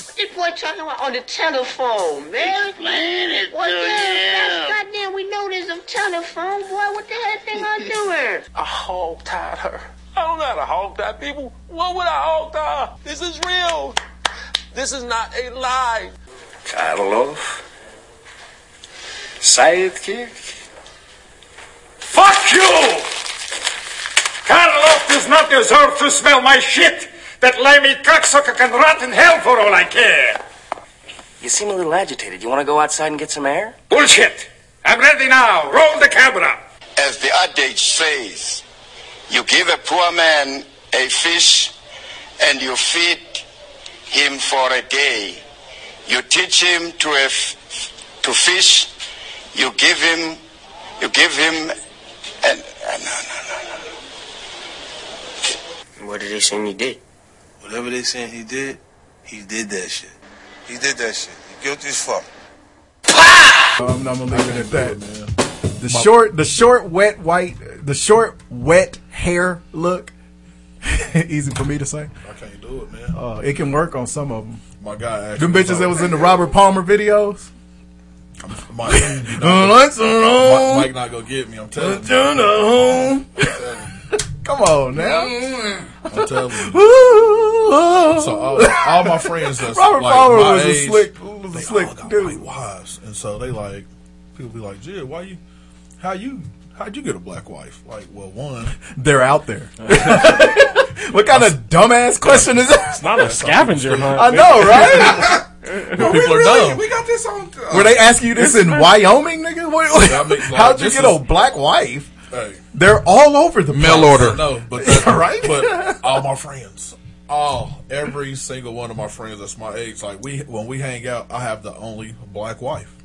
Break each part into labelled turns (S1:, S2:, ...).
S1: What this boy talking about on the telephone, man?
S2: Explain it
S1: What
S2: to
S1: the
S2: him.
S1: hell? Goddamn, we know there's a telephone, boy. What the hell thing I doing?
S3: I hog tied her. I don't know how to hog tie people. What would I hog tie? This is real. This is not a lie.
S4: Karloff, sidekick. Fuck you! Karloff does not deserve to smell my shit. That limey cocksucker can rot in hell for all I care.
S5: You seem a little agitated. You want to go outside and get some air?
S4: Bullshit! I'm ready now. Roll the camera.
S6: As the adage says, you give a poor man a fish and you feed him for a day. You teach him to, a f- to fish. You give him, you give him, and
S7: What did they saying he did?
S8: Whatever they saying he did, he did that shit. He did that shit. He guilty as fuck.
S9: I'm, I'm gonna leave it at that. The short, the short, wet white, the short, wet hair look. Easy for me to say.
S8: I can't do it, man.
S9: Uh, it can work on some of them.
S8: My guy,
S9: Them bitches that was in the Robert Palmer videos.
S8: Mike, you
S9: Uh, let's roll.
S8: Mike, Mike not gonna get me. I'm telling you.
S9: Turn on. Come on now.
S8: I'm telling you. So
S9: so uh,
S8: all, all my friends that's
S9: Robert
S8: like
S9: Palmer
S8: my
S9: was a
S8: age,
S9: slick, was a
S8: they
S9: slick
S8: all got
S9: dude.
S8: white wives, and so they like people be like, "Jill, why you? How you? How'd you get a black wife?" Like, well, one,
S9: They're out there. what kind of dumbass question is that?
S10: It's not a scavenger hunt.
S9: I know, right?
S8: people
S9: we
S8: are
S9: really-
S8: dumb.
S9: we
S8: got this on.
S9: Were they asking you this in Wyoming, nigga? What,
S8: That makes- nah,
S9: how'd you
S8: this
S9: get
S8: is-
S9: a black wife?
S8: Hey.
S9: They're all over the
S8: mail
S9: place.
S8: order. No, but that,
S9: Right?
S8: But all my friends, all every single one of my friends that's my age, like we when we hang out, I have the only black wife,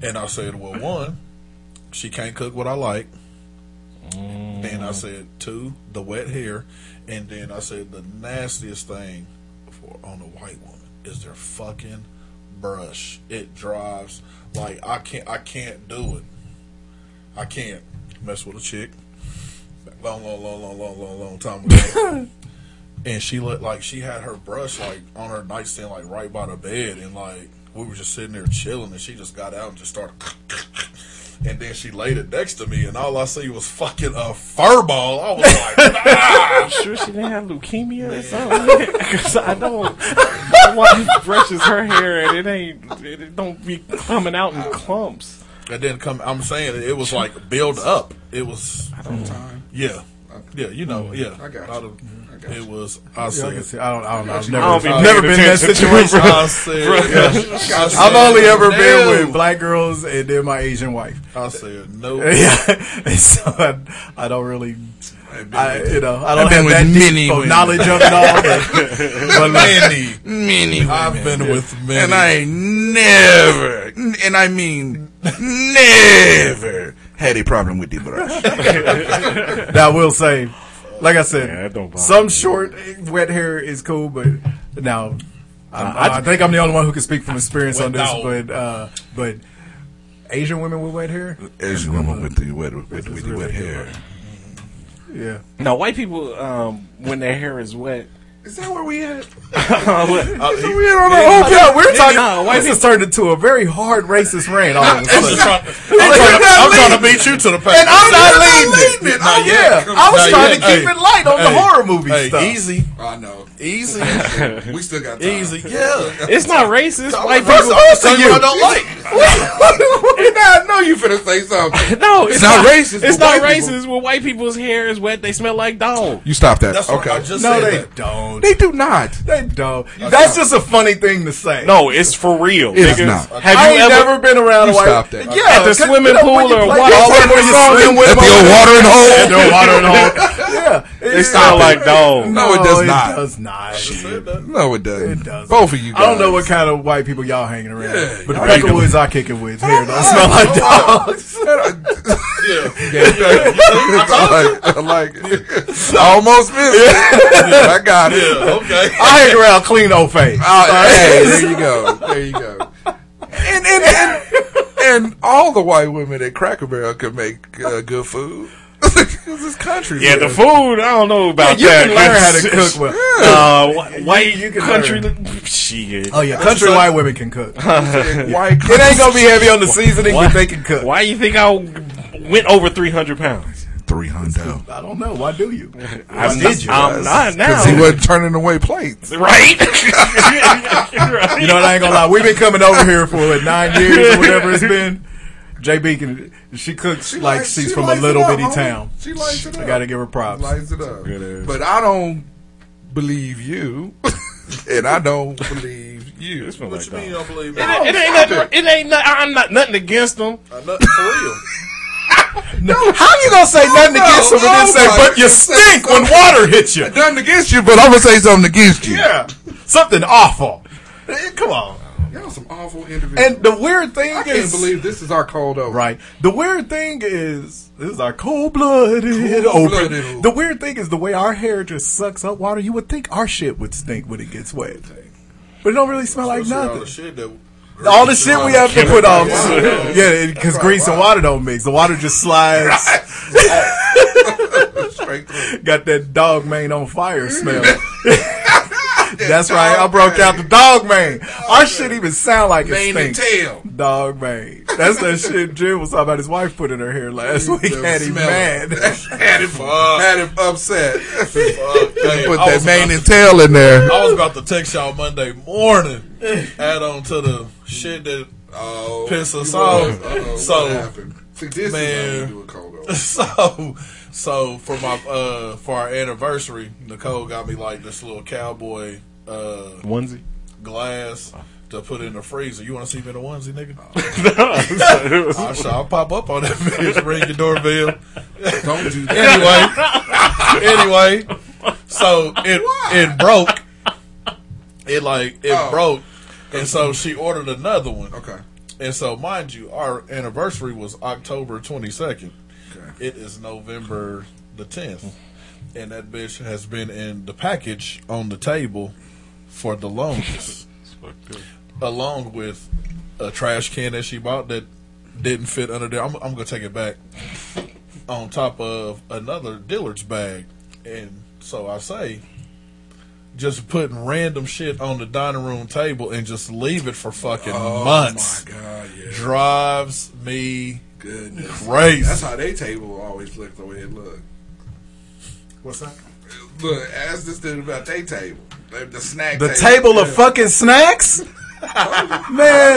S8: and I said, well, one, she can't cook what I like. Then I said two, the wet hair, and then I said the nastiest thing for on a white woman is their fucking brush. It drives like I can't I can't do it. I can't mess with a chick. Long, long, long, long, long, long, long time ago. and she looked like she had her brush like on her nightstand, like right by the bed, and like we were just sitting there chilling, and she just got out and just started. And then she laid it next to me, and all I see was fucking a fur ball. I was like,
S10: I'm sure she didn't have leukemia or something. Because I know my wife brushes her hair and it ain't, it don't be coming out in clumps.
S8: It didn't come. I'm saying it was like build up. It was. I
S10: don't-
S8: Yeah. Yeah, you know, yeah.
S10: Mm-hmm. I got
S8: Out of- It was. I
S9: Yeah, I can
S8: said.
S9: see- I don't- I don't know. I've
S8: I've
S9: never- I've never been in that situation.
S8: I said. I said,
S9: I've only ever
S8: no.
S9: been with black girls and then my Asian wife.
S8: I said no.
S9: yeah, And so I, I don't really, I, you know, I don't
S8: I've been
S9: have
S8: with
S9: that
S8: many
S9: deep of
S8: women.
S9: knowledge of it all. But, but like,
S11: many, many.
S8: I've been with many.
S11: and I ain't never, and I mean never, had a problem with the brush.
S9: now I will say, like I said,
S11: Yeah, that don't bother
S9: some short wet hair is cool, but now I, I,
S11: I-
S9: think I'm the only one who can speak from experience
S11: Well,
S9: on this.
S11: no.
S9: But uh, but Asian women with wet hair,
S11: Asian woman with the wet, with, with the wet hair.
S9: yeah.
S10: No, white people, um, when their hair is wet,
S9: Is that where we at?
S8: so
S9: we on
S8: Yeah,
S9: our own
S8: he-
S9: count. We're
S8: he-
S9: talking.
S8: nah, wait.
S9: this has turned into a very hard racist rant all of a
S8: I'm,
S9: sudden.
S8: trying, I'm, trying to, I'm trying to beat you to the paper.
S9: And I'm not leading it. Oh, yeah. I was trying to keep it light on the horror movie
S8: hey,
S9: stuff.
S8: Easy,
S12: Oh, I know.
S8: easy.
S12: We still got time.
S8: Easy, yeah.
S10: It's not racist. White
S12: That's
S10: people.
S12: all
S10: Tell
S12: you.
S10: you
S12: I don't like. I know you finna say something.
S10: No, it's,
S12: not, racist.
S10: It's
S12: but
S10: not
S12: white people-
S10: racist. When white people's hair is wet, they smell like dog.
S11: You stop that.
S8: That's what
S11: okay.
S8: I just
S9: No,
S8: said
S9: they
S8: that.
S9: don't.
S11: They do not.
S9: They don't. That's just a funny thing to say.
S13: Oh,
S10: No, it's for real.
S11: It is
S10: niggas.
S11: not.
S10: Have
S9: I
S10: you
S9: ain't
S10: ever
S9: never been around a
S11: You
S9: white.
S11: stop that.
S9: Yeah,
S10: At the
S9: 'cause,
S10: swimming
S9: you know,
S10: pool
S9: when you
S10: or
S9: play-
S10: water-
S9: Y'all
S10: All
S9: play
S10: when
S9: the
S10: you
S9: song
S10: swim
S9: and
S10: with
S9: with
S11: At the
S9: my-
S11: old watering hole.
S10: No water and all.
S9: Yeah,
S11: They
S10: They smell
S11: stop
S10: like
S11: it.
S10: dog.
S11: No, it does not.
S9: It does not.
S11: No, it doesn't.
S9: It doesn't.
S11: Both of you guys.
S9: I don't know what kind of white people y'all hanging around,
S11: Yeah,
S9: but the
S11: y'all ain't
S9: Peckerwoods I kick it with here don't smell like dogs.
S11: I like, I like it. I almost missed it. I got it.
S8: Okay.
S9: I hang around clean old face.
S11: Uh, hey, there you go. There you go. And and and, and all the white women at Cracker Barrel could make uh, good food. 'Cause this country.
S10: Yeah, the food. I don't know about
S9: you
S10: that.
S9: can learn how to cook well.
S10: Uh, wh- white
S9: you can
S10: country. Shit.
S9: Oh yeah, country white women can cook.
S11: White.
S9: It ain't gonna be heavy on the seasoning,
S10: Why-
S9: but they can cook.
S10: Why you think I went over three hundred pounds?
S11: Three hundred.
S9: I don't know. Why do you? Why
S10: I'm,
S9: did you?
S10: I'm not now.
S11: Because he wasn't turning away plates.
S10: right? Right.
S9: You know, what, I ain't gonna lie. We've been coming over here for what, nine years or whatever it's been. JB can she cooks like
S11: lights-
S9: she's
S11: she
S9: from a
S11: lights
S9: little
S11: it up,
S9: bitty
S11: homie.
S9: town.
S11: She lights it
S9: I
S11: up.
S9: gotta give her props.
S11: Lights it up. But I don't believe you, and I don't believe you.
S10: It smell
S8: What
S10: like
S8: you mean you
S10: dog.
S8: don't believe me?
S10: It, ain't- it ain't nothing. It ain't. no- I'm not nothing against them.
S8: I know- For real.
S9: How you gonna say nothing
S11: no,
S9: against him and then
S11: oh
S9: say,
S11: my
S9: "But you
S11: God.
S9: stink when water hits you"?
S11: Nothing against you, but I'm gonna say something against you.
S9: Yeah, something awful. Eh, Come on.
S11: Y'all some awful individuals.
S9: And the weird thing
S11: I can't
S9: is,
S11: believe this is our cold over.
S9: right? The weird thing is, this is our cold-blooded,
S11: Cold-blooded.
S9: open. The weird thing is the way our hair just sucks up water. You would think our shit would stink when it gets wet, but it don't really smell like
S8: Especially all
S9: nothing.
S8: the shit that-
S9: all the shit we have to put on.
S8: Yeah.
S9: Yeah, because grease and water don't mix. The water just slides.
S11: Straight through.
S9: Got that dog mane on
S8: Mm.
S9: fire smell. That's right. I broke out the dog mane.
S8: Oh,
S9: Our shit even sound like it
S12: Mane and
S9: stinks.
S12: tail.
S9: Dog mane. That's that shit Jim was talking about his wife put in her hair last week.
S11: Smell
S9: Had him
S11: it.
S9: mad.
S11: had him, had him upset.
S8: Fuck, man.
S11: Put
S8: I
S11: that
S8: was
S11: mane
S8: about
S11: and tail in there.
S8: to- I was about to text y'all Monday morning. Add on to the shit that
S12: Oh,
S8: piss us
S12: you
S8: off.
S12: was. Uh-oh, what
S8: So,
S12: happened? See, this is how
S8: Man.
S12: we do a cold over.
S8: so, so for my uh for our anniversary, Nicole got me like this little cowboy uh
S10: Onesie.
S8: glass to put in the freezer. You want to see me in a onesie, nigga?
S10: No.
S12: Oh.
S8: I shall I'll pop up on that bitch, ring your doorbell.
S12: Don't do that.
S8: anyway, anyway, so it it broke. It like it
S12: Oh.
S8: broke, and so she ordered another one.
S12: Okay.
S8: And so, mind you, our anniversary was October 22nd. It is November the 10th. And that bitch has been in the package on the table for the longest. along with a trash can that she bought that didn't fit under there. I'm, I'm going to take it back. On top of another Dillard's bag. And so I say, just putting random shit on the dining room table and just leave it for fucking
S12: Oh
S8: months
S12: my god, yeah.
S8: drives me.
S12: Goodness.
S8: Crazy.
S12: That's how they table always look the way it look.
S8: What's that?
S12: Look, ask this dude about they table. The, the snack
S9: The
S12: table.
S9: table of fucking snacks? Man.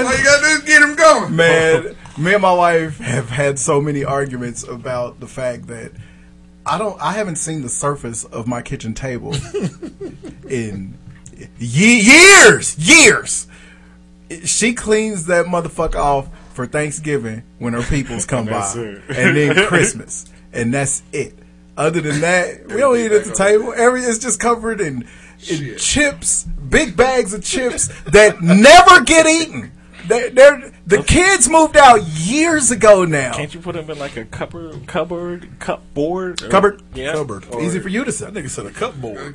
S12: All you gotta do is get him going.
S9: Man, me and my wife have had so many arguments about the fact that I don't I haven't seen the surface of my kitchen table in ye- years, years. She cleans that motherfucker off for Thanksgiving when her peoples come by
S10: That's it.
S9: and then Christmas. And that's it. Other than that, we don't eat at the table. Every it's just covered in, in
S12: Shit.
S9: chips, big bags of chips that never get eaten. They're, they're, the kids moved out years ago now.
S10: Can't you put them in like a cupboard, cupboard, cupboard, or-
S9: Cupboard.
S10: Yeah.
S8: Cupboard.
S9: Easy for you to say.
S8: That nigga said a cupboard.
S9: Hey,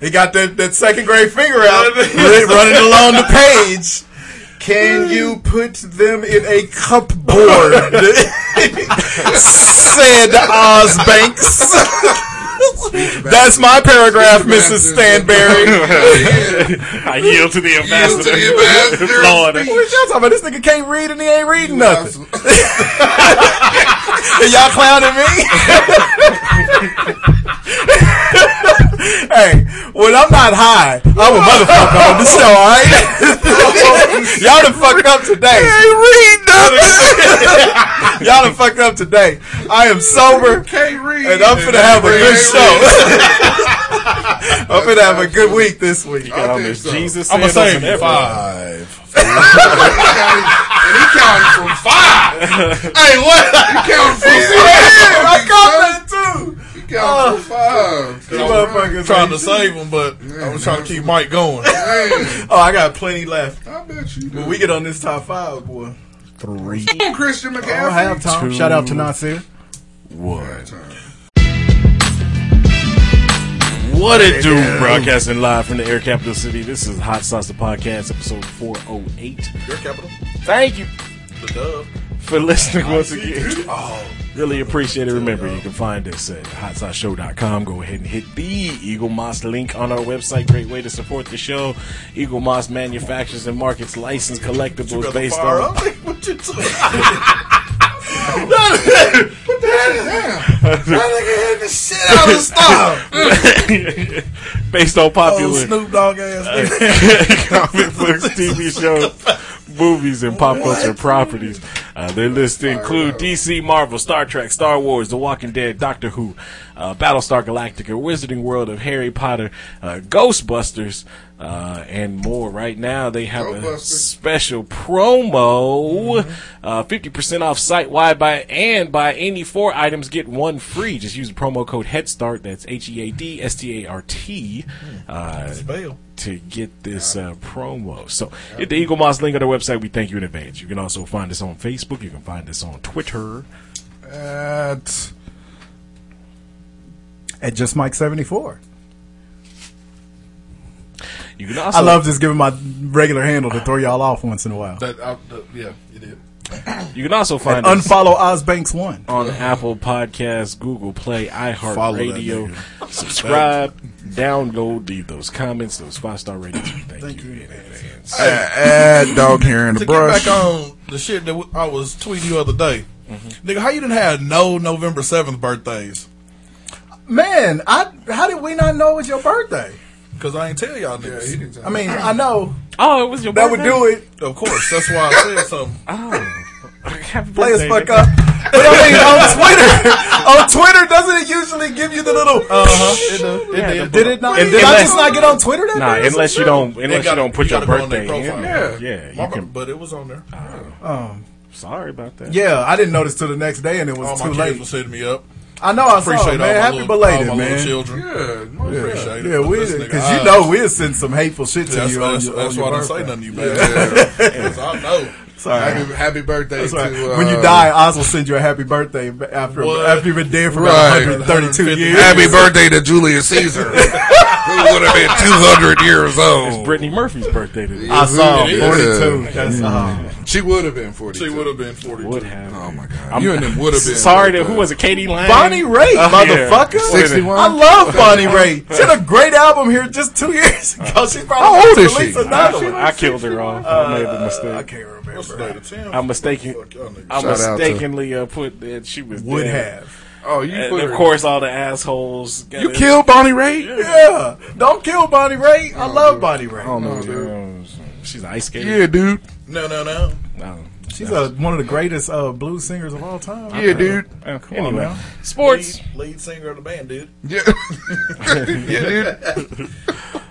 S9: he got that, that second grade finger out run- running along the page. Can you put them in a cupboard? Said Ozbanks. That's my paragraph, Mrs. Stanberry.
S10: I yield to the ambassador.
S9: Lord. What y'all talking about? This nigga can't read and he ain't reading nothing. and y'all clowning me? hey, when I'm not high, I'm a motherfucker on the show, alright? y'all done fucked up today. y'all done fucked up today. I am sober. And I'm finna have a good show. I'm finna have a good week this week.
S10: I think so. Jesus
S8: I'm gonna
S10: said
S8: say
S10: us in
S8: five.
S11: he counted from five.
S8: hey, what?
S11: He counted from
S9: Yeah, I
S11: five.
S9: caught that too.
S11: He counted from five.
S8: I was trying to save him, but I was trying to keep Mike going.
S11: Hey,
S9: Oh, I got plenty left.
S11: I bet you.
S9: When we get on this top five, boy.
S8: Three.
S11: Come on, Christian McCaffrey.
S9: I don't have time.
S10: Two.
S9: Shout out to Nasir.
S10: What? What it do? Broadcasting live from the Air Capital City. This is Hot Sauce the Podcast, episode 408.
S8: Your capital,
S10: Thank you
S8: the dub.
S10: for listening once again.
S8: Oh,
S10: Really appreciate it. Remember, you can find us at hotsauceshow.com. Go ahead and hit the Eagle Moss link on our website. Great way to support the show. Eagle Moss manufactures and markets licensed collectibles based
S8: fire
S10: on.
S8: up. what you doing?
S10: based on
S9: Oh,
S10: popular
S9: Snoop Dogg ass. nigga.
S10: comic books, TV shows, movies, and pop culture properties. Uh, their list include DC, Marvel, Star Trek, Star Wars, The Walking Dead, Doctor Who, uh, Battlestar Galactica, Wizarding World of Harry Potter, uh, Ghostbusters, uh, and more. Right now, they have a
S11: Ghostbusters.
S10: special promo, uh, 50% off site-wide by, and by any four items, get one free. Just use the promo code HEADSTART, that's H-E-A-D-S-T-A-R-T, uh,
S8: Bail.
S10: to get this uh, promo. So hit the Eagle Moss link on our website. We thank you in advance. You can also find us on Facebook. You can find us on Twitter.
S11: At
S9: At just Mike seventy four.
S10: You can also
S9: I love just giving my regular handle to throw y'all off once in a while.
S8: That, I, that, yeah, you did.
S10: you can also
S9: And
S10: find us
S9: unfollow Ozbanks one.
S10: on Apple Podcasts, Google Play,
S8: Follow that
S10: iHeartRadio. Subscribe, download, leave those comments, those five star ratings. We Thank, you. in advance.
S11: at dog hair in
S8: To
S11: the
S8: get
S11: brush.
S8: back on the shit that w- I was tweeting you the other day,
S10: Mm-hmm.
S8: nigga, how you didn't have no November seventh birthdays?
S9: Man, I how did we not know it was your birthday?
S8: Because I ain't tell y'all niggas.
S9: I mean, I know
S10: Oh, it was your
S9: that would
S10: birthday?
S9: do it.
S8: of course, that's why I said something.
S10: Happy
S9: Play us
S10: birthday,
S9: fuck
S10: nigga.
S9: up. But I mean, on Twitter, on Twitter, doesn't it usually give you the little?
S8: Uh-huh. It,
S10: Yeah,
S8: did.
S10: the-
S9: Did it not?
S10: And
S9: did I
S10: unless-
S9: just not get on Twitter? That
S10: Nah,
S9: day or
S10: unless you
S9: something?
S10: don't, unless you
S8: gotta-
S10: don't put
S8: you
S10: your
S8: gotta go on
S10: birthday
S8: their
S10: in.
S8: profile.
S10: Yeah,
S8: My
S10: you
S8: bro-
S10: can.
S8: but it was on there.
S10: Sorry about that.
S9: Yeah, I didn't notice till the next day, and it
S8: All
S9: was
S8: my
S9: too
S8: kids
S9: late.
S8: was hitting me up.
S9: I know I saw
S8: Appreciate
S9: it, man.
S8: all my
S9: Happy
S8: little, all
S9: belated,
S8: my little
S9: man.
S8: children.
S11: Yeah,
S8: I
S11: yeah.
S8: appreciate it.
S9: Yeah,
S8: But
S9: we
S8: this nigga,
S9: because
S8: I-
S9: you know we'll send some hateful shit to
S8: That's,
S9: you. on
S8: that's,
S9: your-
S8: that's
S9: on
S8: why I
S9: your
S8: didn't say
S9: birthday.
S8: nothing to you, man. Because I know.
S9: Sorry.
S11: Happy, happy birthday
S9: That's right.
S11: to uh,
S9: when you die, Oz will send you a happy birthday b- after
S8: What?
S9: after you've been dead for
S11: Right.
S9: about 132 years.
S11: Happy birthday to Julius Caesar, who would have been two hundred years old.
S10: Brittany Murphy's birthday today.
S9: I saw
S8: It is.
S9: 42. That's uh,
S11: She would have been forty.
S8: She would have been 42.
S10: Would have.
S11: Oh my god! you and them would have been.
S10: Sorry to who was it? Katie Lang.
S9: Bonnie Raitt,
S10: Oh, yeah.
S9: motherfucker.
S11: 61?
S9: I love Bonnie Raitt. She had a great album here just two years ago. She probably
S11: How old
S9: just
S11: is she?
S9: released
S10: I,
S9: Another one.
S10: I killed her off. I made a mistake.
S9: Uh, I can't remember.
S10: I mistaken. I
S11: Shout out to-
S10: mistakenly uh, put that she was
S9: Would
S10: dead.
S9: have.
S11: Oh, you
S10: And
S11: put
S10: of
S11: her-
S10: course, all Uh, the assholes. Got
S11: You
S10: it.
S11: killed Bonnie Raitt.
S9: Yeah. Don't kill Bonnie Raitt.
S11: Oh,
S9: I love Bonnie
S10: I
S9: Raitt.
S10: don't know. dude. She's an ice skater.
S11: Yeah, dude.
S8: No, no, no.
S10: No.
S9: She's uh one of the greatest uh, blues singers of all time.
S11: Yeah, dude.
S10: Oh, come
S9: on,
S10: anyway,
S9: man.
S10: sports.
S8: Lead, lead singer of the band, dude.
S11: Yeah, yeah, dude.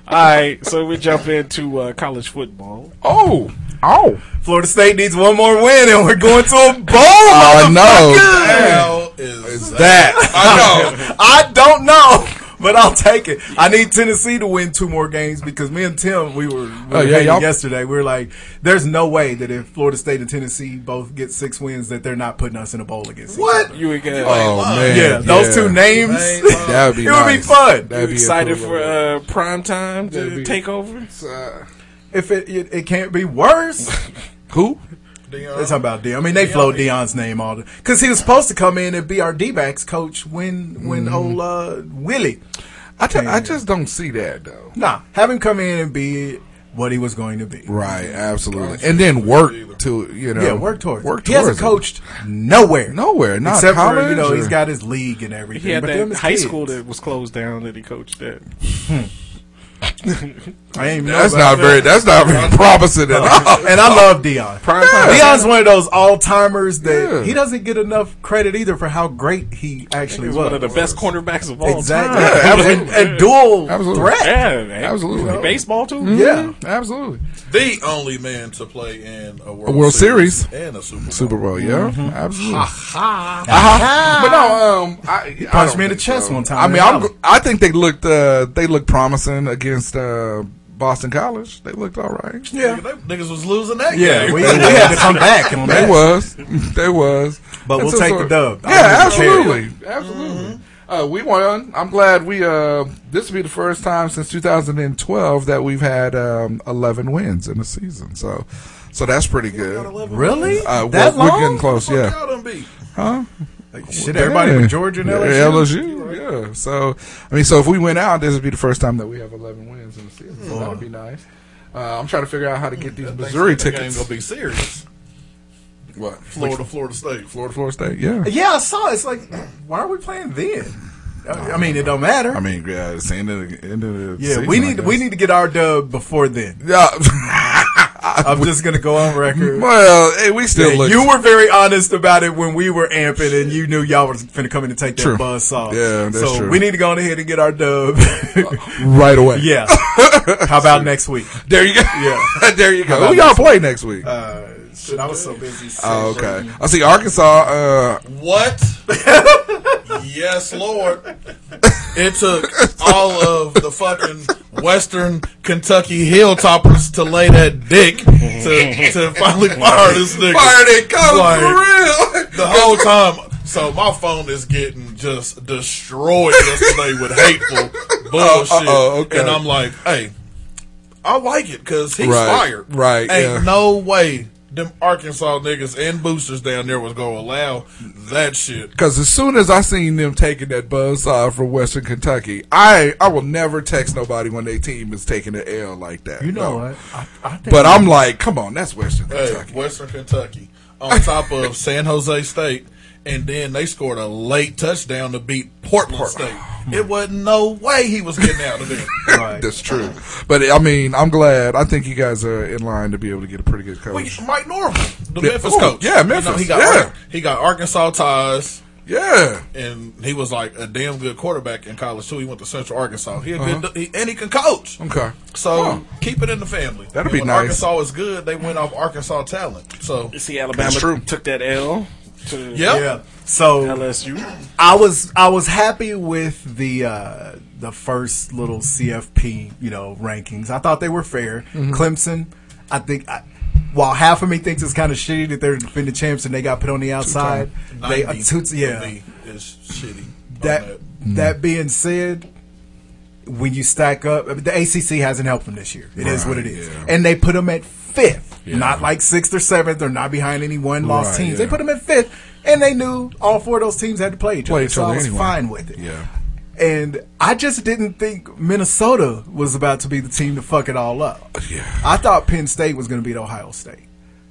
S10: All right, so we jump into uh, college football.
S11: Oh, oh.
S9: Florida State needs one more win, and we're going to a bowl.
S11: I know.
S8: How Oh, is that?
S9: that.
S11: I know.
S9: I don't know, but I'll take it. I need Tennessee to win two more games because me and Tim, we were, we were
S11: Oh, yeah,
S9: hating
S11: y'all-
S9: yesterday. We were like, there's no way that if Florida State and Tennessee both get six wins, that they're not putting us in a bowl against each
S10: What you would get?
S11: Oh man.
S9: other. Yeah, those two names.
S11: That would be.
S9: it would be
S11: nice.
S9: fun.
S11: That'd be a
S10: excited
S11: cool
S10: for
S11: little-
S10: uh, prime time to
S11: That'd be-
S10: take over?
S11: Uh,
S9: If it, it it can't be worse,
S11: who?
S8: Dion.
S9: They're talking about Dion. I mean, they float Dion's name all the because he was supposed to come in and be our D backs coach when when
S11: Mhm.
S9: old uh, Willie.
S11: I ju- I just
S9: don't see that though. Nah, have him come in and be what he was going to be.
S11: Right, absolutely. And then work to you know
S9: yeah, work towards.
S11: work
S9: Work he hasn't
S11: towards it.
S9: coached nowhere,
S11: Nowhere, not
S9: except for you
S11: college
S9: know
S11: or-
S9: he's got his league and everything.
S10: He had
S9: but them
S10: that
S9: is
S10: high
S9: kids.
S10: school that was closed down that he coached at.
S9: I ain't even know
S11: That's
S9: about
S11: not very- that's not very promising at all.
S9: And I love Dion.
S11: Prime time.
S9: Dion's one of those all timers that
S11: Yeah.
S9: he doesn't get enough credit either for how great he actually
S10: He's
S9: was.
S10: one of the best cornerbacks of all
S9: exactly.
S10: time.
S9: and, and dual threat.
S10: Yeah, man. Baseball too.
S11: Mm-hmm.
S9: Yeah,
S11: absolutely.
S8: The only man to play in a World,
S11: a World Series,
S8: and a Super Bowl.
S11: Super Bowl, yeah,
S9: Mm-hmm.
S8: Mhm.
S11: absolutely.
S8: Ha, ha.
S11: Ah,
S9: Uh-huh.
S11: But no, um, I,
S9: He
S11: I
S9: punched
S11: don't
S9: me in the
S11: think
S9: chest
S11: so.
S9: one time
S11: I
S9: in
S11: mean, I'm,
S9: college.
S11: gl- I think they looked uh, they looked promising against uh, Boston College. They looked all right.
S9: Yeah.
S8: Niggas, niggas was losing that
S11: Yeah,
S8: game.
S11: we- we had to come back on They that. was. They was.
S9: But
S11: That's
S9: we'll
S11: some
S9: take
S11: sort-
S9: the Mm-hmm. dub. I
S11: Yeah,
S9: don't care.
S11: absolutely, absolutely. Uh, we won. I'm glad we. Uh, this will be the first time since 2012 that we've had um, 11 wins in a season. So, so that's pretty good.
S9: Really?
S11: Uh,
S9: That
S11: we're, we're
S9: long?
S11: getting close.
S9: What the
S11: Yeah.
S9: fuck y'all done beat?
S11: Huh?
S9: shit, everybody but Georgia and LSU?
S11: LSU, yeah. So, I mean, so if we win out, this would be the first time that we have 11 wins in the season. So that would be nice. Uh, I'm trying to figure out how to get these Missouri
S8: Thanksgiving
S11: tickets.
S8: Game gonna be serious.
S11: What?
S8: Florida, Florida State,
S11: Florida, Florida State. Yeah.
S9: Yeah, I saw. it. It's like, why are we playing then? I I mean, it don't matter.
S11: I mean, yeah, it's the end of the end of the
S9: Yeah,
S11: season,
S9: we
S11: I
S9: need
S11: guess.
S9: we need to get our dub before then.
S11: Yeah,
S9: I'm just gonna go on record.
S11: Well, hey, we still
S9: Yeah,
S11: look-
S9: You were very honest about it when we were amping, and you knew y'all was finna come in and take
S11: True.
S9: that buzz saw.
S11: Yeah, that's
S9: so
S11: true.
S9: we need to go on ahead and get our dub
S11: right away.
S9: Yeah. How about next week?
S11: There you go.
S9: Yeah,
S11: there you
S9: How
S11: go.
S9: about
S11: Who y'all
S9: next
S11: play next week?
S9: Uh, shit, I was so busy.
S11: oh, okay. I see Arkansas. Uh,
S8: What? yes, Lord. It took all of the fucking Western Kentucky Hilltoppers to lay that dick to, to finally fire this nigga.
S11: Fire that
S8: real.
S11: coach, for
S8: The whole time. So my phone is getting just destroyed yesterday with hateful bullshit.
S11: uh-oh, okay.
S8: And I'm like, hey, I like it because he's
S11: Right,
S8: fired.
S11: right,
S8: Ain't
S11: yeah.
S8: no way them Arkansas niggas and boosters down there was going to allow that shit.
S11: Because as soon as I seen them taking that buzz saw from Western Kentucky, I I will never text nobody when their team is taking an L like that.
S8: You know
S11: No.
S8: what? I- I think-
S11: but I'm like, come on, that's Western
S8: Hey,
S11: Kentucky.
S8: Western Kentucky on top of San Jose State, and then they scored a late touchdown to beat Portland State.
S11: Oh,
S8: It wasn't no way he was getting out of there.
S11: that's true. But I mean, I'm glad. I think you guys are in line to be able to get a pretty good
S8: Well,
S11: coach.
S8: Mike Norville, the
S11: Yeah,
S8: Memphis
S11: oh,
S8: coach.
S11: yeah, Memphis,
S8: he got
S11: yeah.
S8: he got Arkansas ties.
S11: Yeah,
S8: and he was like a damn good quarterback in college too. He went to Central Arkansas. He a
S11: Uh-huh.
S8: good, he, and he can coach.
S11: Okay.
S8: So
S11: Huh.
S8: keep it in the family.
S11: That'd
S8: And
S11: be
S8: when
S11: nice.
S8: Arkansas is good. They went off Arkansas talent. So
S10: see Alabama took that L. To
S9: Yeah. So
S10: LSU.
S9: I was I was happy with the uh, the first little CFP you know rankings. I thought they were fair.
S11: Mhm.
S8: Mm-hmm.
S9: Clemson, I think. I, while half of me thinks it's kind of shitty that they're defending champs and they got put on the outside, they uh,
S8: 90
S9: two,
S8: for
S9: yeah.
S8: me is shitty.
S9: That
S8: on
S9: that being said, when you stack up, I mean, the ACC hasn't helped them this year. It is what
S11: Right,
S9: it is,
S11: yeah.
S9: and they put them at fifth,
S11: Yeah.
S9: not like sixth or seventh, or not behind any one lost
S11: Right,
S9: teams. They
S11: yeah.
S9: put them at fifth, and they knew all four of those teams had to play each
S11: Play
S9: other.
S11: each
S9: so I
S11: other
S9: was
S11: anyway.
S9: fine with it.
S11: Yeah.
S9: And I just didn't think Minnesota was about to be the team to fuck it all up. I thought Penn State was going to beat Ohio State.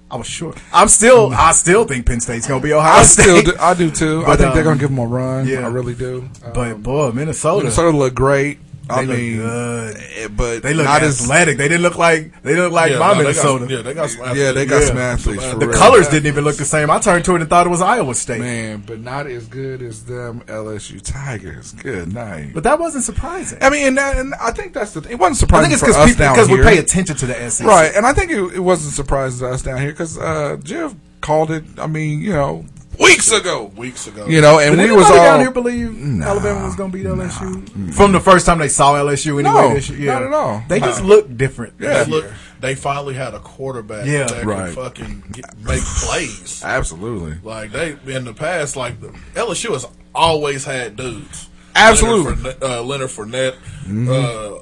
S9: I was sure. I'm still. I still think Penn State's going to be Ohio
S11: I
S9: State.
S11: still do, I do too. I
S9: But,
S11: think they're
S9: um,
S11: gonna give them a run.
S9: yeah.
S11: I really do. Uh,
S9: But boy, Minnesota,
S11: Minnesota look great. I
S9: They look
S11: mean,
S9: good.
S11: eh, but
S9: They look
S11: not as-
S9: athletic. they didn't look like they look like
S11: Yeah,
S9: my
S11: no, they got some-
S9: Minnesota.
S11: yeah, they got some athletes. Yeah, they got some athletes, for
S9: The
S11: real.
S9: colors didn't even look the same. I turned to it and thought it was Iowa State.
S11: Man, but not as good as them LSU Tigers. Good night.
S9: But that wasn't surprising.
S11: I mean, and, that, and I think that's the thing. It wasn't
S9: I
S11: surprising
S9: think it's
S11: for
S9: because
S11: us
S9: people
S11: down
S9: because we
S11: here.
S9: pay attention to the E SEC.
S11: Right, and I think it, it wasn't surprising to us down here because uh, Jeff called it. I mean, you know, weeks ago,
S8: weeks ago,
S11: you know, and
S9: Did
S11: we was all
S9: anybody down here believe Alabama was going to beat LSU from the first time they saw LSU anyway.
S11: No,
S9: this year. Yeah.
S11: not at all.
S9: They just
S8: Nah.
S9: looked different.
S8: Yeah,
S9: this
S8: look,
S9: year.
S8: they finally had a quarterback
S9: Yeah.
S8: that
S9: Right.
S8: could fucking get, make plays.
S11: Absolutely.
S8: Like they in the past, like LSU has always had dudes.
S11: Absolutely. Mm-hmm.
S8: Leonard Fournette, uh, Leonard Fournette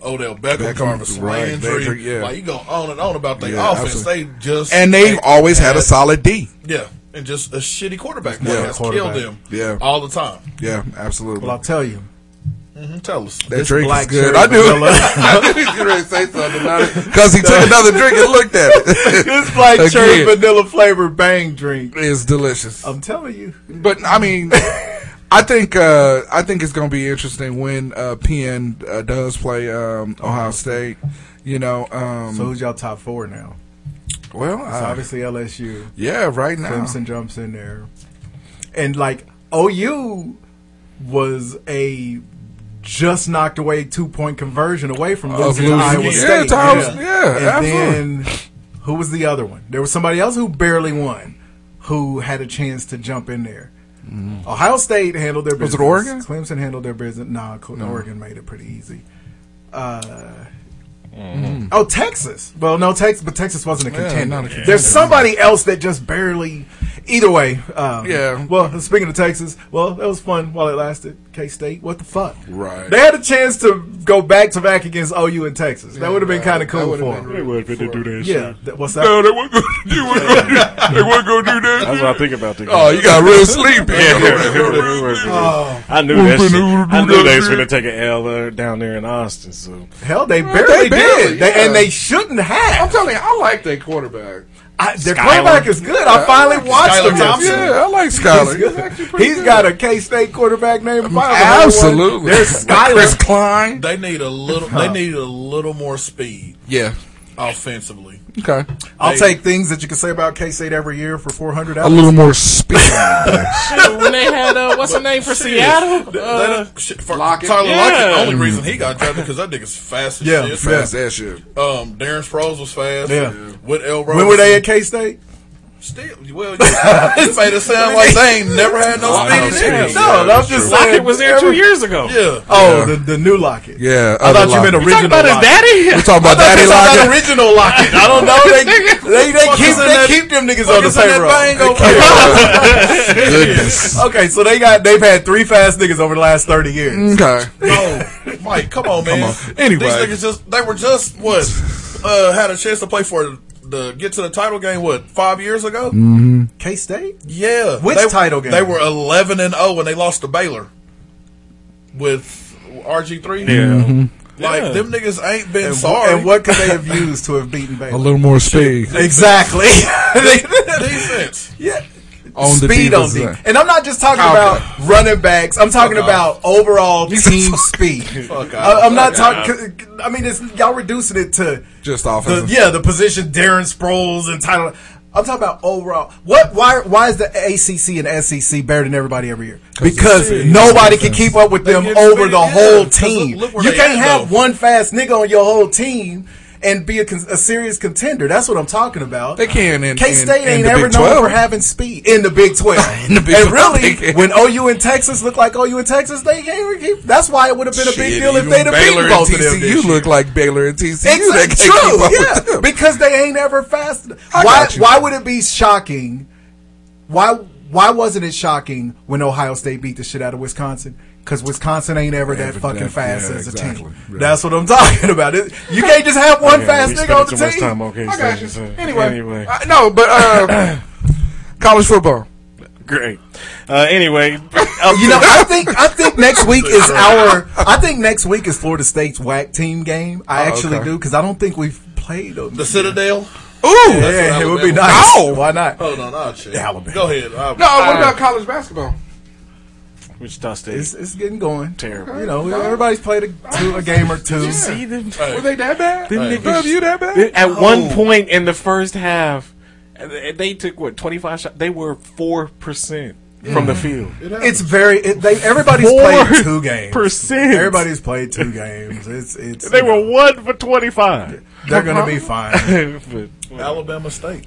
S8: uh, Odell Beckham,
S11: Beckham,
S8: Jarvis
S11: right,
S8: Landry.
S11: Landry, yeah.
S8: Like you go on and on about their
S11: Yeah,
S8: offense.
S11: absolutely.
S8: They just
S11: And they've always had a solid D.
S8: Yeah, and just a shitty quarterback
S11: Yeah.
S8: that has
S11: Quarterback.
S8: killed them.
S11: Yeah.
S8: all the time.
S11: Yeah, absolutely.
S9: Well, I'll tell you.
S8: hmm Tell us
S11: That drink is good. I knew. I knew he was going to say something about it because he took another drink and looked at it.
S9: this black cherry
S11: Again.
S9: vanilla flavored bang drink.
S11: is delicious.
S9: I'm telling you.
S11: But I mean, I think uh, I think it's going to be interesting when uh, Penn uh, does play um, Ohio State. You know, um,
S9: So who's y'all top four now?
S11: well,
S9: It's
S11: I-
S9: obviously LSU.
S11: yeah, right now.
S9: Clemson jumps in there, and like OU was a just knocked away two point conversion away from
S11: Of
S9: losing to
S11: losing.
S9: Iowa
S11: Yeah,
S9: State.
S11: to Iowa- yeah,
S9: and
S11: absolutely.
S9: then who was the other one? There was somebody else who barely won, who had a chance to jump in there. Ohio State handled their
S11: Mm-hmm. Was
S9: business.
S11: it Oregon?
S9: Clemson handled their business. Nah, Cle-
S11: No.
S9: Oregon made it pretty easy. Uh, Oh, Texas. Well, no, Texas, but Texas wasn't a
S11: Mm-hmm. Yeah,
S9: contender.
S11: not a contender.
S9: There's somebody else that just barely. Either way, um,
S11: Yeah.
S9: Well, speaking of Texas, well, that was fun while it lasted. K State, what the fuck?
S11: Right.
S9: They had a chance to go back to back against OU in Texas. That
S11: Yeah,
S9: would have been
S11: right.
S9: kind of cool
S11: That would've
S9: for
S11: been
S9: them.
S11: really They
S10: wasn't gonna do that
S9: Yeah,
S10: shit.
S9: that, what's that?
S10: No,
S9: they
S11: weren't gonna do that. They weren't gonna do that.
S10: That's what I think about the
S11: Oh, you got real sleepy.
S10: Yeah, yeah, yeah, we were-
S9: Oh.
S10: I knew that shit. I knew they was going to take an L there- down there in Austin. So
S9: Hell, they
S11: They
S9: barely
S11: barely,
S9: did, they,
S11: yeah.
S9: and they shouldn't have.
S11: I'm telling you, I like their quarterback.
S9: I, their
S11: Skyler.
S9: quarterback is good. I
S11: Yeah,
S9: finally
S11: I like
S9: watched
S11: Skyler
S9: him.
S11: Thompson. Yeah, I like
S9: He's
S11: Skyler.
S9: good.
S11: He's actually pretty
S9: He's
S11: good. Mm-hmm.
S9: got a K State quarterback named Byron.
S11: Absolutely.
S9: There's Skyler.
S11: Chris Klein.
S8: They need a little. They need a little more speed
S11: Yeah.
S8: offensively.
S11: Okay.
S9: I'll
S8: They-
S9: take things that you can say about K State every year for four hundred.
S11: A little more speed.
S14: Shit, when they had uh, what's her name for
S8: Shit.
S14: Seattle?
S8: Th-
S14: Uh,
S8: that- shit, for
S14: Lockett.
S8: Tyler Lockett.
S14: Yeah.
S8: The only reason he got drafted because that nigga's fast as
S9: Yeah,
S8: shit.
S11: fast as shit.
S8: Um, Darren Sproles was fast.
S9: Yeah.
S8: With L.
S9: When were they at K State?
S8: Still, well, you, you made it sound like they ain't never had no
S11: Oh, I know
S8: speed in them.
S11: speed.
S9: No, that's just
S10: Lockett
S9: saying
S10: was there
S9: every-
S10: two years ago.
S8: Yeah.
S9: Oh, the, the new Lockett.
S11: Yeah,
S9: I
S11: other
S9: thought you meant original.
S11: Lockett.
S9: Lockett.
S11: We're talking
S9: I thought
S11: about
S9: you talking
S11: Daddy
S9: about
S11: Lockett.
S9: original Lockett. I don't know. They they, they
S8: Fuck
S9: keep
S8: is in
S9: they
S8: that-
S9: keep them niggas on
S8: fuck
S9: the
S8: is in that
S9: payroll.
S8: bang over
S11: Goodness.
S9: Okay, so they got they've had three fast niggas over the last thirty years.
S11: Okay.
S8: No, Mike, come on, man.
S11: Come on. Anyway.
S8: these niggas just—they were just what uh, had a chance to play for the get to the title game. What five years ago?
S11: Mm-hmm.
S9: K State.
S8: Yeah,
S9: Mm. Which
S8: they,
S9: title game?
S8: They were eleven and zero when they lost to Baylor with RG three.
S11: Mhm.
S8: like
S10: Yeah.
S8: them niggas ain't been
S9: Mm-hmm. And,
S8: sorry.
S9: and what could they have used to have beaten Baylor?
S11: A little more speed.
S9: Exactly.
S8: defense?
S9: yeah.
S11: On the
S9: speed on
S11: defensive
S9: the
S11: end.
S9: and I'm not just talking
S11: Okay.
S9: about running backs. I'm talking
S8: Fuck
S9: about overall team speed.
S8: Fuck
S9: I, I'm not
S8: Fuck
S9: talking. I mean, it's, y'all reducing it to
S11: Just
S9: the,
S11: offensive.
S9: yeah the position Darren Sproles and Tyler. I'm talking about overall. What? Why? Why is the ACC and SEC better than everybody every year? Because
S11: it's-
S9: nobody
S11: it's
S9: can
S11: offense.
S9: keep up with
S8: They
S9: them
S8: get
S9: over
S8: speed,
S9: the
S8: yeah,
S9: whole
S8: 'cause look-
S9: team.
S8: look where
S9: you
S8: they
S9: can't
S8: at,
S9: have
S8: though.
S9: one fast nigga on your whole team and be a, con- a serious contender. That's what I'm talking about.
S11: They can in-
S9: K
S11: in-
S9: State
S11: in
S9: ain't
S11: the
S9: ever
S11: Big
S9: known
S11: 12.
S9: for having speed in the Big Twelve.
S11: In the Big
S9: and
S11: 12,
S9: really,
S11: they can.
S9: when OU and Texas look like OU and Texas, they can't keep. That's why it would have been a big
S11: Shit,
S9: deal if
S11: even
S9: they'd have
S11: Baylor
S9: beaten
S11: and
S9: both of them.
S11: TCU
S9: this year.
S11: look like Baylor and TCU. They
S9: Exactly.
S11: can't
S9: True.
S11: keep up with
S9: Yeah.
S11: them.
S9: Because they ain't ever fast. Why?
S11: I got you.
S9: Why would it be shocking? Why? Why wasn't it shocking when Ohio State beat the shit out of Wisconsin? Because Wisconsin ain't ever that
S11: Ever
S9: fucking
S11: that-
S9: fast
S11: yeah,
S9: as a
S11: exactly.
S9: team.
S11: Yeah.
S9: That's what I'm talking about. It, you can't just have one
S10: Yeah,
S9: fast
S10: we
S9: nigga
S10: spent
S9: on
S10: too
S9: the
S10: much
S9: team. Oh,
S10: time on K
S11: I got you.
S10: State. so
S11: Anyway, Uh, no, but uh, college football.
S10: Great. Uh, anyway, up
S9: You know,
S10: to-
S9: I think I think next week is our. I think next week is Florida State's whack team game. I
S11: Oh,
S9: actually
S11: okay.
S9: do because I don't think we've played them.
S8: The Citadel.
S11: Ooh,
S8: That's what
S9: yeah, it would be
S8: Alabama-
S9: nice.
S11: No.
S9: Why not?
S8: Hold on, I'll check.
S9: Alabama.
S8: Go ahead. I'll-
S11: no. What about college basketball?
S10: Wichita State.
S9: It's, it's getting going.
S10: terrible.
S9: You know, everybody's played a, two, a game or two.
S10: You see them?
S11: Were they that bad?
S10: Them
S11: Hey.
S10: niggas-
S11: Bub, you that bad?
S10: They- At
S11: Oh.
S10: one point in the first half, uh, they- they took what twenty five shots. They were four percent from the field.
S9: It's very. It, they everybody's
S10: Four
S9: played two games.
S10: percent.
S9: Everybody's played two games. It's it's.
S10: They were one for twenty five.
S9: They're gonna be fine.
S8: Alabama State.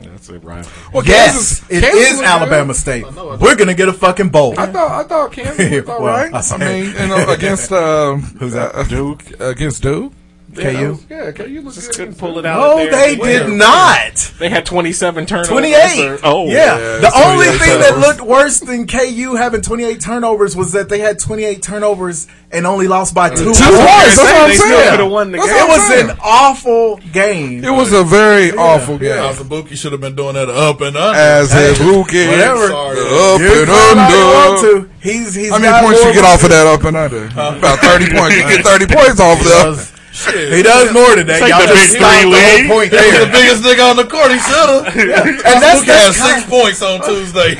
S10: That's a rival.
S11: Well,
S9: yes,
S11: Kansas-
S9: it is
S11: Kansas was good.
S9: Alabama State.
S8: I know, I
S9: We're gonna get a fucking bowl.
S11: I thought I thought Kansas was all
S9: Well,
S11: right.
S9: I
S11: I,
S9: said-
S11: mean, you know, against um,
S9: Who's that?
S11: uh, Duke? Against Duke?
S10: Yeah,
S9: KU?
S11: Yeah, can you look
S10: Just couldn't pull it out.
S9: No,
S10: there.
S9: they did not.
S10: They had 27 turnovers.
S9: 28.
S10: or- oh,
S9: yeah. the only thing that
S10: turnovers.
S9: looked worse than KU having 28 turnovers was that they had 28 turnovers and only lost by two.
S11: That's what I'm
S9: That's what
S11: saying.
S9: I'm
S11: They still
S9: saying.
S11: could've won the
S9: That's
S11: game.
S9: what I'm saying. It was an awful game.
S11: It was a very awful game.
S8: Azabuki should have been doing that up and under.
S11: As
S8: Hey,
S11: a rookie,
S8: whatever.
S11: up
S8: You
S11: and
S8: call out
S11: under.
S8: you want to.
S9: He's, he's
S11: How many points you get off of that up and under? About thirty points. You get thirty points off of that.
S9: He does more than that. Y'all just stopped the whole point
S8: He's
S9: there.
S8: the biggest nigga on the court. He should have.
S9: And that's-
S8: Azabuki had
S9: that's
S8: six points on Tuesday.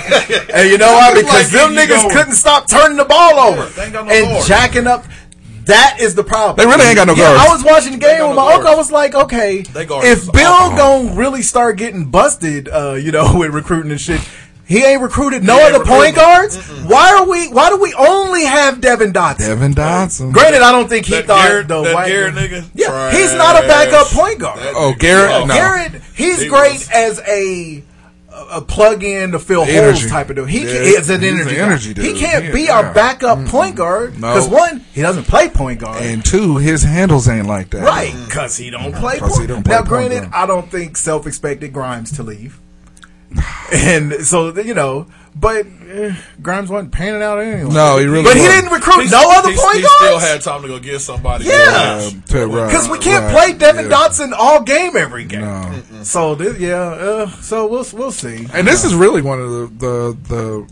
S9: And you know why? Because
S8: Like,
S9: them
S8: you
S9: niggas
S8: going.
S9: couldn't stop turning the ball over
S8: they ain't got no
S9: and
S8: guards.
S9: jacking up. That is the problem.
S11: They really ain't got no
S9: yeah,
S11: guards.
S9: I was watching the game with my uncle. I was like, okay,
S11: guards
S9: if
S11: is
S9: Bill gonna really start getting busted, uh, you know, with recruiting and shit, he ain't recruited no
S11: He ain't
S9: other point
S11: recruited.
S9: guards. Why are we? Why do we only have Devin Dotson?
S11: Devin Dodson.
S9: Granted, I don't think he
S8: That
S9: thought
S8: Garrett-
S9: the
S8: that
S9: white
S8: Garrett
S9: nigga. Yeah, he's not a backup point guard.
S11: Oh, Garrett.
S9: Oh,
S11: no.
S9: Garrett, he's
S11: He
S9: great as a a plug in to fill
S11: Energy.
S9: holes type of dude. He
S11: Yeah,
S9: can, is an
S11: he's
S9: energy.
S11: an
S9: guy.
S11: energy dude.
S9: He can't
S11: Yeah,
S9: be
S11: yeah.
S9: our backup point guard
S11: No.
S9: because one, he doesn't play point guard.
S11: And two, his handles ain't like that.
S9: Right, because he don't play.
S11: 'Cause he
S9: Point.
S11: don't play
S9: now,
S11: point
S9: granted,
S11: guard.
S9: I don't think self expected Grimes to leave, and so you know, but eh, Grimes wasn't panning out anyway.
S11: No, he really
S9: But he
S11: wasn't.
S9: didn't recruit
S8: He-
S9: no other
S8: he-
S9: point
S8: he
S9: guards.
S8: still had time to go get somebody.
S11: Uh,
S9: Yeah. Because we can't play Devin Dotson all game every game. So this, yeah, uh, so we'll we'll see.
S11: And this is really one of the, the the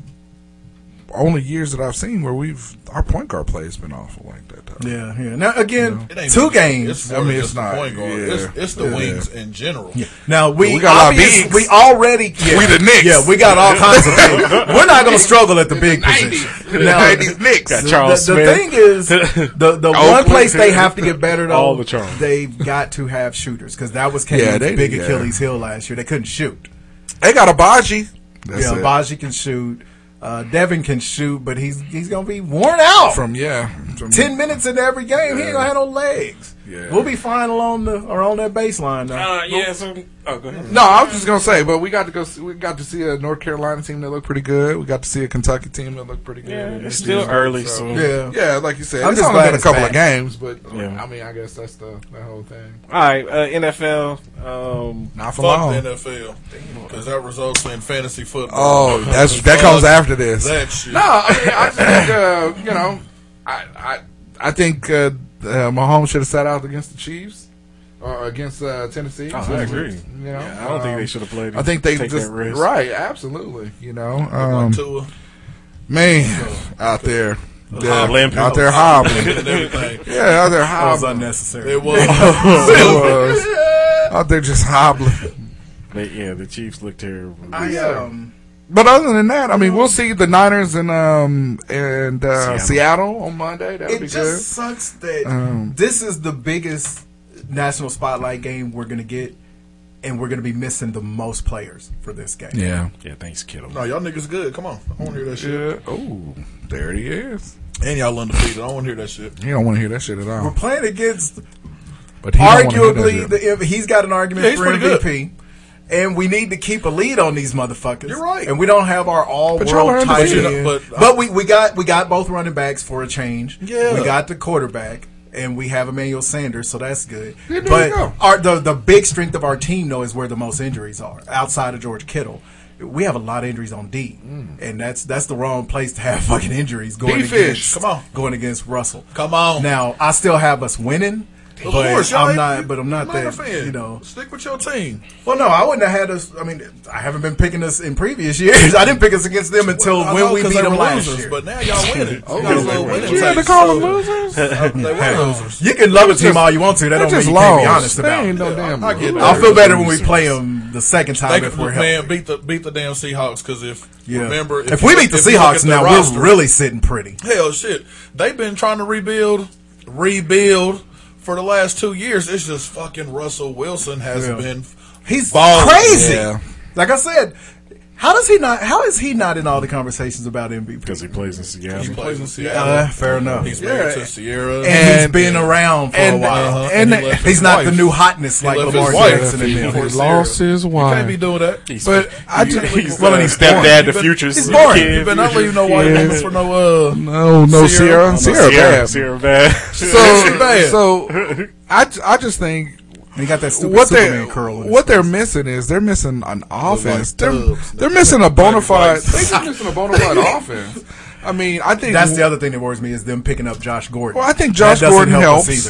S11: only years that I've seen where we've our point guard play has been awful like that. Though.
S9: yeah, yeah. Now again,
S8: It ain't
S9: two
S8: even-
S9: games.
S8: more
S11: I
S8: than
S11: mean,
S8: just
S11: it's
S8: the
S11: not-
S8: Point guard.
S11: yeah.
S8: It's, it's the
S11: Yeah.
S8: wings in general.
S9: Now we,
S11: We got our
S9: obvious-
S11: bigs.
S9: we already yeah,
S11: We the Knicks.
S9: Yeah, we got all kinds of things. We're not going to struggle at the big
S11: The
S9: position.
S11: 90s Knicks. Got
S9: the-
S11: Charles
S9: the, the
S11: Smith.
S9: thing is, the the one
S11: Oakland.
S9: place they have to get better though,
S11: All the Charles.
S9: they've got to have shooters because that was KU's
S11: Yeah, they-
S9: big
S11: yeah.
S9: Achilles heel last year. They couldn't shoot.
S11: They got a Baji. That's
S9: yeah,
S11: it.
S9: Baji can shoot. Uh, Devin can shoot, but he's he's gonna be worn out.
S11: from yeah. From,
S9: Ten minutes in every game, he ain't gonna have no legs.
S11: Yeah.
S9: We'll be fine along the or on that baseline. Now.
S10: Uh, yeah, so, oh, go ahead.
S11: No, I was just gonna say, but we got to go. See, we got to see a North Carolina team that looked pretty good. We got to see a Kentucky team that looked pretty good.
S10: Yeah, it's still early, so-
S11: yeah, yeah, like you said,
S10: I'm
S11: it's
S10: just
S11: only
S10: glad
S11: been a
S10: it's
S11: couple
S10: back.
S11: of games, but
S10: Yeah.
S11: I mean, I guess that's the that whole thing.
S10: All right, uh, NFL. Um,
S11: Not for
S8: Fuck
S11: long.
S8: the NFL because that results in fantasy football.
S11: Oh, that's
S8: Fuck
S11: that comes after this.
S8: That shit.
S11: No, I mean, I just think uh, you know, I I I think uh, uh, Mahomes should have sat out against the Chiefs or against uh, Tennessee.
S10: Oh, I
S11: So,
S10: agree.
S11: You know,
S10: Yeah, I don't think
S11: um,
S10: they should have played
S11: I think they
S10: him, take
S11: just
S10: that risk.
S11: right, absolutely. You know,
S8: Like
S11: um,
S8: Tua.
S11: man, out there. Yeah,
S10: Hobbling.
S11: out there
S8: And
S11: hobbling.
S8: everything.
S11: yeah, out
S9: That
S11: there
S9: was
S11: hobbling.
S9: unnecessary.
S8: It was.
S11: it was. Out there just hobbling.
S10: They, yeah, the Chiefs look terrible.
S9: I, um,
S11: But other than that, I mean, we'll see the Niners and um and uh,
S10: Seattle.
S11: Seattle. on Monday. That'll
S9: it
S11: be
S9: just
S11: good.
S9: sucks that
S11: Um,
S9: this is the biggest national spotlight game we're gonna get, and we're gonna be missing the most players for this game.
S11: Yeah.
S10: yeah, thanks, Kittle.
S8: No, y'all niggas good. Come on, I want to hear that shit.
S11: Yeah. Oh, there he is.
S8: And y'all undefeated. I don't want to hear that shit.
S11: He don't want to hear that shit at
S9: We're
S11: all.
S9: playing against
S11: But he don't wanna hear that
S9: arguably
S11: shit.
S9: the he's got an argument
S8: Yeah, he's
S9: for
S8: pretty good.
S9: MVP. And we need to keep a lead on these motherfuckers.
S8: You're right.
S9: And we don't have our all
S11: But y'all are
S9: world tight
S11: undefeated.
S9: end.
S8: But- uh,
S9: But, we, we got we got both running backs for a change.
S8: Yeah.
S9: We got the quarterback and we have Emmanuel Sanders, so that's good.
S11: Yeah, there you
S9: but
S11: go.
S9: our the, the big strength of our team though is where the most injuries are, outside of George Kittle. We have a lot of injuries on D,
S8: Mm.
S9: and that's that's the wrong place to have fucking injuries going
S11: D-fish,
S9: against
S8: come on.
S9: going against Russell.
S8: Come on.
S9: Now I still have us winning,
S8: Oh. Of
S9: but
S8: course, y'all
S9: I'm
S8: ain't-
S9: not. But I'm not
S8: Niner
S9: that.
S8: fan.
S9: You know.
S8: Stick with your team.
S9: Well, no, I wouldn't have had us. I mean, I haven't been picking us in previous years. I didn't pick us against them until
S8: I know
S9: when we
S8: 'cause
S9: beat
S8: they
S9: them
S8: were
S9: last
S8: losers,
S9: year.
S8: But now y'all winning.
S10: Oh,
S8: you got a
S10: they
S8: little
S10: were
S8: winning
S10: losers. You had
S11: to
S8: taste,
S11: call
S8: so-
S11: them losers?
S8: They were losers.
S9: you can love a team
S11: just-
S9: all you want to. That
S11: They
S9: don't mean
S11: just
S9: you
S11: lost.
S9: can't be honest
S11: They
S9: about
S11: ain't
S9: it.
S11: no damn.
S8: I get
S11: loser.
S8: that.
S9: I'll feel better when we play them the second
S8: They
S9: time
S8: could,
S9: if we're
S8: man,
S9: healthy.
S8: beat the beat the damn Seahawks because if
S9: Yeah.
S8: remember
S9: if, we beat the
S8: if you look
S9: Seahawks
S8: at
S9: now,
S8: their roster,
S9: we're really sitting pretty.
S8: hell shit. They've been trying to rebuild, rebuild for the last two years. It's just fucking Russell Wilson has
S9: Yeah.
S8: been
S9: He's
S8: balling.
S9: crazy.
S11: Yeah.
S9: Like I said, How does he not? How is he not in all the conversations about MVP? Because
S10: he plays in Seattle.
S8: He plays in Seattle.
S9: Uh, fair enough.
S8: He's married to Sierra.
S9: and, he's been around for a
S8: and-
S9: while.
S8: uh-huh.
S9: And,
S8: And he left his
S9: he's not the
S8: wife.
S9: new hotness
S8: He
S9: like
S8: left
S9: Lamar
S8: his wife
S9: Jackson.
S8: for
S9: And
S8: Sierra.
S9: them.
S8: He lost
S11: his
S8: You can't be doing that.
S10: He's-
S8: but I
S10: he's-
S8: just
S10: he's, uh, stepdad to Future's
S8: He's boring.
S10: kid.
S8: You better not leave no white
S11: Yeah.
S8: woman for no uh
S11: No, no, Sierra. Sierra, bad.
S10: Sierra bad.
S11: So, so I, I just think
S9: He got that stupid
S11: what
S9: Superman
S11: they
S9: curl. in his-
S11: what they're missing is they're missing an offense.
S9: The
S11: They're,
S9: white tubs.
S11: they're missing a bona fide.
S9: White
S11: They're missing a bona fide offense. I mean, I think
S9: that's the other thing that worries me is them picking up Josh Gordon.
S11: Well, I think
S9: That
S11: Josh
S9: doesn't
S11: Gordon
S9: help us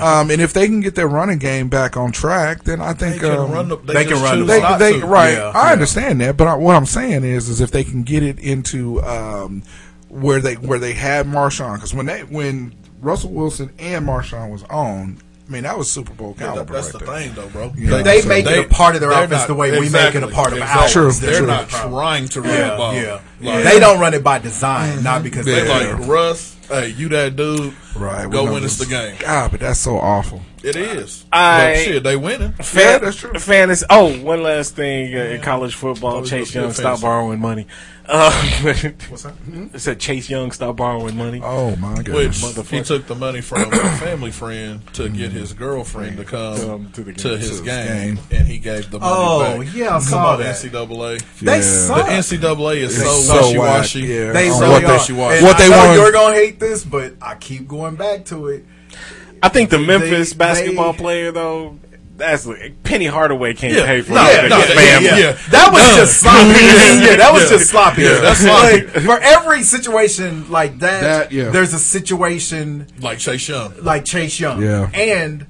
S11: um, and if they can get their running game back on track, then I think
S8: They can
S11: um,
S8: run the- they They can just run choose
S11: They,
S8: not
S11: they-
S8: to.
S11: right.
S8: Yeah,
S11: I
S8: yeah.
S11: understand that, but I, what I'm saying is, is if they can get it into um, where they where they had Marshawn, because when they when Russell Wilson and Marshawn was on, I mean that was Super Bowl
S8: Yeah, that-
S11: caliber.
S8: that's
S11: right
S8: the
S11: there.
S8: thing, though, bro.
S11: You know,
S9: They
S11: so
S9: make it a part of their
S8: they're
S9: offense
S8: not-
S9: the way we make it a part of
S8: exactly.
S9: ours.
S11: True,
S8: They're
S11: true.
S8: not trying to run
S9: Yeah,
S8: the ball.
S9: yeah,
S8: Like,
S9: They don't run it by design, not because
S8: Mm-hmm. They
S9: they're
S8: like Russ. Hey, you that dude?
S11: Right,
S8: Go
S11: we're
S8: win
S11: gonna
S8: us the
S11: lose.
S8: game.
S11: God, but that's so awful.
S8: It is.
S10: I-
S8: But shit, they winning.
S10: Fan, Fantasy. Oh, one last thing uh, in college football: Chase Young stop borrowing money. Uh, What's that? It said Chase Young stop borrowing money.
S11: Oh my
S8: Which
S11: goodness!
S8: he took the money from a family friend to get his girlfriend to come,
S10: Come
S8: to,
S10: Um, to the game.
S8: his
S10: To his
S8: game,
S10: game.
S8: and he gave the money
S9: Oh,
S8: back.
S9: yeah, I
S8: Come
S9: saw
S8: on,
S9: that.
S8: NCAA.
S9: They
S8: the
S9: suck.
S8: NCAA is
S11: They
S8: so,
S11: so
S8: wishy-washy.
S11: whack, yeah.
S9: They
S8: on
S9: really
S8: what
S9: are.
S8: she wants.
S9: And
S11: What
S9: I
S11: they
S9: know
S11: want-
S9: You're gonna hate this, but I keep going back to it.
S10: I think the
S9: They-
S10: Memphis
S9: they-
S10: basketball player though. That's like, Penny Hardaway can't
S8: Yeah,
S10: pay for
S8: no,
S10: that.
S8: no,
S10: His
S8: yeah,
S10: family.
S8: yeah, yeah.
S9: That was just sloppy. yeah, that was
S8: Yeah.
S9: just sloppy.
S8: Yeah, that's sloppy.
S9: Like, for every situation like that,
S8: That, yeah.
S9: there's a situation
S8: Like Chase Young.
S9: like Chase Young.
S8: Yeah.
S9: And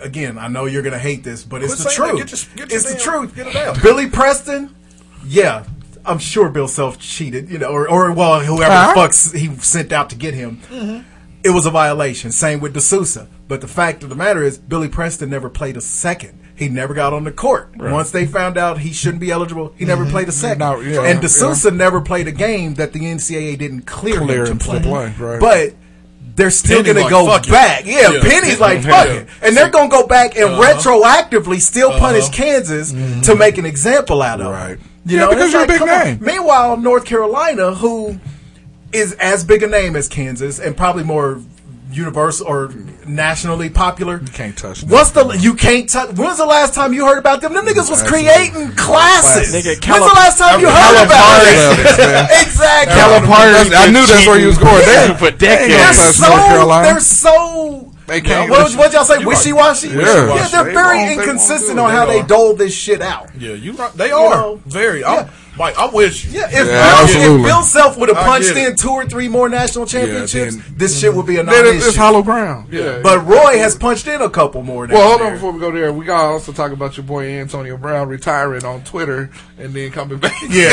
S9: again, I know you're gonna hate this, but it's the
S8: Quit saying that.
S9: truth.
S8: Get your- get your
S9: it's the
S8: damn-
S9: truth.
S8: get it out.
S9: Billy Preston, yeah. I'm sure Bill Self cheated, you know, or, or well, whoever
S11: Huh?
S9: the fucks he sent out to get him.
S8: Mm-hmm.
S9: It was a violation. Same with D'Souza. But the fact of the matter is, Billy Preston never played a second. He never got on the court. Once they found out he shouldn't be eligible, he
S8: Mm-hmm.
S9: never played a second.
S11: No, yeah,
S9: and
S11: yeah.
S9: D'Souza never played a game that the NCAA didn't clear,
S11: Clear
S9: him
S11: him
S9: to
S11: to
S9: play.
S11: play, right.
S9: But they're still
S8: Penny
S9: going to go
S8: like, fuck it.
S9: back. Yeah,
S8: Yeah.
S9: Penny's like,
S8: Yeah.
S9: fuck it. And they're going to go back and
S8: Uh-huh.
S9: retroactively still punish Kansas to make an example out of
S11: Uh-huh. Mm-hmm. Right.
S9: it. You
S11: Yeah,
S9: know,
S11: because
S9: it's
S11: you're a big
S9: come on.
S11: name.
S9: Meanwhile, North Carolina, who is as big a name as Kansas and probably more universal or nationally popular.
S11: You can't touch. that.
S9: What's the you can't touch? When's the last time you heard about them? Them niggas was
S11: Absolutely.
S9: creating classes. When's
S10: Nigga, Calip-
S9: the last time you heard about
S11: Calipari
S9: it?
S11: levels, man.
S9: exactly.
S11: Calipari. I knew that's where you was going. They,
S10: For
S11: they ain't gonna
S10: decades.
S9: They're
S11: touch
S9: so
S11: North Carolina.
S9: they're so.
S11: They can't-
S9: what, what y'all say? Wishy washy.
S11: Yeah.
S9: yeah, they're
S11: They
S9: very
S11: won't- they won't
S9: inconsistent
S11: do it.
S9: on how
S8: They
S9: they
S8: are.
S9: dole this shit out.
S8: Yeah, you right. They are
S9: know,
S8: very. I'm, Mike, I'm with you.
S9: Yeah, if,
S11: Yeah,
S9: Bill, if
S11: absolutely.
S9: Bill Self would have
S8: I
S9: punched
S8: get it.
S9: in two or three more national championships,
S11: then-
S9: this shit would be a
S11: Mm-hmm. Then it's,
S9: non-issue.
S11: it's hollow ground. Yeah.
S9: but Roy has punched in a couple more. down
S11: Well, hold on
S9: there.
S11: before we go there. We got to also talk about your boy Antonio Brown retiring on Twitter and then coming back.
S9: Yeah,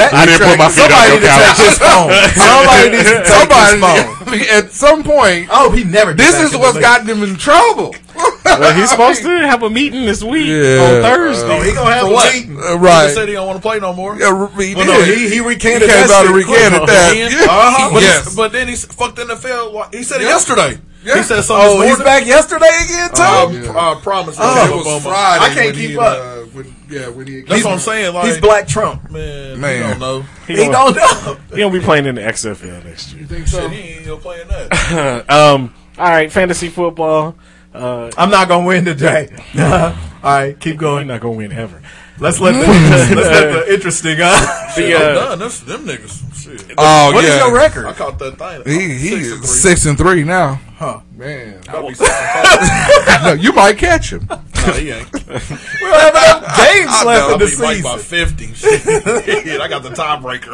S9: that,
S10: I didn't put my feet
S9: somebody
S10: on
S9: needs to
S10: your
S9: take
S10: couch.
S9: his phone. Somebody needs to take
S11: Somebody,
S9: his phone.
S11: at some point,
S9: Oh, he never.
S11: this is what's gotten him in trouble.
S10: Well, he's supposed to have a meeting this week on
S11: Yeah.
S10: Thursday.
S9: Oh, He gonna have
S8: For
S9: a
S8: what?
S9: cheat.
S11: Uh,
S8: He
S11: right.
S8: just said he don't want to play no more.
S11: Yeah, re- he
S8: Well,
S11: did.
S8: no,
S9: he- he recanted
S11: came
S9: that
S11: out
S9: shit
S11: and
S9: quick,
S11: recanted
S9: huh?
S11: that.
S8: Again?
S11: Yeah.
S8: Uh-huh. But,
S11: Yes.
S8: he, but then he s- fucked NFL. wa- He said it
S11: Yeah.
S8: yesterday.
S11: Yeah.
S8: He said something.
S9: Oh,
S8: this
S9: he's
S8: morning.
S9: back yesterday again too.
S8: I,
S11: Um, uh, yeah.
S8: I promise.
S9: Oh.
S8: it
S11: It was
S8: was
S11: Friday.
S9: I can't
S11: when he,
S9: keep up.
S11: uh, when- yeah, when he
S8: That's what I'm saying. Like,
S9: he's Black Trump.
S8: Man,
S11: Man.
S8: man. don't know.
S10: He
S9: He
S10: gonna,
S9: don't know.
S10: he gonna be playing in the XFL next year.
S11: Think
S8: Shit,
S11: so?
S8: he ain't gonna play in that.
S10: um, all right, fantasy football. Uh,
S9: I'm not gonna win today.
S8: Oh,
S9: All right, keep
S10: we're
S9: going.
S10: not gonna win ever.
S9: Let's let the, let's let the interesting. Uh,
S10: The,
S8: Shit, I'm
S10: uh,
S8: done. That's them niggas. Shit.
S11: Oh
S9: what is
S11: yeah,
S9: your
S8: I
S9: record?
S8: caught that thing.
S11: He
S8: Six
S11: he is
S8: and three.
S11: six and three now.
S9: Huh.
S11: Man,
S8: Gotta be six and
S11: no, you might catch him.
S8: five. Nah, he ain't.
S9: We don't have enough games left
S8: I'll
S9: in the
S8: be Mike by
S9: season.
S8: fifty. Shit, I got the tiebreaker.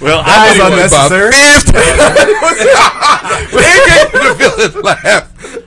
S10: well, I
S9: was
S10: anyway,
S9: unnecessary.
S11: It gave me the villain laugh. It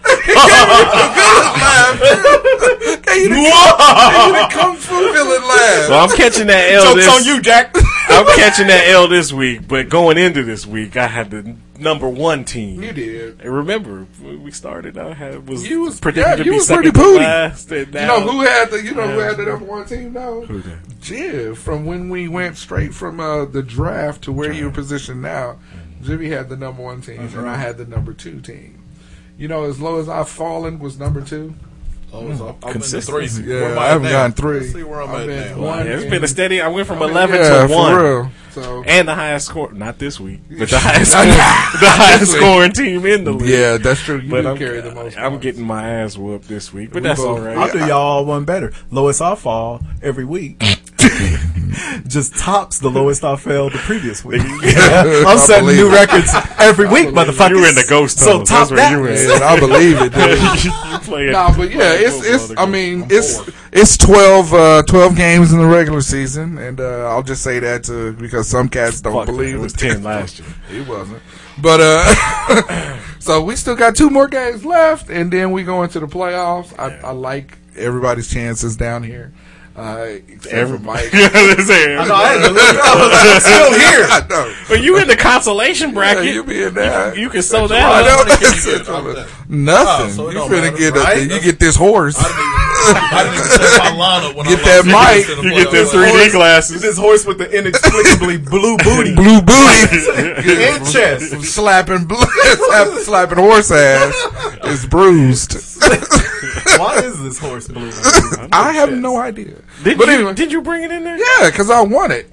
S11: gave me the villain laugh. Gave you the- gave you the kung fu villain
S10: so
S11: laugh.
S10: I'm catching that L.
S8: Jokes
S10: this,
S8: on you, Jack.
S10: I'm catching that L this week. But going into this week, I had the number one team.
S11: You did.
S10: And remember, when we started. I had was
S11: You was-
S10: predicted
S11: yeah,
S10: to
S11: you
S10: be
S11: was
S10: second
S11: pretty
S10: to
S11: booty.
S10: last, and
S11: You
S10: now-
S11: know who had the you know who had the number one team though? Jib from when we went straight from uh, the draft to where you're positioned now. Jimmy had the number one team and I had the number two team. You know, as low as I've fallen was number two.
S8: I was up. I'm in the
S10: Consistency.
S8: threes.
S10: Yeah,
S8: Where am
S10: I haven't
S8: at now?
S10: gotten three.
S8: Let's see where I'm
S10: I've
S8: at
S10: been
S8: now.
S10: one It's been a steady. I went from
S8: I mean,
S10: eleven
S8: yeah,
S10: to
S8: for
S10: one,
S8: real.
S10: and the highest score. Not this week, but the highest, score, the highest scoring team in the league.
S11: Yeah, that's true. You
S10: but
S11: do
S10: I'm,
S11: carry
S10: the most I'm getting my ass whooped this week, but
S9: We
S10: that's
S9: both-
S10: all right.
S9: I'll do y'all one better. Lowest I fall every week. Just tops the lowest I fell the previous week.
S10: I
S9: I'm setting
S10: believe
S9: new
S10: it.
S9: records every week,
S10: believe it.
S9: motherfuckers.
S10: You were in the ghost
S9: So
S10: tunnel.
S9: top
S10: That's where
S9: that.
S10: you were in.
S11: Man, I believe it, dude.
S10: You playing-
S11: nah, but yeah,
S10: playing
S11: it's
S10: football
S11: it's.
S10: to
S11: I
S10: go.
S11: mean, it's it's 12, uh, 12 games in the regular season, and uh, I'll just say that to, because some cats don't
S10: Fuck,
S11: believe
S10: it was
S11: it.
S10: 10 last year.
S11: It wasn't, but uh, so we still got two more games left, and then we go into the playoffs. I, I like everybody's chances down here. Uh,
S10: Everybody.
S11: everybody,
S10: You know what I'm saying? I know, I ain't really- I'm still here. But you in the consolation bracket.
S11: you be in there.
S10: You can sew
S11: Well,
S10: that
S11: I know
S10: up.
S11: that's it. Nothing. you finna get a, you get this horse. get that mic.
S9: glasses. This horse with the inexplicably blue booty.
S11: Blue booty.
S9: And chest.
S11: slapping, bl- slap, slapping horse ass is bruised.
S9: Why is this horse blue?
S11: I have no idea.
S10: Did
S11: but
S10: you-
S11: anyway,
S10: did you bring it in there?
S11: yeah, because I won it.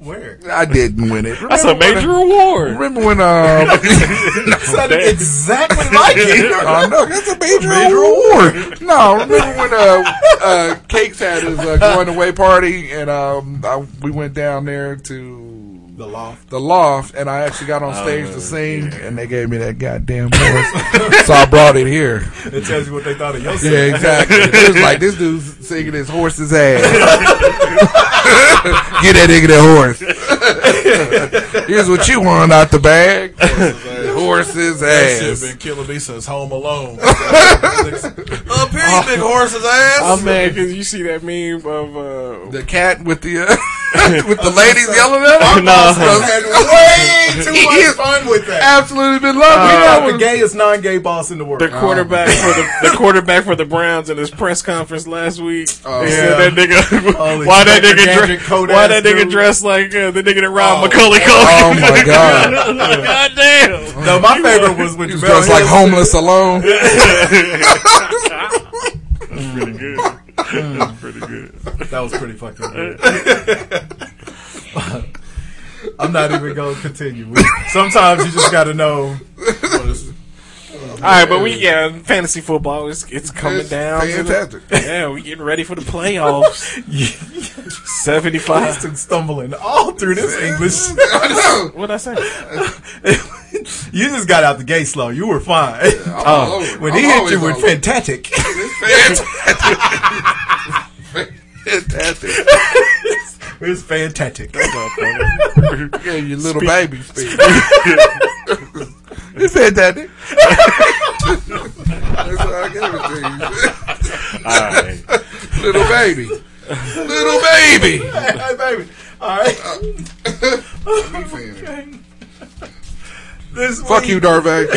S9: Where?
S11: I didn't win it.
S10: That's a
S11: Remember when
S10: major
S11: I-
S10: award.
S11: Remember when? Um,
S9: Sounded exactly like it.
S11: I know that's a major, award. No, remember when uh, uh, Cakes had his uh, going away party, and um, I, we went down there to
S9: the loft.
S11: The loft, and I actually got on
S9: Oh,
S11: stage to sing, and they gave me that goddamn horse, so I brought it here.
S9: It tells you what they thought of yourself.
S11: Yeah, exactly. it was like this dude's singing his horse's ass. Get that nigga that horse. Here's what you want out the bag. Horse's
S8: That shit
S11: ass.
S8: been killing me since Home Alone. Up here, you big horse's
S11: Uh,
S8: ass.
S10: I'm mad because you see that meme of uh,
S11: The cat with the uh, with the ladies yelling at him.
S10: Nah.
S9: Had way too much
S11: He's
S9: fun with that.
S11: Absolutely been loving Oh,
S9: we
S11: that
S9: got the
S11: one.
S9: gayest non-gay boss in the world.
S10: the quarterback for the, the quarterback for the Browns in his press conference last week.
S11: Uh,
S10: they
S9: yeah.
S10: said that nigga.
S9: Holy
S10: why that
S9: shit,
S10: nigga?
S9: Magic
S10: Dre-
S9: coat
S10: why
S9: ass
S10: that nigga
S9: dude.
S10: dressed like uh, the nigga that robbed Macaulay Culkin?
S11: Oh my god.
S10: god damn!
S9: No, my favorite was when
S11: He was
S9: Jamel
S11: dressed like
S9: Hill-
S11: homeless alone.
S10: That's pretty good. That's pretty good.
S9: That was pretty fucking good. I'm not even going to continue. We- Sometimes you just got to know.
S10: All right, but we yeah, fantasy football is it's coming
S11: It's
S10: down. to the-
S11: fantastic.
S10: yeah, we getting ready for the playoffs. Seventy five.
S9: Boston stumbling all through this English.
S10: What I say?
S9: you just got out the gate slow. You were fine.
S11: all over it.
S9: when he
S11: I'm
S9: hit
S11: always
S9: you
S11: all
S9: with
S11: over it.
S9: fantastic,
S11: Fantastic.
S9: it was fantastic.
S11: Yeah, you little
S10: Speak-
S11: baby speak. it's fantastic. That's what I gave
S10: All right.
S11: it to you. Little baby. Little baby.
S9: hey, baby. All
S11: Uh,
S9: right. This
S11: Fuck
S9: week-
S11: you, Darvay.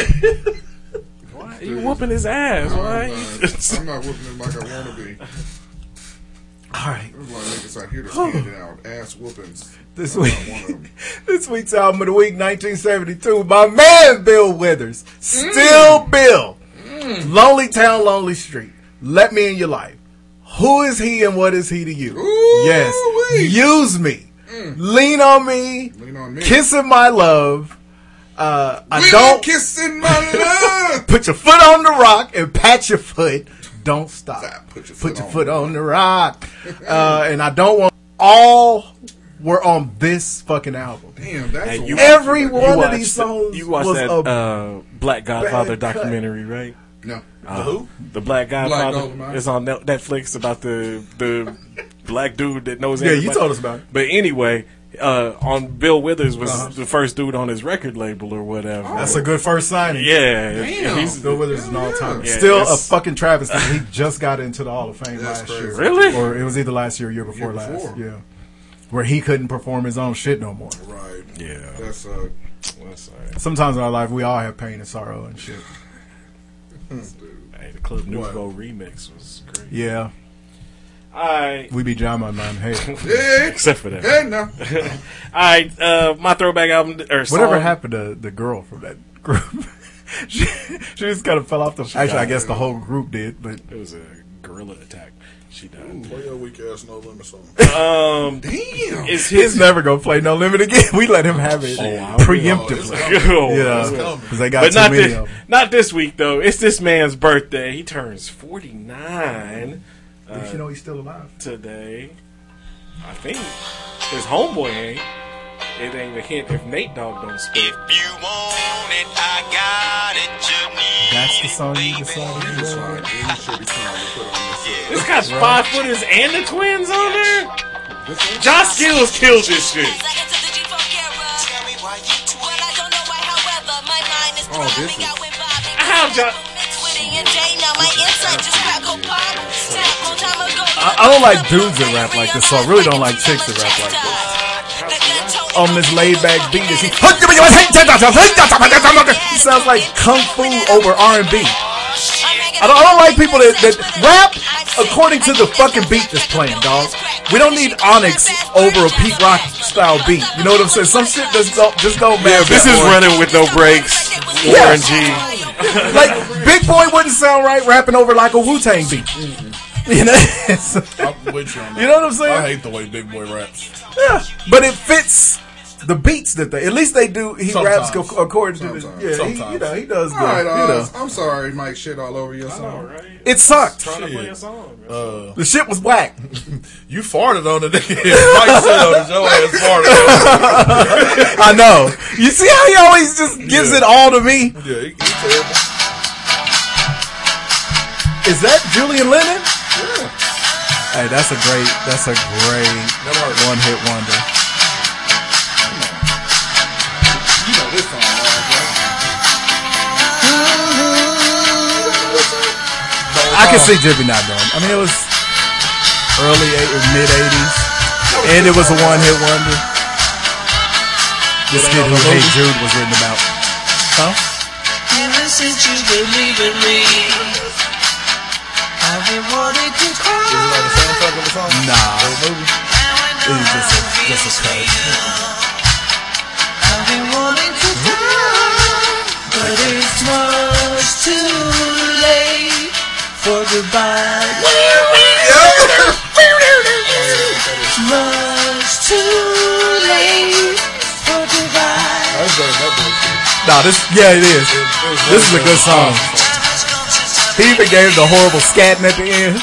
S10: Why are you whooping his
S11: Oh,
S10: ass? Why? you-
S11: I'm not whooping him like I want to be.
S9: All right.
S11: There's a lot of niggas out here that's handing out ass whoopings.
S9: This week, this week's album of the week, 1972, by man Bill Withers, still
S11: Mm.
S9: Bill, Lonely Town, Lonely Street, Let Me in Your Life. Who is he and what is he to you? yes, use me, lean on me,
S11: Lean on Mm. me.
S9: kissing my love. Uh, I
S11: We
S9: don't
S11: kissing my love.
S9: put your foot on the rock and pat your foot. Don't stop.
S11: Put your
S9: Put your foot on the rock. Uh, and I don't want all were on this fucking album.
S11: Damn, that's
S10: Hey,
S11: a
S10: you-
S9: Every
S11: wonderful-
S9: one of
S10: watched
S9: these
S10: the-
S9: songs
S10: You watched
S9: was
S10: that
S9: a
S10: uh, Black Godfather
S9: bad cut.
S10: documentary, right?
S11: No.
S9: Uh,
S10: who? The Black Godfather
S11: Godfather.
S10: is on Net- Netflix about the the black dude that knows.
S9: Yeah, you
S10: everybody.
S9: told us about it. Uh-huh.
S10: But anyway, uh, on Bill Withers was the first dude on his record label or whatever.
S9: that's a good first signing.
S10: yeah, he's
S9: Bill Withers is an all time.
S10: Yeah,
S9: Still a
S10: it's-
S9: fucking travesty. He just got into the Hall of Fame last year.
S10: Really?
S9: Or it was either last year or year before last. Yeah. Where he couldn't perform his own shit no more.
S11: Right.
S10: yeah.
S11: That's uh,
S9: Sometimes in our life, we all have pain and sorrow and shit.
S10: Hey, the Club Nouveau remix was great.
S9: Yeah.
S10: All right,
S9: We be Jama, man. Hey.
S11: yeah,
S10: except for that.
S11: yeah, no.
S10: All right, uh, my throwback album or
S9: Whatever
S10: song-
S9: happened to the girl from that group? she, she just kind of fell off the.
S10: She
S9: actually,
S10: died.
S9: I guess the whole group did, but
S10: It was a gorilla attack. She died.
S8: Play your weak ass no limit song.
S10: Um,
S8: Damn.
S10: Is his
S9: he's never gonna play No Limit again. We let him have it
S10: Oh, wow.
S9: preemptively.
S10: Oh, it's
S9: yeah,
S10: coming.
S9: because they got
S10: but
S9: too
S10: not
S9: many.
S10: this,
S9: of them.
S10: Not this week though. It's this man's birthday. He turns forty nine.
S9: At least you know he's still alive
S10: today. I think his homeboy ain't. It ain't a hint if Nate Dogg don't speak.
S9: That's the song you decided to write.
S10: This guy's five footers and the twins on there. Josh Skills kills this shit.
S8: Oh, this is.
S10: How Josh?
S9: I, I don't like dudes that rap like this, so I really don't like chicks that rap like this. Oh, On this laid back beat, is he He sounds like kung fu over R and B. I don't, I don't like people that, that rap according to the fucking beat that's playing, dog. We don't need Onyx over a Pete Rock style beat. You know what I'm saying? Some shit just don't just don't match.
S10: This
S9: that
S10: is
S9: one.
S10: running with no brakes. Warren
S9: Yes.
S10: G.
S9: like Big Boy wouldn't sound right rapping over like a Wu Tang beat. You know, So-
S8: I'm with you on that.
S9: You know what I'm saying?
S8: I hate the way Big Boy raps.
S9: yeah, but it fits the beats that they. At least they do. He raps
S11: Sometimes.
S9: co- according to the.
S11: Sometimes.
S9: Yeah, he,
S11: Sometimes.
S9: you know he does. The,
S11: All right,
S9: you know.
S11: Oz, I'm sorry, Mike. Shit all over your song.
S9: It sucked.
S8: Uh,
S9: The shit was whack.
S8: you farted on the nigga. Mike said on the Joe ass farted. on it.
S9: I know. You see how he always just gives it all to me.
S8: yeah, he, he terrible.
S9: Is that Julian Lennon? Hey, that's a great. That's a great one hit wonder.
S11: You know this song.
S9: I can see Jiffy not doing. it. I mean, it was early eight or mid '80s, and it was a one hit wonder. This kid who Hey Jude was written about. Huh?
S15: Ever since you believe in me, I've been wanting to cry.
S9: Nah. It was just a, just a cut.
S15: I've been wanting to die, but it's much too late for goodbye. It's much too late for goodbye.
S8: That's better than that
S9: Nah, this yeah, it is. This is a good song. He even gave the horrible scatting at the end.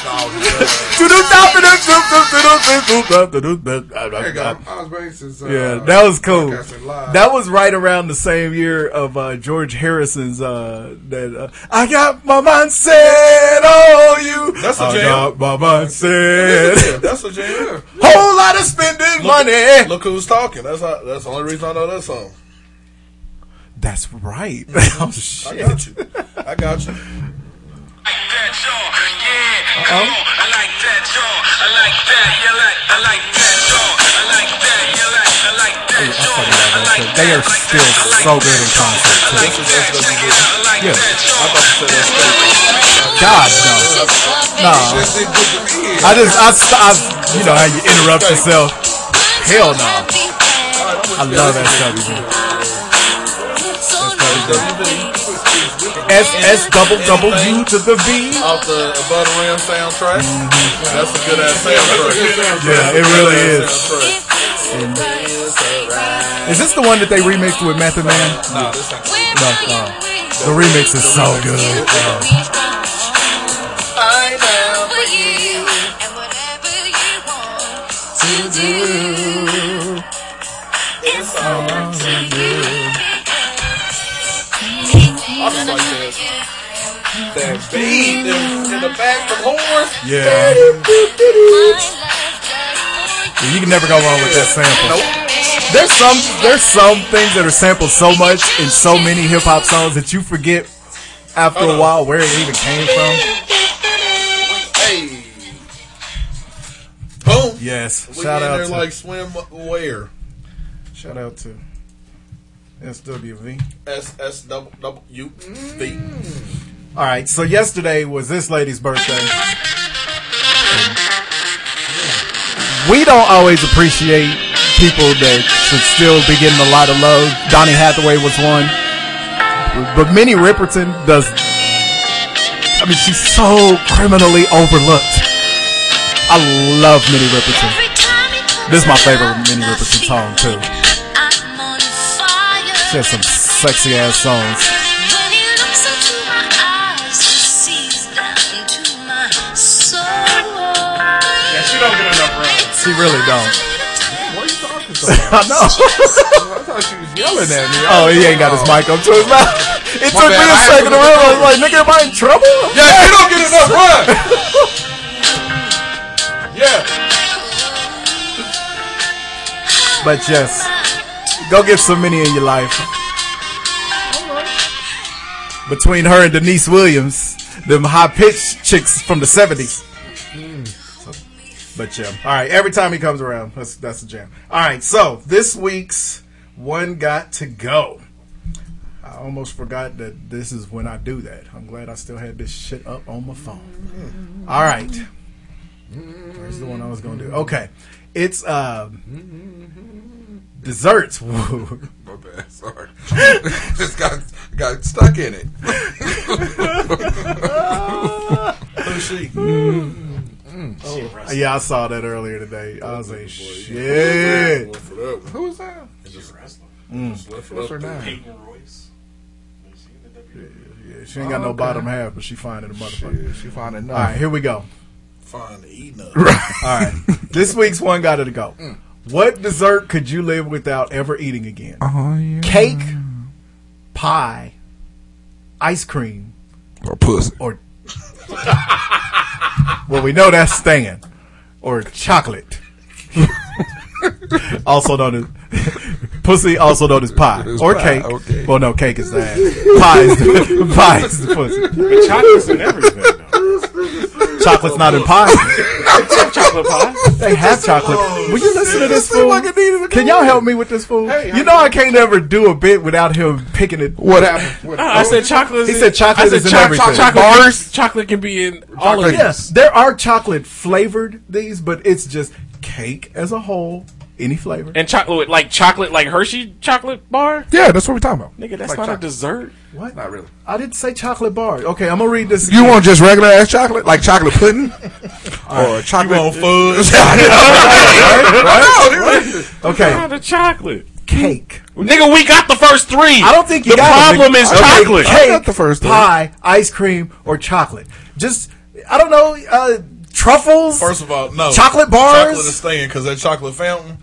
S11: There you go. Oz Banks is. Uh,
S9: Yeah, that was cool.
S11: broadcasting live.
S9: That was right around the same year of uh, George Harrison's. Uh, that uh, I got my mind set on you.
S8: That's a
S9: I
S8: jam.
S9: got my mind
S8: bullshit.
S9: set.
S8: That's a jam.
S9: Whole lot of spending money.
S8: Look who's talking. That's how, that's the only reason I know that song.
S9: That's right. oh
S8: I
S9: shit.
S8: got you. I got you.
S9: They are still so good in concert. Yeah. God no. No. I just I, st- I you know how you interrupt yourself. Hell no. I love SWV. S S double double U to the V.
S8: Off the Above the Rim soundtrack. That's a good ass soundtrack.
S9: Yeah, it really
S8: Good
S9: is.
S8: ass soundtrack.
S9: Is this the one that they remixed with Method Man?
S8: Nah, this ain't-
S9: No, no. The remix is so good. yo.
S8: I just like this. That beat in in the back from horns.
S9: Yeah. You can never go wrong with that sample. There's some there's some things that are sampled so much in so many hip hop songs that you forget after a while where it even came from.
S8: Hey. Boom.
S9: Yes.
S8: We
S9: Shout
S8: in
S9: out
S8: there
S9: to
S8: like swim where?
S9: shout out to SWV.
S8: S S double double U V.
S9: All right, so yesterday was this lady's birthday. We don't always appreciate people that should still be getting a lot of love. Donnie Hathaway was one. Rippers. But Minnie Riperton does. I mean, she's so criminally overlooked. I love Minnie Riperton. This is my favorite Minnie Riperton song too. She has some sexy ass songs.
S10: Yeah, she don't get enough room.
S9: She really don't.
S11: What are you talking
S9: I know.
S11: I thought she was yelling at me.
S9: Oh, he ain't got his mic up to his mouth. It
S11: My
S9: took
S11: bad,
S9: me a
S11: I had
S9: second to
S11: to-
S9: realize, like, nigga, am I in trouble?
S11: Yeah, you don't get enough run. yeah.
S9: But yes, go get some mini in your life. Between her and Denise Williams, them high pitched chicks from the seventies. But yeah, all right. Every time he comes around, that's that's a jam. All right, so this week's one got to go. I almost forgot that this is when I do that. I'm glad I still had this shit up on my phone. All right, where's the one I was gonna do? Okay, it's um, desserts.
S11: My bad. Sorry. Just got got stuck in it. Who's she?
S9: yeah, I saw that earlier today. I was like, shit.
S11: Who was that?
S9: Mm.
S11: What's her name?
S9: Yeah, she ain't got no
S11: Okay.
S9: bottom half, but she fine in the motherfucker.
S11: She fine enough.
S9: All right, here we go.
S8: Fine eating up.
S9: All right, this week's one got to go. What dessert could you live without ever eating again?
S11: Oh, yeah.
S9: Cake, pie, ice cream,
S11: or pussy,
S9: or well, we know that's Stan, or chocolate. also known as pussy, also known as pie
S11: It's
S9: or
S11: pie,
S9: cake.
S11: okay.
S9: Well, no, cake is the ass. pie is the, pie is the pussy.
S10: But chocolate's in everything.
S9: Chocolate's not in pie.
S10: Except chocolate pie.
S9: They have chocolate. Will you listen to this
S11: Seems
S9: fool?
S11: oh, like it needed a
S9: Can y'all help me with this fool? you know I can't ever do a bit without him picking it.
S11: What happened? What-
S14: I said chocolate. is
S9: He
S14: in-
S9: said chocolate
S14: I said
S9: is in
S14: choc-
S9: everything.
S14: choc- Chocolate, Bars. Chocolate can be in all of
S11: Chocolate.
S14: it.
S9: Yes, there are chocolate flavored these, but it's just cake as a whole, any flavor.
S14: And chocolate, like chocolate, like Hershey chocolate bar.
S11: Yeah, that's what we're talking about.
S14: Nigga, that's
S11: Like
S14: not
S11: chocolate.
S14: a dessert.
S9: What?
S11: Not really.
S9: I didn't say chocolate bar. Okay, I'm gonna read this.
S11: You want just regular ass chocolate, like chocolate pudding, or chocolate
S8: You want fudge?
S9: Okay,
S14: Not a chocolate.
S9: cake.
S10: Nigga, we got the first three.
S9: I don't think you
S10: the
S9: got it,
S10: problem
S9: nigga.
S10: is
S9: Okay,
S10: chocolate.
S11: I
S9: Cake,
S11: got the first three.
S9: pie, ice cream, or chocolate. Just I don't know. Uh, truffles.
S8: First of all, no
S9: Chocolate bars?
S8: Chocolate is staying because that chocolate fountain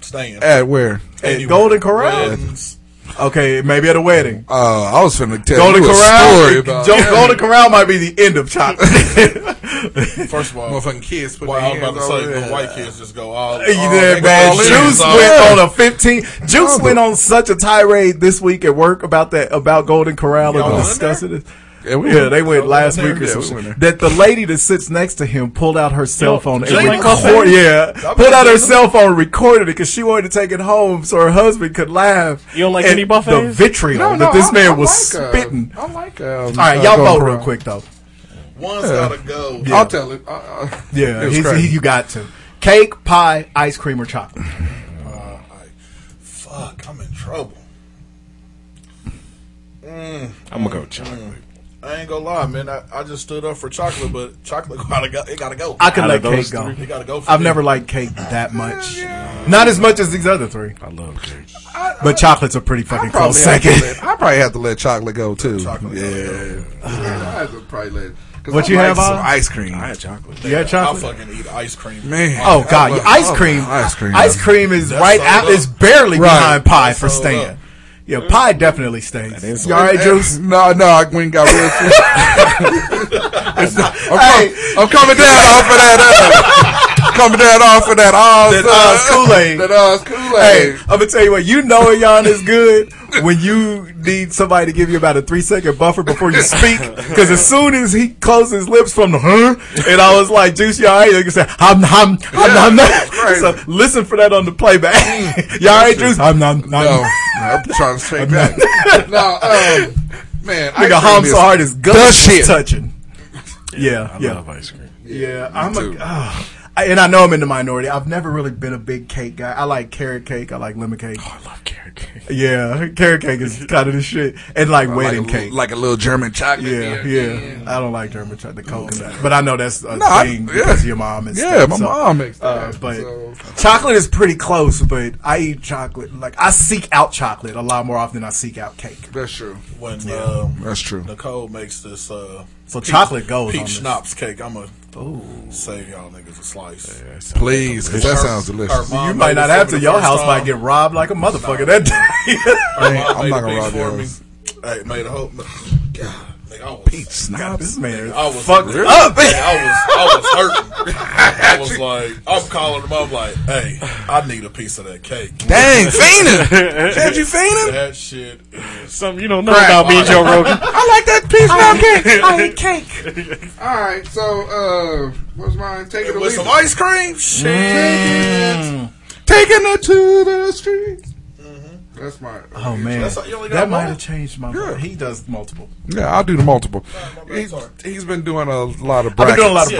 S8: staying.
S11: At where?
S8: Anywhere.
S9: Golden Corral?
S8: Weddings.
S9: okay, maybe at a wedding.
S11: Oh, I was finna tell
S9: Golden
S11: you a
S9: Corral.
S11: story about
S9: Jo- Golden Corral might be the end of chocolate.
S8: First of all,
S11: motherfucking kids. Put
S8: well, I was
S11: their
S8: about to
S11: hands
S8: say,
S11: over
S8: the
S11: there.
S8: white kids just go all.
S9: You
S8: all-
S9: there,
S8: Oh, they go
S9: man.
S8: all in.
S9: Juice
S8: It's all-
S9: went on a fifteen. Juice went on such a tirade this week at work about that about Golden Corral
S8: Y'all
S9: and
S8: went
S9: discussing it.
S11: Yeah, we
S9: yeah,
S11: went-
S9: they went
S11: y'all
S9: last
S11: went there?
S9: week or
S11: Yeah, we
S9: something.
S11: went
S9: That the lady that sits next to him pulled out her cell phone and
S10: Jane
S9: recorded.
S10: Cole?
S9: Yeah, pulled out her cell phone, and recorded it because she wanted to take it home so her husband could laugh.
S14: You don't like
S9: at
S14: any buffets?
S9: The vitriol
S11: No, no,
S9: that this
S11: I-
S9: man
S11: I
S9: was
S11: like, uh,
S9: spitting.
S11: I like. Um,
S9: All right, y'all vote real quick though.
S8: One's gotta go.
S11: I'll tell it. Uh, uh,
S9: Yeah,
S11: it was
S9: he's-
S11: crazy.
S9: he, you got to cake, pie, ice cream, or chocolate.
S8: Fuck, I'm in trouble. Mm,
S10: I'm gonna go chocolate.
S8: I ain't gonna lie, man. I, I just stood up for chocolate, but chocolate gotta go. It gotta go.
S9: I could
S10: Out
S9: let
S10: of those
S9: cake go.
S8: three, you gotta go for
S9: I've
S8: it.
S9: never liked cake that much. Not as much as these other three,
S10: I love cake.
S9: but chocolate's a pretty fucking
S11: I
S9: close
S11: probably, have to
S9: second.
S11: let, I probably have to let chocolate go too.
S8: Chocolate
S11: yeah,
S8: gotta
S11: I have to probably let. 'cause
S9: What
S11: I
S9: you
S11: like
S9: have
S11: some
S9: on?
S11: ice cream.
S10: I had chocolate.
S9: You had
S8: I
S9: chocolate?
S8: fucking eat ice cream.
S11: Man.
S9: Oh
S11: I
S9: god,
S11: love-
S9: ice
S11: I
S9: cream,
S11: love ice cream.
S9: ice cream is
S8: That's
S9: right
S8: sold
S9: out.
S8: up.
S9: It's barely
S11: Right.
S9: behind pie for
S8: sold
S9: Stan.
S8: up.
S9: Yeah, pie definitely stays. You all right, Juice?
S11: No, no, I went and got real food. It's not- I'm,
S9: Hey.
S11: com- I'm coming down off of that. Uh, coming down off of that Oz,
S9: That
S11: uh,
S9: Oz Kool-Aid.
S11: That Oz Kool
S9: Hey,
S11: Aid.
S9: I'm gonna tell you what. You know, Yon is good when you need somebody to give you about a three second buffer before you speak. Because as soon as he closed his lips from the huh, and I was like, "Juice, y'all right?" You can say, "I'm, I'm, I'm,
S11: right. Mm,
S9: So listen for that on the playback. y'all right, Juice? I'm, I'm,
S11: No,
S9: I'm.
S11: I'm trying to take that. no, um, man, ice
S9: Nigga,
S11: cream
S9: hum
S11: is-
S9: so hard his
S11: the
S9: guts is
S11: shit.
S9: touching. Yeah,
S10: I
S9: yeah,
S10: love ice cream.
S9: yeah. I'm a.
S11: too.
S9: ah. I- and I know I'm in the minority. I've never really been a big cake guy. I like carrot cake. I like lemon cake. Oh, I love carrot cake. Yeah, carrot cake is kind of the shit. And like
S11: Or like
S9: wedding
S11: a li-
S9: cake,
S11: like a little German chocolate.
S9: Yeah,
S11: Yeah,
S9: yeah. I don't like German chocolate, the coconut. But I know that's a
S11: No, I-
S9: thing
S11: yeah.
S9: because your mom and
S11: Yeah,
S9: stuff,
S11: my
S9: so,
S11: mom makes
S9: uh,
S11: that,
S9: but
S11: so-
S9: chocolate is pretty close. But I eat chocolate. Like I seek out chocolate a lot more often than I seek out cake.
S11: That's true.
S8: When
S9: Yeah.
S8: um,
S11: That's true.
S8: Nicole makes this uh,
S9: So chocolate goes on
S8: peach
S9: this.
S8: schnapps cake. I'm gonna save y'all niggas a slice,
S11: Please, 'cause that sounds delicious.
S9: You might not have to. Your house might get robbed like a motherfucker that day.
S8: I'm not gonna rob yours. Hey, made a whole. God, nigga, I was,
S9: Peach snobs. This man
S8: I was
S9: fucked
S8: really?
S9: up.
S8: Like, I was, I was hurting. I was like, I'm calling him. I'm like, hey, I need a piece of that cake.
S11: Dang, fiending. Said you fiending?
S8: That shit.
S14: Something you don't
S11: know about me, Joe Rogan.
S8: I
S11: like that piece
S8: of cake. I
S11: eat cake. All right, so uh, what's mine? Take it or
S8: With
S11: leave
S8: some
S11: it.
S8: ice cream. Shit.
S11: Taking it to the streets. That's my.
S9: Oh man,
S11: That's- you only got
S9: that
S11: one?
S9: might have changed my.
S11: Yeah.
S9: He does multiple.
S11: Yeah, I'll do the multiple. He, he's been doing a lot of brackets.
S9: I've been doing a lot of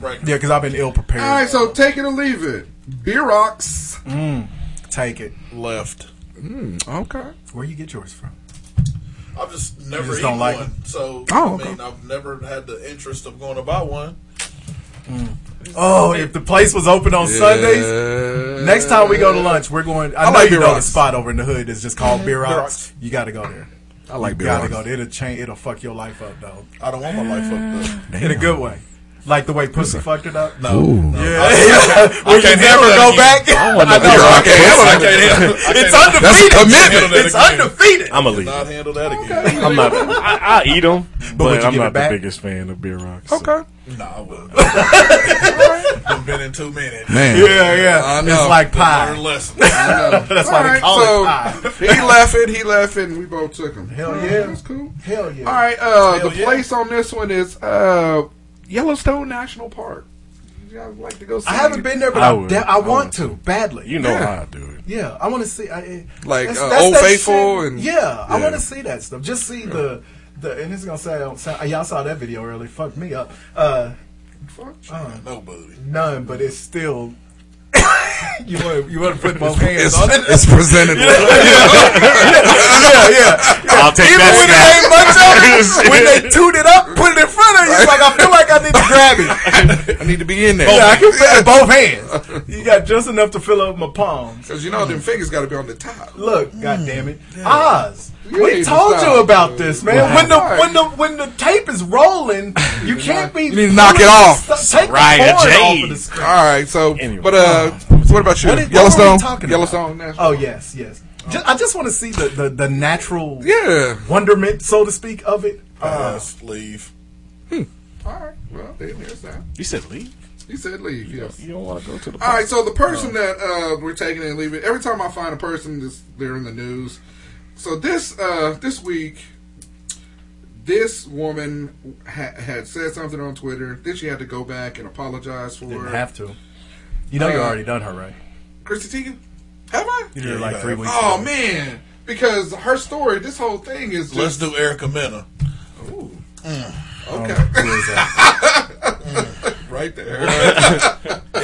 S9: brackets. Yeah, because I've been ill prepared.
S11: All right, so take it or leave it. B rocks.
S9: Mm, take it.
S8: Left.
S11: Mm, okay.
S9: Where you get yours from?
S8: I've just never
S9: just
S8: eaten
S9: don't like
S8: one.
S9: them?
S8: So
S9: Oh,
S8: I mean,
S9: okay.
S8: I've never had the interest of going to buy one.
S9: Oh, if the place was open on
S8: Yeah.
S9: Sundays, next time we go to lunch, we're going. I,
S11: I
S9: know
S11: like
S9: you
S11: Beer
S9: know the
S11: Rocks.
S9: spot over in the hood is just called Mm-hmm.
S11: Mhm.
S9: Beer
S11: Beer
S9: Rocks.
S11: Rocks.
S9: You got to go there.
S11: I like
S9: you
S11: Beer
S9: Gotta
S11: Rocks.
S9: go there. It'll change. It'll fuck your life up, though.
S8: I don't want my life
S9: Uh,
S8: up
S9: in a good way. Like the way pussy fucked it up.
S8: No. Ooh. No.
S9: Yeah.
S8: I can't- I
S9: Will you
S8: can't
S9: never
S8: handle that
S9: go
S8: again.
S9: back?
S8: I don't want no
S9: know,
S8: beer
S9: right?
S8: rock ass. I can't handle- I
S9: It's
S8: can't- That's a
S9: undefeated.
S8: commitment.
S9: It's undefeated.
S8: I'ma leave.
S9: Not
S8: handle that again.
S10: I'm not. I, I eat them, but,
S9: would you
S10: I'm
S9: give it
S10: not the
S9: back?
S10: biggest fan of beer rocks.
S11: Okay.
S8: No, I wouldn't. It's been in two minutes.
S10: Man.
S9: Yeah, yeah.
S11: I
S9: It's
S11: know.
S9: like pie.
S8: Learn lessons.
S9: That's why they call it pie.
S11: so he left it. He left it, and we both took him.
S9: Hell
S11: All right,
S9: yeah.
S11: that's cool.
S9: Hell yeah.
S11: All right, uh,
S9: Hell
S11: the
S9: yeah.
S11: place on this one is uh, Yellowstone National Park. You guys like to go? See
S9: I haven't been there, but
S10: I
S9: I,
S10: would.
S9: de- I,
S10: I
S9: want to badly.
S10: You know
S9: yeah.
S10: how I do it.
S9: Yeah, I want to see. I- I,
S11: Like, uh, Old
S9: that
S11: Faithful
S9: shit.
S11: and-
S9: yeah, I
S11: yeah.
S9: want to see that stuff. Just see the the and it's gonna sound, sound y'all saw that video early. Fucked me up. Uh, uh,
S8: No booty.
S9: none, but it's still. you want you want to put both hands
S11: It's-
S9: on it?
S11: it's presented
S9: Yeah,
S11: with-
S9: yeah, yeah, yeah.
S10: I'll take
S9: Even
S10: that
S9: when
S10: snap.
S9: it ain't much of it, when they tuned it up, put it in front of you, it's like I feel like I need to grab it.
S11: I need to be in there.
S9: Yeah, I can feel it, both hands. You got just enough to fill up my palms.
S11: Cause you know them fingers got to be on the top.
S9: Look, god damn it, Oz.
S11: You
S9: we
S11: need to
S9: told
S11: stop.
S9: you about this, man.
S11: Wow.
S9: When the when the when the tape is rolling, you can't be.
S11: You need to knock it off.
S9: Take the
S11: Raya
S9: porn
S11: Jade.
S9: off of the screen.
S11: All right, so but uh, what about you?
S9: What is- what are
S11: Yellowstone,
S9: we talking about?
S11: Yellowstone National.
S9: Oh yes, yes. Ju- I just want to see the, the, the natural
S11: Yeah.
S9: wonderment, so to speak, of it. Uh,
S8: Pass, leave.
S11: All right, well, there- there's that.
S10: You said leave.
S11: You said leave. Yes.
S10: You don't want to go to the.
S11: All right, so the person that uh, we're taking and leaving. Every time I find a person, that's they're in the news. So this uh, this week, this woman ha- had said something on Twitter. Then she had to go back and apologize for.
S9: didn't
S11: it.
S9: have to. You know you
S11: Uh,
S9: already done her right.
S11: Christy Teigen? Have I?
S9: You did it like three weeks.
S11: Oh
S9: ago.
S11: man, because her story, this whole thing is just
S8: Let's do Erica Mena.
S11: okay.
S9: Um, Who is that?
S11: right there.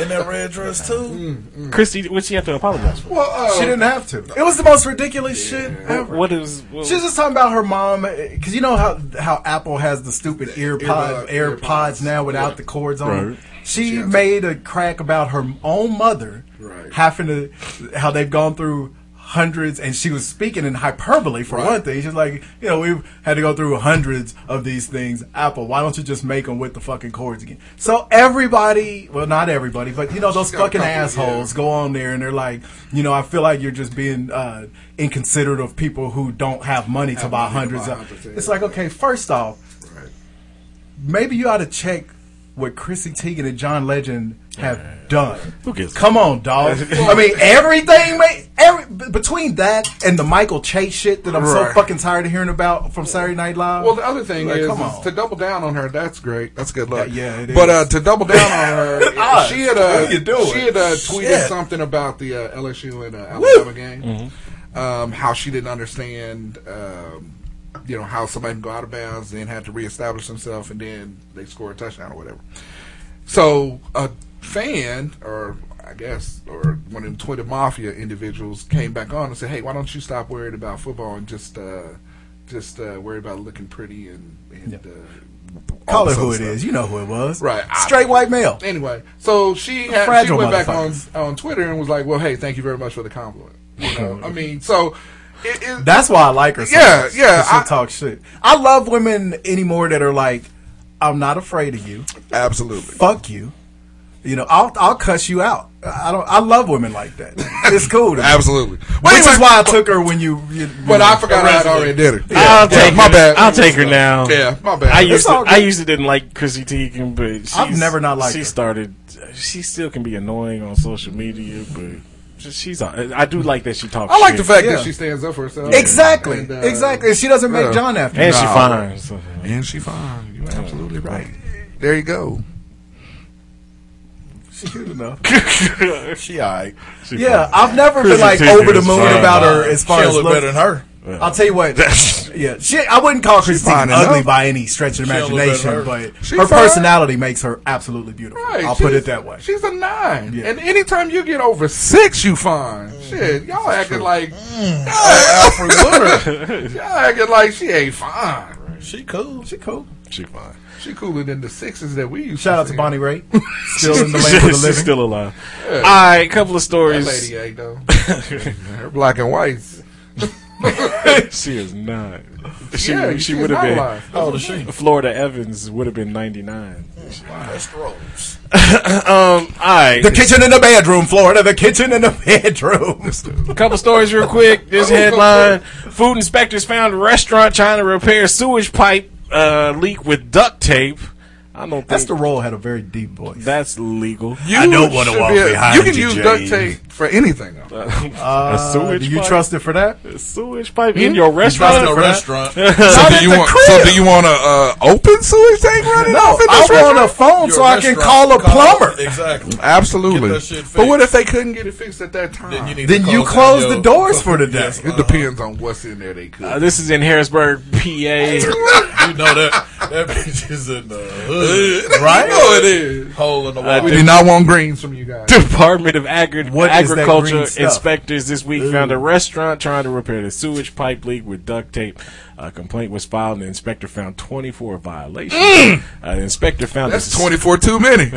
S8: In that red dress too.
S10: Christy, what she have to apologize for?
S11: Well, uh,
S9: She didn't have to. It was the most ridiculous shit ever.
S10: What is? What,
S9: She was just talking about her mom because you know how how Apple has the stupid ear pod,
S11: earbud-
S9: AirPods,
S11: earpods.
S9: now without the cords on.
S10: Right.
S9: them. She made a crack about her own mother
S11: Right.
S9: having to how they've gone through hundreds, and she was speaking in hyperbole for one thing. She's like, you know, we've had to go through hundreds of these things. Apple, why don't you just make them with the fucking cords again? So everybody, well, not everybody, but you know those
S11: She's got a
S9: fucking
S11: couple, yeah.
S9: assholes go on there and they're like, you know, I feel like you're just being uh, inconsiderate of people who don't have money to buy
S11: money to
S9: hundreds
S11: buy
S9: of.
S11: hundreds,
S9: It's
S11: yeah.
S9: like, okay, first off, maybe you ought to check what Chrissy Teigen and John Legend have done.
S10: Who gives a-
S9: Come on, dog. I mean, everything, man, every, b- between that and the Michael Chase shit that I'm so
S11: Right.
S9: fucking tired of hearing about from Saturday Night Live.
S11: Well, the other thing
S9: Like,
S11: is,
S9: come
S11: is
S9: on.
S11: to double down on her. That's great. That's good luck.
S9: Yeah, yeah, it
S11: but
S9: is.
S11: uh, to double down on her,
S9: Oz,
S11: she had
S9: what
S11: uh,
S9: are you doing?
S11: she had uh, tweeted
S9: Shit.
S11: something about the uh, LSU and uh, Alabama game. Um, how she didn't understand, um, you know, how somebody can go out of bounds, then had to reestablish himself, and then they score a touchdown or whatever. So a fan, or I guess, or one of them Twitter mafia individuals came back on and said, "Hey, why don't you stop worrying about football and just uh, just uh, worry about looking pretty and and uh, all
S9: Call it
S11: this
S9: who
S11: other
S9: it
S11: stuff."
S9: is. You know who it was.
S11: Right.
S9: Straight white male.
S11: Anyway, so she
S9: A
S11: had, she
S9: fragile
S11: went back on
S9: motherfuckers.
S11: on Twitter and was like, "Well, hey, thank you very much for the compliment." You know, I mean, so it, it,
S9: That's why I like her. so
S11: Yeah,
S9: much,
S11: yeah,
S9: 'cause She
S11: I-
S9: talk shit. I love women anymore that are like, I'm not afraid of you.
S11: Absolutely.
S9: Fuck you. You know, I'll I'll cuss you out. I don't. I love women like that. It's cool. to me.
S11: Absolutely.
S9: Which is why I took her when you. you
S11: But I forgot I had already did it.
S10: I'll
S11: Yeah,
S10: take
S11: my
S10: her.
S11: bad.
S10: I'll take her now.
S11: Yeah, my bad.
S10: I
S11: It's
S10: used to,
S11: all good.
S10: I used to didn't like Chrissy Teigen, but she's,
S9: I've never not liked
S10: She
S9: her.
S10: started. She still can be annoying on social media, but just- she's. I do like that she talks.
S11: I like
S10: shit.
S11: the fact
S9: Yeah.
S11: that she stands up for herself.
S9: Exactly.
S11: And, uh,
S9: exactly. And she doesn't make
S11: yeah.
S9: John after.
S10: and
S9: me.
S10: she
S9: No.
S10: fine. so-
S11: And she fine. You're absolutely right. There you go.
S9: She cute enough.
S8: she alright. She
S9: yeah,
S8: fine.
S9: I've never been
S8: Chrissy
S9: like
S8: Teigen
S9: over the
S8: is
S9: moon
S8: fine.
S9: about her as far
S8: She'll
S9: as
S8: look
S9: look.
S8: better than her.
S9: I'll tell you what. yeah, she, I wouldn't call Chrissy
S8: fine
S9: Teigen ugly
S8: enough.
S9: by any stretch of
S8: She'll look better than
S9: imagination,
S8: her.
S9: but
S11: She
S9: her
S11: fine.
S9: personality makes her absolutely beautiful.
S11: Right,
S9: I'll put
S11: she's-
S9: it that way.
S11: She's a nine.
S9: Yeah. Mm-hmm.
S11: And anytime you get over six, you fine. Shit, y'all acting like
S9: Mm.
S8: Alfred Woodard.
S11: y'all acting like she ain't fine.
S8: She cool.
S9: She cool.
S10: She fine.
S11: She cooler than the sixes that we used.
S9: Shout
S11: to
S9: out to
S11: see.
S9: Bonnie Raitt. Still in the land of the
S10: She's
S9: living.
S10: still alive.
S11: Yeah.
S10: All right, couple of
S11: That
S10: stories.
S11: lady ain't though. Her black and whites.
S10: she is not. She,
S11: Yeah,
S10: she
S11: she
S10: would
S11: is
S10: have
S11: not
S10: been.
S11: alive. How old is she?
S10: Florida Evans would have been 99.
S8: That's gross.
S10: um, all right.
S9: The kitchen and the bedroom, Florida. The kitchen and the bedroom.
S10: A couple stories real quick. This headline: Food inspectors found a restaurant trying to repair sewage pipe uh, leak with duct tape. I don't think
S9: That's
S10: that's,
S9: the role had a very deep voice.
S10: legal.
S9: I don't wanna
S11: should
S9: walk
S11: be a-
S9: behind
S11: You can
S9: you,
S11: use duct
S9: James.
S11: tape for anything. Though.
S9: Uh,
S10: a sewage
S9: do you Hmm?
S10: pipe?
S9: trust it for that?
S10: A sewage pipe in your
S8: That's
S10: restaurant?
S8: no
S9: for that.
S8: restaurant.
S9: Not
S8: so
S9: at
S8: do you
S9: the
S8: want?
S9: crib.
S8: So do you want to uh, open sewage tank running
S9: No,
S8: off in
S9: I
S8: this
S9: want a
S8: restaurant?
S9: phone so
S8: Your
S9: I can
S8: restaurant,
S9: call a plumber.
S8: Exactly. Get
S11: Absolutely.
S8: that shit
S11: But what if
S8: fixed.
S11: they couldn't get it fixed at that time?
S8: Then you, need
S9: Then
S8: to
S9: you
S8: close
S9: close
S8: that,
S9: the
S8: yo.
S9: doors for the day.
S11: it depends on what's in there. They could.
S10: Uh, this is in Harrisburg, Uh, PA.
S8: You know that that bitch is in the hood,
S9: Right?
S8: You know it is hole in the wall.
S11: we do not want greens from you guys.
S10: Department of Agri-
S9: What is that
S10: Agriculture
S9: green stuff?
S10: inspectors this week found a restaurant trying to repair the sewage pipe leak with duct tape. A complaint was filed, and the inspector found 24 violations.
S9: Mm.
S10: Uh, the inspector found
S8: That's
S10: the-
S8: twenty four too many.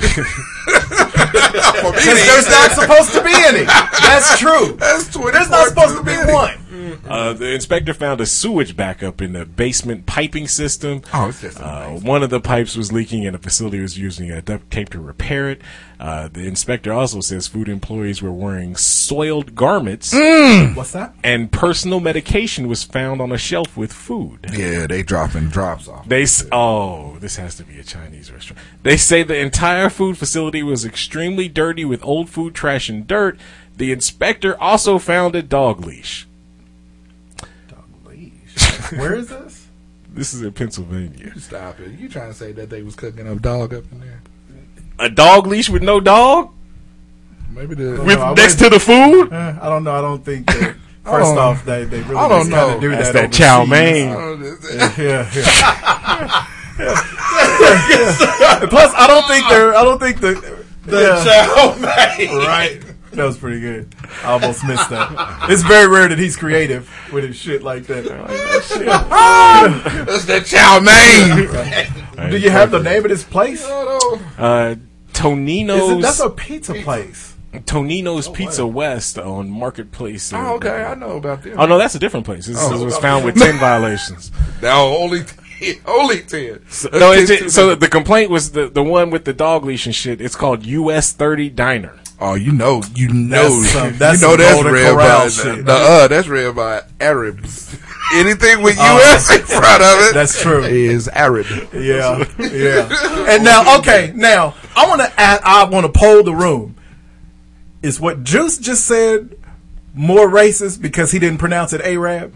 S9: Because there's not supposed to be any. That's true.
S11: That's twenty.
S9: There's not supposed to be one.
S10: Uh, the inspector found a sewage backup in the basement piping system.
S11: Oh, it's just
S10: Uh, one of the pipes was leaking, and the facility was using a duct tape to repair it. Uh, the inspector also says food employees were wearing soiled garments,
S9: What's that?
S10: and personal medication was found on a shelf with food.
S11: yeah, they dropping drops off.
S10: They s- oh, this has to be a Chinese restaurant. They say the entire food facility was extremely dirty with old food trash and dirt. The inspector also found a dog leash.
S9: Where is this?
S10: This is in Pennsylvania.
S11: Stop it! You trying to say that they was cooking up dog up in there?
S10: A dog leash with no dog
S11: Maybe the
S10: with
S9: I
S10: next to the food.
S9: Uh, I don't know. I don't think. That,
S11: I
S9: first
S11: don't-
S9: off, they they really
S11: I don't
S9: just kind
S11: know.
S9: of do
S10: That's
S9: that.
S10: that chow
S9: overseas.
S10: mein.
S11: Oh,
S9: Yeah, yeah. Plus, I don't think they're. I don't think the. the
S8: right?
S9: that was pretty good. I almost missed that. It's very rare that he's creative with his shit like that.
S11: that's that chow mein.
S9: Do you have the name of this place?
S10: Uh,
S9: Is it,
S10: Tonino's
S9: that's a pizza place.
S10: Tonino's Pizza West on Marketplace. in-
S11: Oh, okay, I know about them.
S10: Oh no, that's a different place. This
S11: Oh.
S10: was found with ten violations.
S11: No, only ten. only ten.
S10: No, it's it, so the complaint was the the one with the dog leash and shit. It's called US Thirty Diner.
S11: oh, you know, you know,
S9: That's some- that's
S11: you know
S9: some
S11: that's
S9: Golden
S11: read
S9: Corral
S11: by
S9: shit.
S11: the, uh, that's read by Arabs. Anything with U.S. in front of
S9: Oh,
S11: it,
S9: That's true.
S11: is Arab.
S9: Yeah, yeah. And now, okay, now I want to add. I want to poll the room. Is what Juice just said more racist because he didn't pronounce it Arab,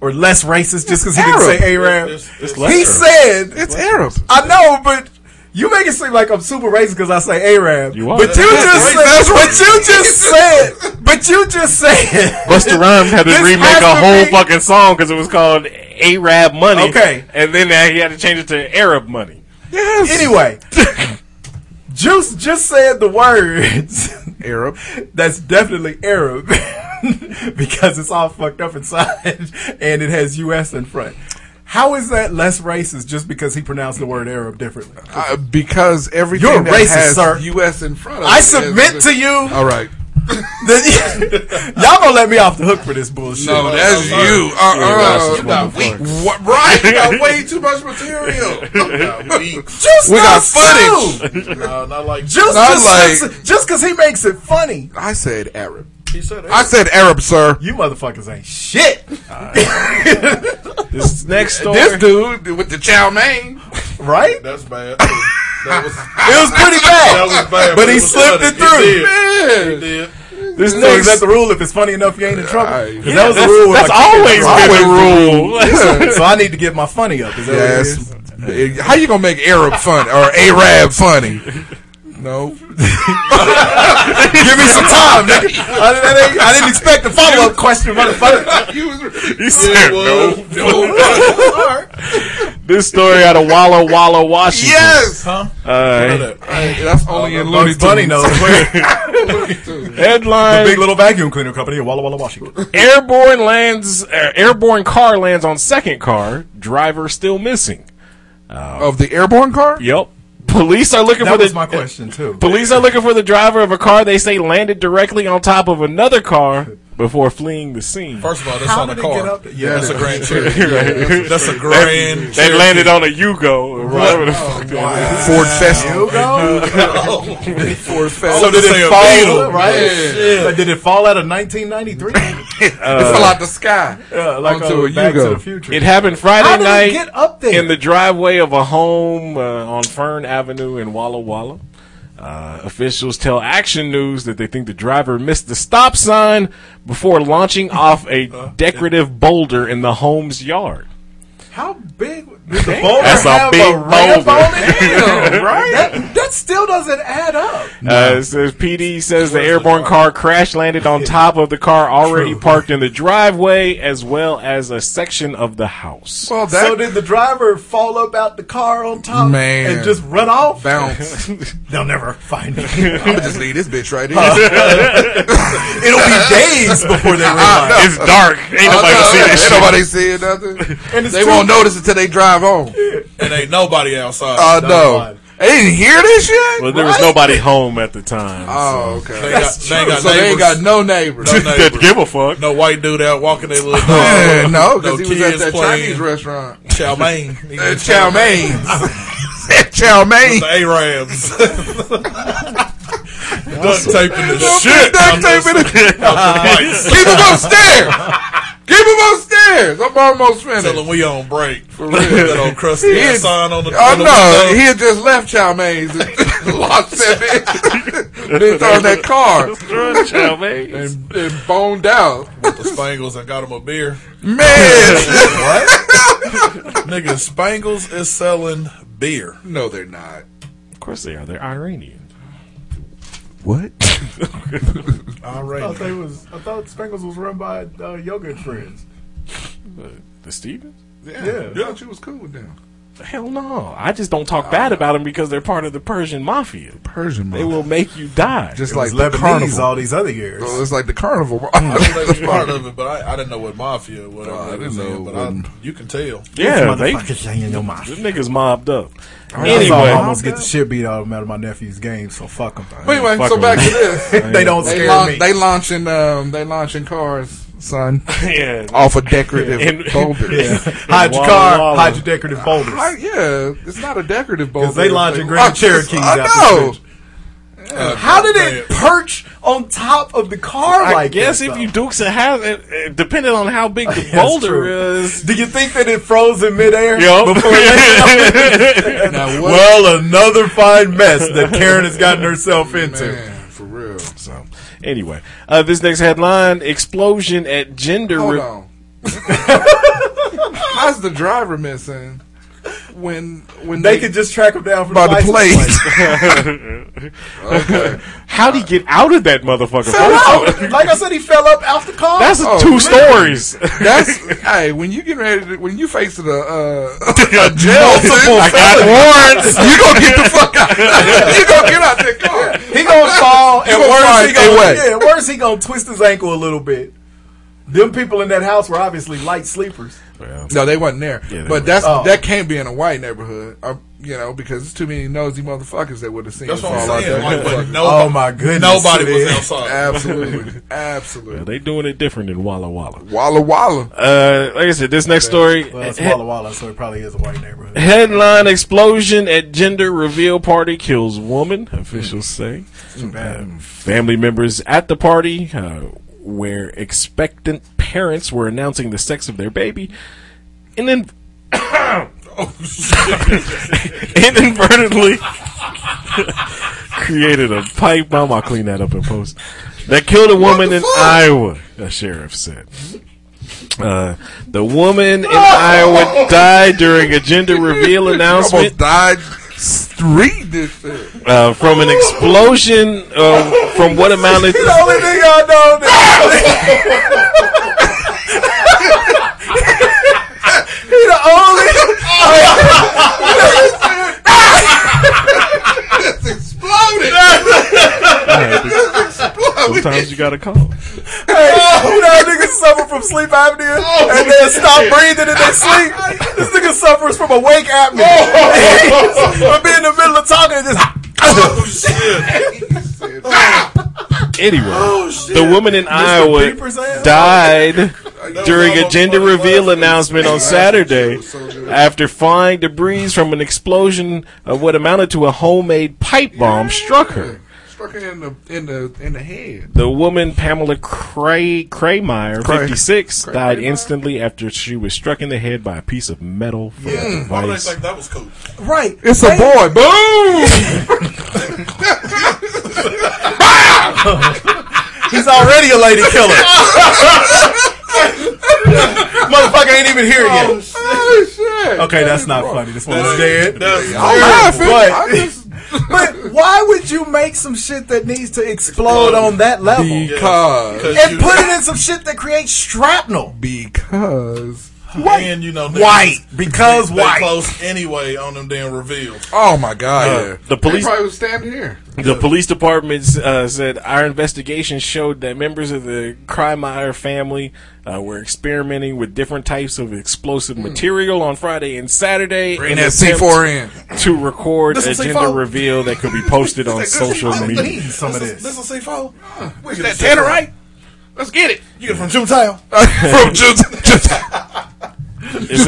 S9: or less racist just because he didn't
S11: Arab.
S9: say Arab?
S8: It's- it's
S9: he
S10: lesser.
S9: said
S11: It's Arab.
S9: I know, but you make it seem like I'm super racist because I say Arab.
S10: You are.
S9: But you
S10: That's
S9: just said.
S11: racist.
S9: But you just said. But you just said.
S10: Buster Rhymes had to
S9: This
S10: remake
S9: has to
S10: a whole
S9: be-
S10: fucking song because it was called Arab Money.
S9: Okay.
S10: and then uh, he had to change it to Arab Money.
S9: Anyway, Juice just said the words Arab. That's definitely Arab because it's all fucked up inside and it has U.S. in front. How is that less racist just because he pronounced the word Arab differently?
S11: Uh, because everything
S9: You're a
S11: that
S9: racist,
S11: has
S9: sir.
S11: U.S. in front of
S9: I
S11: it is-
S9: submit to you.
S11: All right.
S9: that- y'all gonna let me off the hook for this bullshit?
S11: No, that's you. Uh, uh,
S9: you not weak.
S11: What, right? You got way too much material.
S9: Just
S11: we got
S9: not so.
S11: footage.
S8: no, not Uh, like
S9: Just
S11: Not
S9: just,
S11: like-
S9: just cause he makes it funny.
S11: I said Arab.
S8: He said
S11: I said Arab, sir.
S9: You motherfuckers ain't shit.
S10: this next story.
S11: This dude with the chow mein.
S9: Right?
S8: That's bad. That was,
S9: It was pretty bad.
S8: That was bad,
S9: But,
S8: but
S9: he
S8: it was
S9: slipped it
S8: funny. He
S9: through.
S8: did. He did.
S9: This so is that the rule? If it's funny enough, you ain't in trouble. 'Cause
S10: Yeah,
S9: that was the
S10: that's-
S9: rule. when
S10: that's
S9: my kid
S10: always
S9: was
S10: been the
S9: little.
S10: rule.
S9: so I need to get my funny up. Is that what it is?
S11: Yes. Eh, How you gonna make Arab fun or Arab funny? No.
S9: Give me some time, nigga. I, didn't- I didn't- I didn't expect a follow up question, motherfucker.
S10: He said no.
S11: no.
S10: This story out of Walla Walla, Washington.
S8: Huh?
S10: Uh,
S11: Hey, that's only in Looney
S9: Bugs Bunny
S11: Tunes.
S9: knows. the
S10: headline:
S9: big little vacuum cleaner company in Walla Walla, Washington.
S10: Airborne lands. Uh, airborne car lands on second car. Driver still missing.
S11: of the airborne car.
S10: Yep. Police are looking for
S9: That
S10: the
S9: was my question, too.
S10: Police are looking for the driver of a car they say landed directly on top of another car before fleeing the scene.
S8: First of all, that's
S9: How
S8: not a
S9: did it
S8: car.
S9: get up there? Yeah,
S8: that's
S9: it
S8: a Grand
S9: is.
S8: Cherokee.
S10: Right.
S8: That's a Grand.
S10: They
S8: Cherokee.
S10: landed on a Yugo or whatever the
S9: Oh,
S10: fuck that is.
S11: Ford Festa. Ford Festa.
S9: So did
S8: Say
S9: it
S8: a
S9: fall?
S8: beetle.
S9: Right? But Did it fall out of 1993?
S11: it
S8: Uh,
S11: fell out the sky.
S9: yeah, like
S11: Onto
S9: a
S11: a
S9: Back to
S11: Yugo.
S9: the Future.
S10: It happened Friday
S9: How did it
S10: night
S9: get up there?
S10: in the driveway of a home uh, on Fern Avenue in Walla Walla. Uh, officials tell Action News that they think the driver missed the stop sign before launching off
S9: Uh,
S10: a decorative boulder in the home's yard.
S9: How big did the boulder
S10: That's a
S9: have
S10: big
S9: a ramp
S10: boulder.
S9: on it?
S11: Oh,
S9: Damn, right? That, that still doesn't add up.
S10: Uh, it says PD says the airborne car crash landed on top of the car already parked in the driveway, as well as a section of the house.
S11: Well, that
S9: so did the driver fall up out the car on top
S11: Man.
S9: and just run off?
S11: bounce.
S9: They'll never find me.
S11: I'm gonna just leave this bitch right here.
S9: It'll be days before they realize.
S10: It's dark. Ain't nobody see that
S11: Oh, Uh, Ain't
S10: shit.
S11: nobody seeing nothing.
S9: And it's
S11: They
S9: true.
S11: won't notice until they drive home.
S8: And ain't nobody outside.
S11: Oh no,
S9: fine.
S11: they didn't hear this shit.
S10: Well, there was nobody home at the time.
S11: oh
S8: they,
S11: okay.
S8: got, they ain't got
S11: so they ain't got
S8: neighbors.
S11: no neighbors.
S8: No
S10: so.
S8: neighbors.
S10: Didn't give a fuck.
S8: No white dude out walking their little dog.
S11: Yeah, no, because he was at
S8: kids
S11: that
S8: playing.
S11: Chinese restaurant.
S8: Chow mein. He
S11: Uh,
S8: was
S11: chow mein. chow mein.
S8: The Arabs. Duct taping the shit.
S11: Duct taping the- Keep him upstairs. Keep him upstairs. I'm almost
S8: Tell him
S11: finished.
S8: we on break. For
S11: real.
S8: That old crusty ass sign on the
S11: Oh
S8: on the
S11: no,
S8: window.
S11: he had just left Chow Main's and lost that bitch. Then on that car and, and boned out.
S8: with the spangles and got him a beer.
S11: Man,
S8: What? Nigga, Spangles is selling beer.
S11: no, they're not.
S10: Of course they are. They're Iranian.
S11: What?
S8: All
S9: I
S8: right.
S9: thought, they was, I thought Spangles was run by uh, yogurt friends.
S10: The Stevens?
S11: Yeah,
S9: Yeah.
S11: I thought you was cool with them.
S10: Hell no. I just don't talk bad about them because they're part of the Persian mafia.
S11: Persian
S10: They will make you die.
S11: just
S9: It
S11: like
S9: was
S11: the
S9: Lebanese
S11: carnival.
S9: all these other years.
S11: So Oh, it's like the carnival.
S8: They was part of it, but I, I didn't know what mafia, whatever.
S11: Oh, I
S8: I
S11: didn't
S8: was
S11: know
S8: in, but
S11: when-
S8: I, you can tell.
S10: yeah, they,
S9: Motherfuckers hanging in your mouth.
S10: them niggas mobbed up.
S9: I saw
S10: Anyway.
S9: I almost get the shit beat out of them out of my nephew's game, so fuck them.
S11: But anyway,
S10: Fuck
S11: so
S10: with
S11: back
S10: me.
S11: to this.
S9: they don't
S11: They,
S9: scare
S11: launch,
S9: me.
S11: they launching um they launching cars, son,
S10: Yeah.
S11: off a decorative
S10: In-
S11: boulder.
S9: yeah.
S11: Yeah.
S9: Hide your
S10: Walla
S9: car,
S10: Walla.
S9: hide your decorative boulders.
S11: Like, yeah, it's not a decorative boulder.
S9: Because they launching
S11: I
S9: Grand
S11: just-
S9: Cherokees
S11: I
S9: out
S11: know.
S9: this bitch. How did it perch on top of the car
S10: I
S9: like
S10: guess
S9: that,
S10: if
S9: though?
S10: you dukes a house, it, it, uh, depending on how big the
S9: That's
S10: boulder
S9: true.
S10: is.
S9: Do you think that it froze in midair?
S10: Yo.
S9: Before it landed?
S11: Now what?
S9: well, another fine mess that Karen has gotten herself into.
S11: Man, for real.
S10: so, anyway, uh, this next headline: explosion at gender.
S11: Hold
S10: re-
S11: on. How's the driver missing?
S9: when when
S10: They could just track him down
S9: for
S10: by the
S9: license plate.
S10: plate.
S9: Okay.
S10: How'd he get out of that motherfucker?
S9: fell
S10: First of all-
S9: out. Like I said, he fell up out the car.
S10: That's
S9: a
S10: a two stories.
S11: That's hey, when you get ready, to, when you face the uh,
S10: a
S11: jail,
S16: Multiple
S11: I
S16: got warrants.
S11: You gonna get the fuck out. you gonna get out that car.
S9: He gonna fall,
S11: You
S9: and
S11: gonna
S9: worse
S11: find
S9: he
S11: a
S9: gonna
S11: way.
S9: yeah, worse he gonna twist his ankle a little bit. Them people in that house were obviously light sleepers.
S11: No, they wasn't there.
S9: Yeah, they
S11: but
S9: weren't.
S11: that's
S9: Oh.
S11: that can't be in a white neighborhood, uh, you know, because it's too many nosy motherfuckers that would have seen.
S8: That's
S11: us
S8: what I'm
S11: all out
S8: saying.
S11: there.
S8: Like, but
S11: Motherfuckers.
S8: no- Oh, my goodness. nobody was
S11: Yeah.
S8: outside.
S11: Absolutely, absolutely.
S10: Well, they doing it different than Walla Walla.
S11: Walla Walla.
S10: Uh, like I said, this next story.
S9: Well, it's
S10: he-
S9: Walla Walla, so it probably is a white neighborhood.
S10: Headline explosion at gender reveal party kills woman, officials say.
S9: Too bad.
S10: Uh, family members at the party, uh, where expectant parents were announcing the sex of their baby, and then. inadvertently created a pipe bomb. I'll clean that up in post. That killed a woman in Iowa, a sheriff said. Uh, the woman in Iowa died during a gender reveal announcement.
S11: died. Read this shit.
S10: Uh, from an explosion, uh, from what amounted
S16: The only thing I know that.
S9: He the only.
S16: It's exploded.
S10: Sometimes you gotta call.
S9: Hey, you know how niggas suffer from sleep apnea and then stop breathing and they sleep? This nigga suffers from awake apnea. From being in the middle of talking and just. Oh, shit.
S10: Anyway,
S9: Oh, shit.
S10: the woman in
S9: Mr.
S10: Iowa
S9: Peepers ass?
S10: died during a gender reveal announcement on Saturday after flying debris from an explosion of what amounted to a homemade pipe bomb struck her.
S11: Struck her in the in the in the head.
S10: The woman Pamela Cray Craymeyer, fifty six, died instantly after she was struck in the head by a piece of metal from a
S8: Why would I
S10: device.
S8: think that was cool?
S9: Right.
S11: It's a boy.
S8: Oh,
S11: Boom.
S9: He's already a lady killer. Motherfucker ain't even here yet.
S11: Oh shit.
S9: Okay, that's not funny. This one's dead.
S11: I'm laughing. I'm just-
S9: But, but why would you make some shit that needs to explode on that level?
S11: Because- Because
S9: and
S11: you-
S9: put it in some shit that creates shrapnel.
S11: because
S8: White. And you know, niggas-
S9: White. Because
S8: they
S9: white.
S8: close anyway on them damn reveals.
S11: oh my god,
S10: Uh,
S11: yeah.
S10: the police-
S11: They probably was standing here.
S10: The police department uh, said our investigation showed that members of the Krymeyer family uh, were experimenting with different types of explosive material on Friday and Saturday
S11: Bring
S10: in
S11: that
S10: attempt
S11: C4
S10: to record
S8: This
S10: a
S8: is C4.
S10: gender reveal that could be posted on social media.
S9: some of this.
S8: Listen, see, foe. Where's
S11: that Tanner right?
S8: Let's get it. You get it from Jumetile.
S11: From
S10: It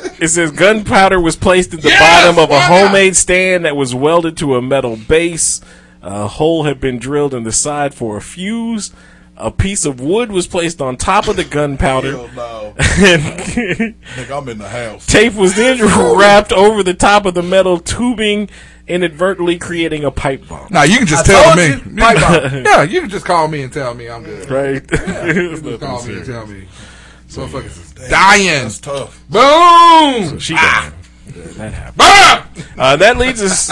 S10: said- it says gunpowder was placed at the bottom of a homemade stand that was welded to a metal base. A hole had been drilled in the side for a fuse. A piece of wood was placed on top of the gunpowder.
S8: Hell no.
S10: And
S8: Nigga, I'm in the house.
S10: Tape was then wrapped over the top of the metal tubing, inadvertently creating a pipe bomb.
S11: Now you can just
S10: I
S11: tell
S10: told
S11: me.
S10: you. Pipe bomb.
S11: yeah, you can just call me and tell me I'm good.
S10: Right.
S11: Yeah, you can just
S10: Nothing
S11: call me and
S10: serious.
S11: tell me. Motherfuckers is
S8: Damn,
S11: dying.
S8: That's tough.
S11: Boom.
S10: So she
S11: Ah.
S10: died. That happened. Uh, that leads us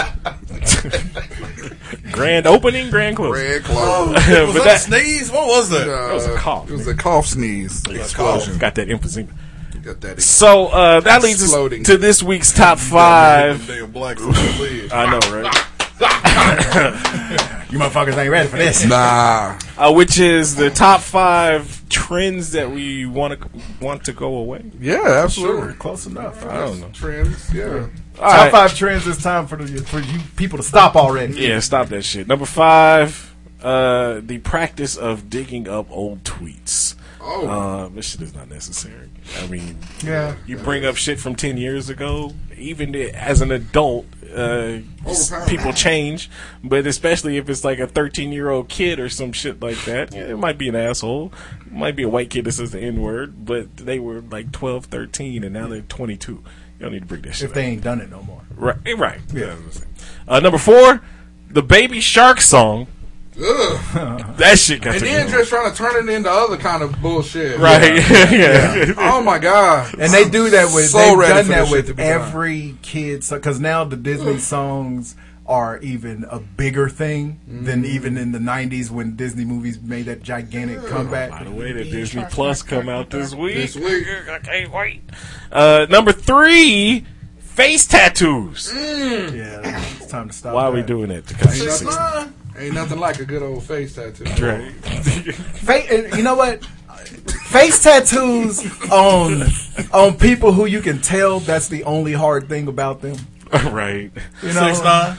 S10: grand opening, grand close.
S11: Grand close.
S8: was
S10: but
S8: that,
S10: that
S8: a sneeze? What was that?
S10: that was a cough.
S11: Uh, It was a cough sneeze explosion.
S10: Got that emphysema.
S11: Got that.
S10: So uh, that leads
S11: Exploding.
S10: us to this week's top five.
S8: Damn blacks on the lid.
S10: I know, right?
S9: You motherfuckers ain't ready for this.
S11: Nah.
S10: Uh, which is the top five trends that we want to want to go away.
S11: Yeah,
S9: Sure,
S11: absolutely.
S9: close enough.
S10: I don't know.
S11: Trends. Yeah.
S10: All
S9: Top
S10: right.
S9: five trends. It's time for the, for you people to stop already.
S10: Yeah, stop that shit. Number five, uh, the practice of digging up old tweets.
S11: Oh.
S10: Um, this shit is not necessary. I mean,
S11: Yeah.
S10: you bring up shit from ten years ago. Even i- as an adult, uh, s-
S11: Overpowered.
S10: people change, but especially if it's like a thirteen-year-old kid or some shit like that, yeah, it might be an asshole. It might be a white kid that says the n-word, but they were like 12, 13, and now they're twenty-two. You don't need to bring that shit.
S9: If
S10: up.
S9: they ain't done it no more.
S10: Right, eh, right. Yeah. that's what I'm saying. Uh, number four, the Baby Shark song
S11: Ugh.
S10: That shit got
S11: and
S10: to
S11: then
S10: go.
S11: just trying to turn it into other kind of bullshit.
S10: Right, yeah, yeah.
S11: Oh my god.
S9: And they do that with
S11: So
S9: they've
S11: ready
S9: done
S11: for
S9: that
S11: this shit to
S9: with
S11: be done.
S9: every kid because now the Disney songs are even a bigger thing than even in the '90s when Disney movies made that gigantic comeback.
S10: By the way, the Disney Plus come out this week.
S9: This week.
S10: I can't wait. Uh, number three, face tattoos.
S9: Yeah, it's time to stop.
S10: Why are we
S9: that.
S10: doing it?
S11: Ain't
S10: Because
S11: nothing, ain't nothing like a good old face tattoo.
S10: Right.
S9: Fa- uh, you know what? Face tattoos on on people who you can tell that's the only hard thing about them.
S10: right.
S9: You know,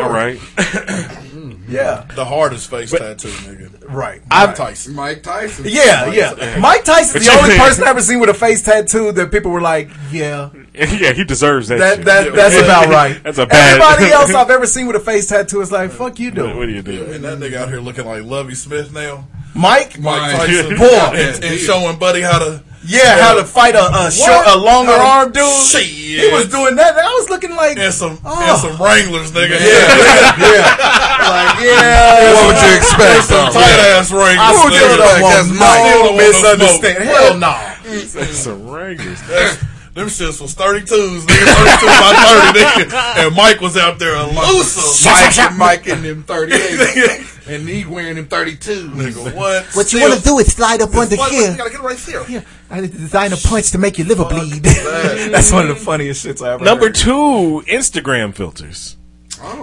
S10: All right.
S9: Yeah.
S8: The hardest face tattoo, nigga.
S9: Right.
S8: Mike Tyson.
S11: Mike Tyson.
S9: Yeah, yeah. Mike Tyson's the only person I ever seen with a face tattoo that people were like, "Yeah,
S10: yeah, he deserves that.
S9: that,
S10: shit.
S9: that that's about right."
S10: that's a bad.
S9: Everybody else I've ever seen with a face tattoo is like, "Fuck you,
S10: What
S9: doing?"
S10: what do you do?
S8: And that nigga out here looking like Lovey Smith now.
S9: Mike,
S8: Mike Tyson.
S9: boy,
S8: and, and showing Buddy how to.
S9: yeah, how to fight a a, short, a longer arm dude.
S8: Shit.
S9: He was doing that. and I was looking like,
S8: And some,
S9: Oh.
S8: and some Wranglers, nigga.
S9: like, yeah.
S12: What would you expect?
S8: Some
S12: though?
S8: tight ass Wranglers.
S9: I would
S8: nigga.
S9: do it
S8: Like,
S9: up
S8: that's
S9: on
S8: not-
S9: no
S8: don't want no
S9: misunderstanding.
S8: smoke.
S9: Hell no.
S10: Some Wranglers.
S8: That's- Them shits was 32s, nigga. 32 by 30, nigga. And Mike was out there a loser.
S11: Mike, Mike in them 38. and he wearing them 32.
S8: Nigga, what?
S15: What you want to do is slide up under
S8: Why-
S15: here.
S8: You gotta get it right there.
S9: I had to design a punch to make your liver bleed. That's one of the funniest shits I ever.
S10: Number
S9: heard.
S10: two, Instagram filters.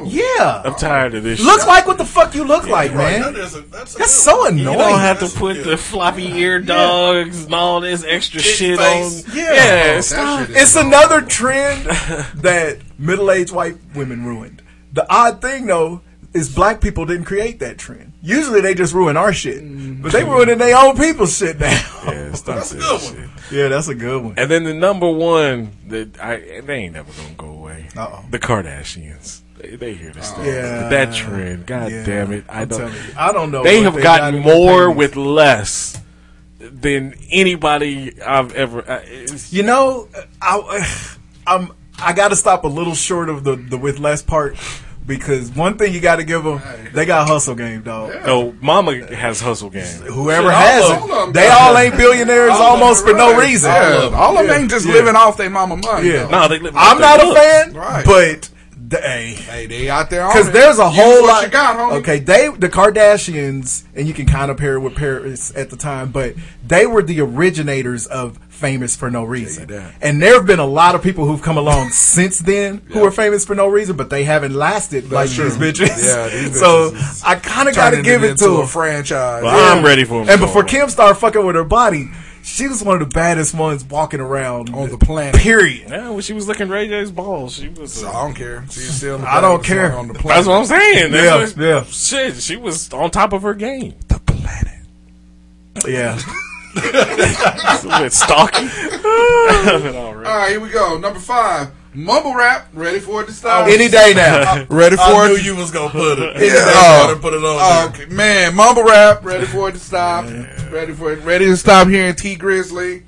S9: yeah.
S10: I'm tired of this.
S9: Look
S10: shit.
S9: like what the fuck you look like,
S8: Right,
S9: man.
S8: that is a- that's a
S9: That's
S8: good
S9: so
S8: one.
S9: annoying.
S10: You don't have to put the floppy ear dogs and all this extra shit
S8: face.
S10: on.
S9: Yeah.
S10: yeah
S9: Oh,
S10: stop.
S9: It's another trend that middle-aged white women ruined. The odd thing though is black people didn't create that trend. Usually they just ruin our shit, but they ruining their own people's shit now.
S10: Yeah, stop
S8: That's a
S10: that
S8: good
S10: shit.
S8: one.
S9: yeah, that's a good one.
S10: And then the number one that I they ain't never gonna go away.
S9: Uh-oh.
S10: The Kardashians. They, they hear this stuff.
S9: Yeah.
S10: That trend. God
S9: Yeah.
S10: damn it. I
S9: I'm
S10: don't.
S9: telling you, I don't know.
S10: They
S9: what
S10: have
S9: they
S10: gotten
S9: got in their
S10: more
S9: pants.
S10: with less than anybody I've ever. I, it's-
S9: You know, I, I'm I got to stop a little short of the the with less part because one thing you got to give them, they got hustle game, dog.
S10: no, Mama has hustle game.
S9: Whoever
S11: Shit, all
S9: has
S11: of 'em- all of
S9: it,
S11: 'em
S9: they
S11: got
S9: all
S11: it.
S9: ain't billionaires
S11: All of 'em
S9: almost for no
S11: right.
S9: reason.
S11: Yeah, All of 'em, ain't just living off their mama money.
S9: Yeah.
S11: though.
S10: No, they live.
S9: I'm
S10: they
S9: not a
S10: look.
S9: fan,
S11: Right.
S9: but they.
S11: Hey, they out there on
S9: Because
S11: it.
S9: there's a
S11: Use
S9: whole
S11: what
S9: lot.
S11: You got, homie.
S9: Okay, they the Kardashians, and you can kind of pair it with Paris at the time, but they were the originators of famous for no reason.
S12: that.
S9: And there have been a lot of people who've come along since then who are famous for no reason, but they haven't lasted like
S11: true.
S9: these bitches.
S11: Yeah, these
S9: so
S11: bitches is
S9: I kind of got to
S11: Turning
S9: give it to
S11: into a
S9: them.
S11: franchise.
S10: Well, I'm ready for them.
S9: And before Kim started fucking with her body, she was one of the baddest ones walking around
S11: on the planet.
S9: Period.
S10: Yeah, when she was looking Ray J's balls, she was.
S11: I don't care. She's still. the
S9: I don't
S11: baddest
S9: care.
S11: one On the
S10: that's
S11: planet.
S10: what I'm saying. That's
S9: Yeah, yeah.
S10: what, Shit, she was on top of her game.
S11: The planet.
S9: Yeah.
S10: It's a bit stalky. All right.
S11: All right, here we go. Number five, mumble rap. Ready for it to start?
S9: Any Oh. day now.
S11: Ready
S8: I
S11: for
S8: knew
S11: it?
S8: you was gonna put it.
S11: Yeah.
S8: I put it on.
S11: Oh,
S8: there.
S11: okay. man, mumble rap. Ready for it to stop? Ready for it? Ready to stop hearing T Grizzly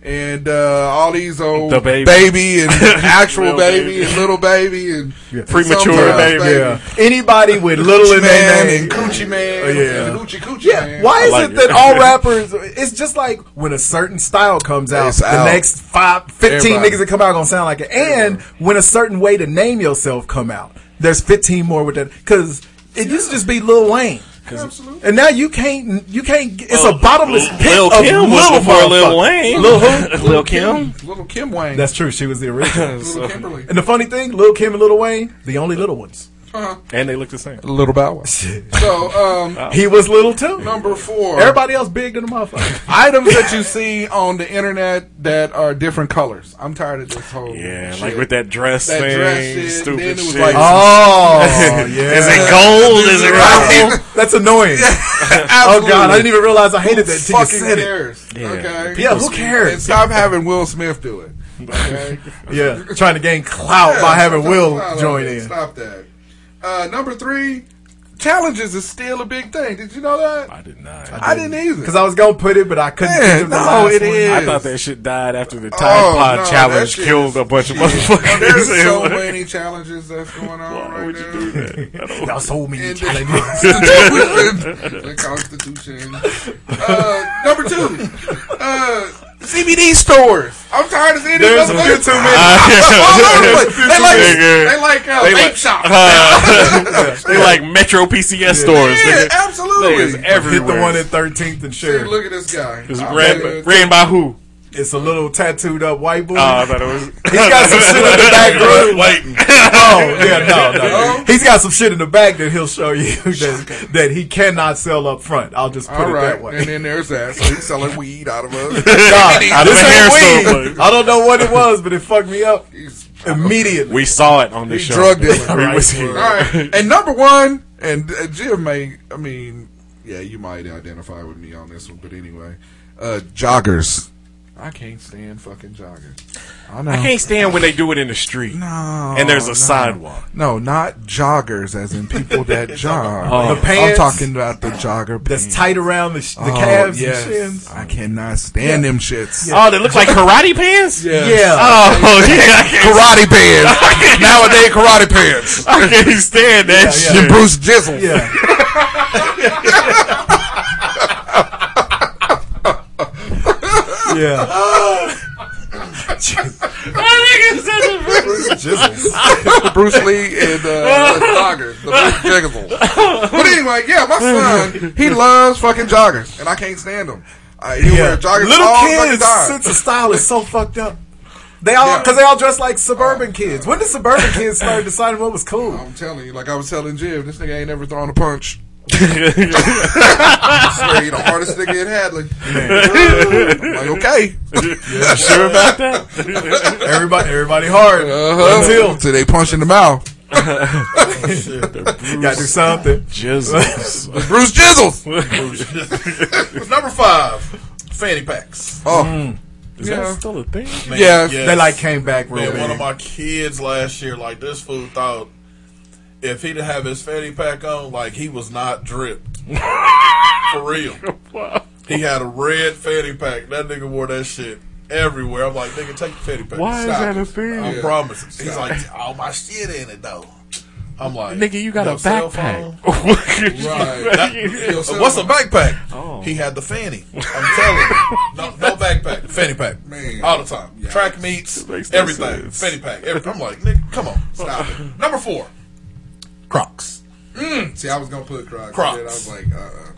S11: and uh, all these old
S10: The Baby.
S11: and actual
S10: Real
S11: baby,
S10: Baby.
S11: and little baby and
S10: Premature
S11: sometimes
S10: Baby.
S9: Yeah. Anybody with little in their
S11: man
S9: name.
S11: and coochie man,
S9: Oh, yeah.
S11: and hoochie coochie
S9: Yeah,
S11: man.
S9: why is
S10: like
S9: it
S10: it.
S9: that all rappers? It's just like when a certain style comes out,
S11: It's
S9: the
S11: out.
S9: next five, 15
S11: Everybody.
S9: niggas that come out gonna sound like it. And when a certain way to name yourself come out, there's 15 more with that because it used to just be Lil Wayne. And now you can't, you can't. It's a bottomless pit
S10: Lil
S9: of
S10: Kim was
S9: little
S10: before Lil
S9: motherfuckers.
S10: Wayne.
S9: Lil who?
S10: Lil Kim.
S11: Little Kim Wayne.
S9: That's true. She was the original.
S11: little Kimberly.
S9: and the funny thing, Lil Kim and Lil Wayne, the only little ones.
S10: And they look the same.
S11: Little Bow Wow. so, um,
S9: He was little too.
S11: number four.
S9: Everybody else big than a motherfucker.
S11: items that you see on the internet that are different colors. I'm tired of this whole
S10: Yeah,
S11: shit.
S10: like with that dress
S11: That
S10: thing.
S11: dress shit,
S10: Stupid
S11: then it was
S10: shit.
S11: like-
S9: Oh, yeah.
S10: Is it gold? Is it
S9: Wow,
S10: gold?
S9: that's annoying. oh
S11: Absolutely.
S9: God, I didn't even realize I hated that till you
S11: fucking
S9: said it.
S11: cares. Okay.
S9: Yeah, who
S11: And
S9: cares?
S11: stop having Will Smith do it. Okay.
S9: Yeah, trying to gain clout by having
S11: Stop-
S9: Will
S11: stop-
S9: join in.
S11: Stop that. Uh, number three, challenges is still a big thing. Did you know that? I
S10: did not.
S11: I didn't, either.
S9: Because I was gonna put it, Oh, but I couldn't.
S11: Man,
S9: think of the
S11: no,
S9: last
S11: it
S9: one.
S11: is.
S10: I thought that shit died after the Tide Pod
S11: Oh, no, that
S10: challenge
S11: shit
S10: killed
S11: is-
S10: a bunch of
S11: shit.
S10: motherfuckers.
S11: There's so
S10: Like-
S11: many challenges that's going on right now.
S9: There's so many
S11: And the
S9: challenges.
S11: Constitution. the Constitution. Uh, number two, uh, CBD stores. I'm tired of seeing
S17: There's a
S11: these motherfuckers.
S17: few too many.
S11: All over the place.
S17: There's a
S11: They
S17: few
S11: like,
S17: too many.
S11: they like uh,
S10: They
S11: vape
S10: like-
S11: shops.
S10: Uh, they like Metro PCS stores.
S11: Yeah,
S10: nigga.
S11: absolutely.
S10: Niggas everywhere.
S9: Hit the one at 13th and
S11: See,
S9: Sheridan.
S11: look at this guy.
S10: It's
S11: I'm
S10: ran,
S11: telling you,
S10: ran by who?
S9: It's a little tattooed up white boy.
S10: Oh, I thought it was.
S9: He's got some shit in the back room. Oh, yeah, no, no. He's got some shit in the back that he'll show you that, that he cannot sell up front. I'll just put
S11: All
S9: it
S11: right,
S9: that way.
S11: and then there's that. So he's selling weed out of us.
S9: God, this ain't weed. I don't know what it was, but it fucked me up immediately.
S10: We saw it on the show.
S11: drug dealer.
S10: We was here.
S11: All right. And number one, and uh, Jim may, I mean, yeah, you might identify with me on this one, but anyway, uh, joggers. I can't stand fucking joggers. I know.
S10: I can't stand when they do it in the street. No, and there's a
S11: no.
S10: sidewalk.
S11: No, not joggers, as in people that jog.
S10: Oh.
S9: The pants?
S11: I'm talking about the jogger
S9: That's
S11: pants.
S9: tight around the, sh- the
S11: Oh,
S9: calves
S11: yes.
S9: and shins.
S11: I cannot stand
S9: Yeah.
S11: them shits.
S10: Oh, they look like karate pants.
S9: Yeah.
S11: Ah.
S10: Oh, yeah. I can't-
S11: karate pants. Nowadays, karate pants.
S10: I can't stand that
S11: Yeah,
S10: shit.
S11: yeah. And Bruce Jizzle.
S9: Yeah. yeah.
S11: Oh, Bruce Lee and uh, the joggers, the Bruce Jizzle. But anyway, yeah, my son, he loves fucking joggers, and I can't stand them. Uh, he
S9: Yeah.
S11: wear joggers
S9: Little
S11: all fucking
S9: kids'
S11: time.
S9: sense of style is so fucked up. They all because they all dress like
S11: Oh.
S9: suburban kids. When did suburban kids start deciding what was cool?
S11: I'm telling you, like I was telling Jim, this nigga ain't never thrown a punch. I swear, he the hardest nigga in Hadley. I'm like, okay.
S8: Uh-huh.
S9: Yeah, sure about that. everybody, everybody hard
S11: Uh-huh.
S9: until
S11: Till they punch in the mouth.
S9: got to do something.
S10: Jizzles.
S11: Bruce Jizzles.
S8: Number five, fanny packs.
S11: Oh.
S10: Is
S8: Yeah.
S10: that still a thing?
S8: Man,
S9: Yeah,
S8: yes.
S9: they, like, came back real
S8: Man,
S9: big.
S8: One of my kids last year, like this fool thought if he'd have his fanny pack on, like he was not dripped. For real. He had a red fanny pack. That nigga wore that shit everywhere. I'm like, nigga, take the fanny pack.
S10: Why is
S8: Stop
S10: that
S8: it.
S10: a thing?
S8: I
S10: Yeah.
S8: promise. He's like, all my shit in it though. I'm like,
S10: Nigga, you got
S8: your
S10: a
S8: cell
S10: backpack.
S8: phone? right. That- your cell What's a backpack?
S10: Oh.
S8: He had the fanny. I'm telling you. No, no backpack. Fanny pack.
S11: Man.
S8: All the time. Track meets,
S10: makes no
S8: everything.
S10: sense.
S8: Fanny pack. Everything. I'm like, nigga, come on. Stop it. Number four. Crocs. Mm.
S11: See, I was gonna put Crocs.
S8: Crocs.
S11: but then I was like, uh,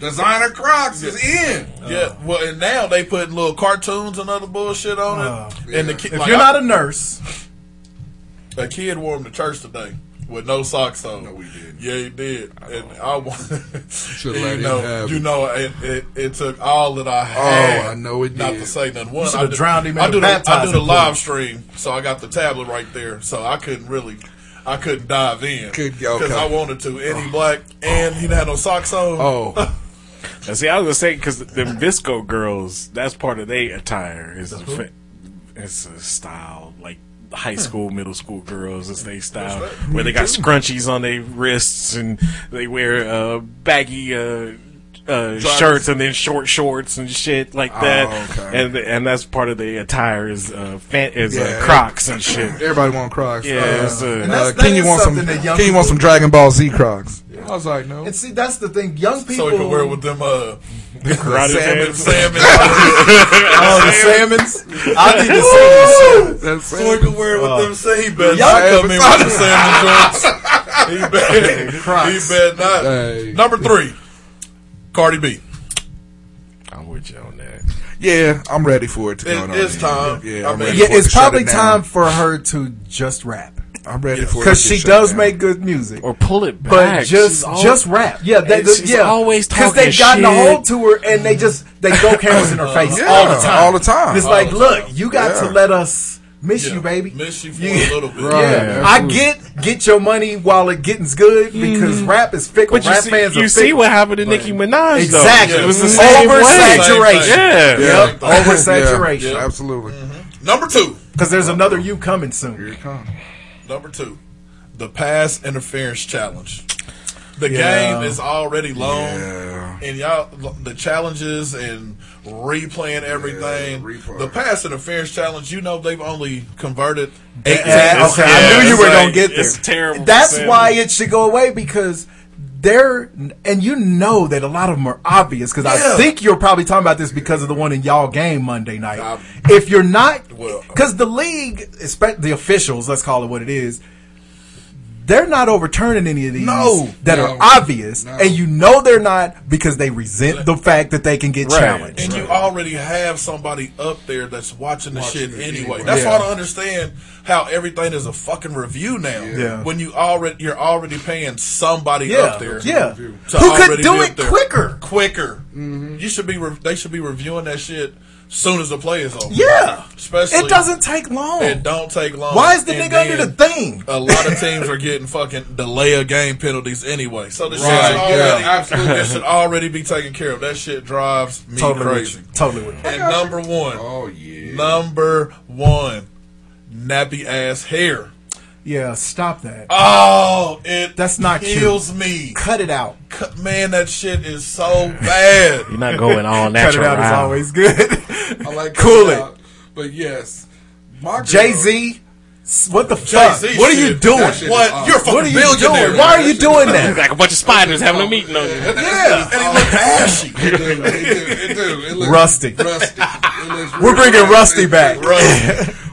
S11: designer Crocs is in.
S8: Yeah. Well, and now they put little cartoons and other bullshit on it. and the kid,
S9: Oh. If you're not a nurse,
S8: a kid wore them to church today with no socks on. Uh. No, we did. Yeah, he did. and I want.
S11: Shoulda let
S8: you
S11: him
S8: know,
S11: have
S8: you
S11: it. Oh,
S8: know, it, it, it took all that I had.
S11: I know it
S8: Not
S11: did.
S8: to say nothing. One,
S9: You shoulda
S8: I did,
S9: drowned him in
S8: I
S9: a
S8: do the, I do
S9: baptizing
S8: the
S9: pool.
S8: live stream, so I got the tablet right there, so I couldn't really. I couldn't dive in
S11: Good,
S8: because
S11: yeah, okay.
S8: I wanted to. And he black, and he had no socks on.
S11: Oh,
S10: Now, see, I was gonna say because them visco girls, that's part of their attire. Is
S8: That's who?
S10: fa- it's a style like high school, middle school girls is they style
S8: that?
S10: where they got
S8: Me too.
S10: scrunchies on their wrists and they wear uh, baggy. Uh, uh,
S8: Joggers.
S10: shirts and then short shorts and shit like that,
S11: Oh, okay.
S10: and and that's part of the attire is uh, fan- is
S11: Yeah.
S10: uh, Crocs and shit.
S11: everybody want Crocs.
S10: Yeah, it's, uh,
S11: uh,
S10: And that's-
S9: that
S11: can you
S9: is
S11: want some?
S9: something that young
S11: Can you want some Dragon Ball Z Crocs? I was like, no.
S9: and see that's the thing. Young people,
S8: So he could wear it with them uh,
S10: Karate
S8: salmon,
S10: pants.
S8: salmon.
S9: oh, the salmons. I need to see this.
S11: That's
S8: So he could wear it with them. Say Uh, he better
S9: Y'all
S8: not come in with
S9: ever-
S8: the salmon joints. He better, he
S9: Crocs.
S8: better not.
S11: Hey.
S8: Number three, Cardi B.
S10: I'm with you on that.
S11: Yeah, I'm ready for it to
S8: It-
S11: go. on
S8: it's
S11: in.
S8: time.
S11: Yeah,
S8: I
S11: I'm
S8: mean-
S11: ready
S9: Yeah,
S11: for it to
S9: it's
S11: shut
S9: probably
S11: it down.
S9: time for her to just rap
S11: I'm ready for it
S9: because
S11: to
S9: she
S11: shut
S9: does
S11: down.
S9: make good music.
S10: Or pull it back,
S9: But
S10: She's
S9: just
S10: al-
S9: just rap, yeah. They,
S10: And she's
S9: yeah,
S10: always
S9: because
S10: talking
S9: they've gotten
S10: shit.
S9: a hold to her, and they just they throw cameras in her face
S11: Uh-huh. Yeah,
S9: all the time.
S11: all the time.
S9: It's
S11: All
S9: like,
S8: the
S9: look,
S8: time.
S9: you got
S11: Yeah.
S9: to let us miss
S8: Yeah.
S9: you, baby.
S8: Miss you for
S9: Yeah.
S8: a little bit.
S11: Right.
S9: Yeah,
S11: Yeah,
S9: I
S11: absolutely.
S9: get get your money while it getting's good because rap is fickle.
S10: But you
S9: rap
S10: see,
S9: fans
S10: you
S9: are
S10: see
S9: fickle.
S10: what happened to Nicki Minaj
S9: Exactly.
S10: though. It was the
S9: Mhm.
S10: same way.
S9: Oversaturation.
S10: Yeah.
S8: Yeah.
S9: Yep, oversaturation.
S11: Yeah, absolutely.
S8: Number two.
S9: Because there's another you coming soon.
S11: Here it comes.
S8: Number two, the pass interference challenge. the
S9: Yeah.
S8: game is already long, and y'all the challenges and replaying everything. the pass interference challenge, you know, they've only converted.
S9: Yeah,
S8: 18
S9: okay, I knew you were gonna get there.
S8: It's
S9: That's why it should go away because they're and you know that a lot of them are obvious because
S8: Yeah.
S9: I think you're probably talking about this because of the one in y'all game Monday night. if you're not, because the league, espe- the officials, let's call it what it is. They're not overturning any of these
S8: No.
S9: that
S8: No.
S9: are obvious, and you know they're not because they resent the fact that they can get challenged.
S8: And you already have somebody up there that's watching the shit anyway. That's
S9: Yeah.
S8: why I don't understand how everything is a fucking review now.
S9: Yeah.
S8: When you already you're already paying somebody
S9: Yeah.
S8: up there.
S9: Yeah.
S8: Who
S9: Who could do it
S8: quicker? Quicker. You should be. Re- they should be reviewing that shit soon as the play is over.
S9: Yeah.
S8: Especially.
S9: It doesn't take long.
S8: It don't take long.
S9: Why is the
S8: And
S9: nigga under
S8: then uh,
S9: the thing?
S8: A lot of teams are getting fucking delay of game penalties anyway. So this shit
S9: Right.
S8: should
S9: Yeah.
S8: already,
S9: Absolutely.
S8: this should already be taken care of. That shit drives me
S9: Totally with
S8: crazy.
S9: you. Totally with you.
S8: And number one. Oh yeah. Number one. Nappy ass hair.
S9: Yeah, stop that.
S11: Ah.
S8: Oh, it
S9: That's not cute.
S8: kills me.
S9: Cut it out.
S8: Cut- Man, that shit is so bad.
S10: You're not going all
S9: Cut
S10: natural.
S9: it out is
S10: route.
S9: always good.
S11: I like
S9: Cool
S11: that
S9: it.
S11: out. But yes, my girl-
S9: Jay Z, what the fuck?
S11: Jay-Z
S9: what are you
S11: shit.
S9: doing?
S11: That shit is What? awesome. You're a
S9: What are
S11: fucking
S9: you
S11: billionaire.
S9: doing? Why are you
S11: That shit
S9: doing
S11: is
S9: that?
S11: awesome.
S10: like a bunch of spiders having a meeting on you.
S11: Yeah, and it looks ashy. It do, it do. It looks
S9: Rusty.
S11: Rusty. It looks
S9: We're
S11: real
S9: bringing
S11: nasty.
S9: Rusty back.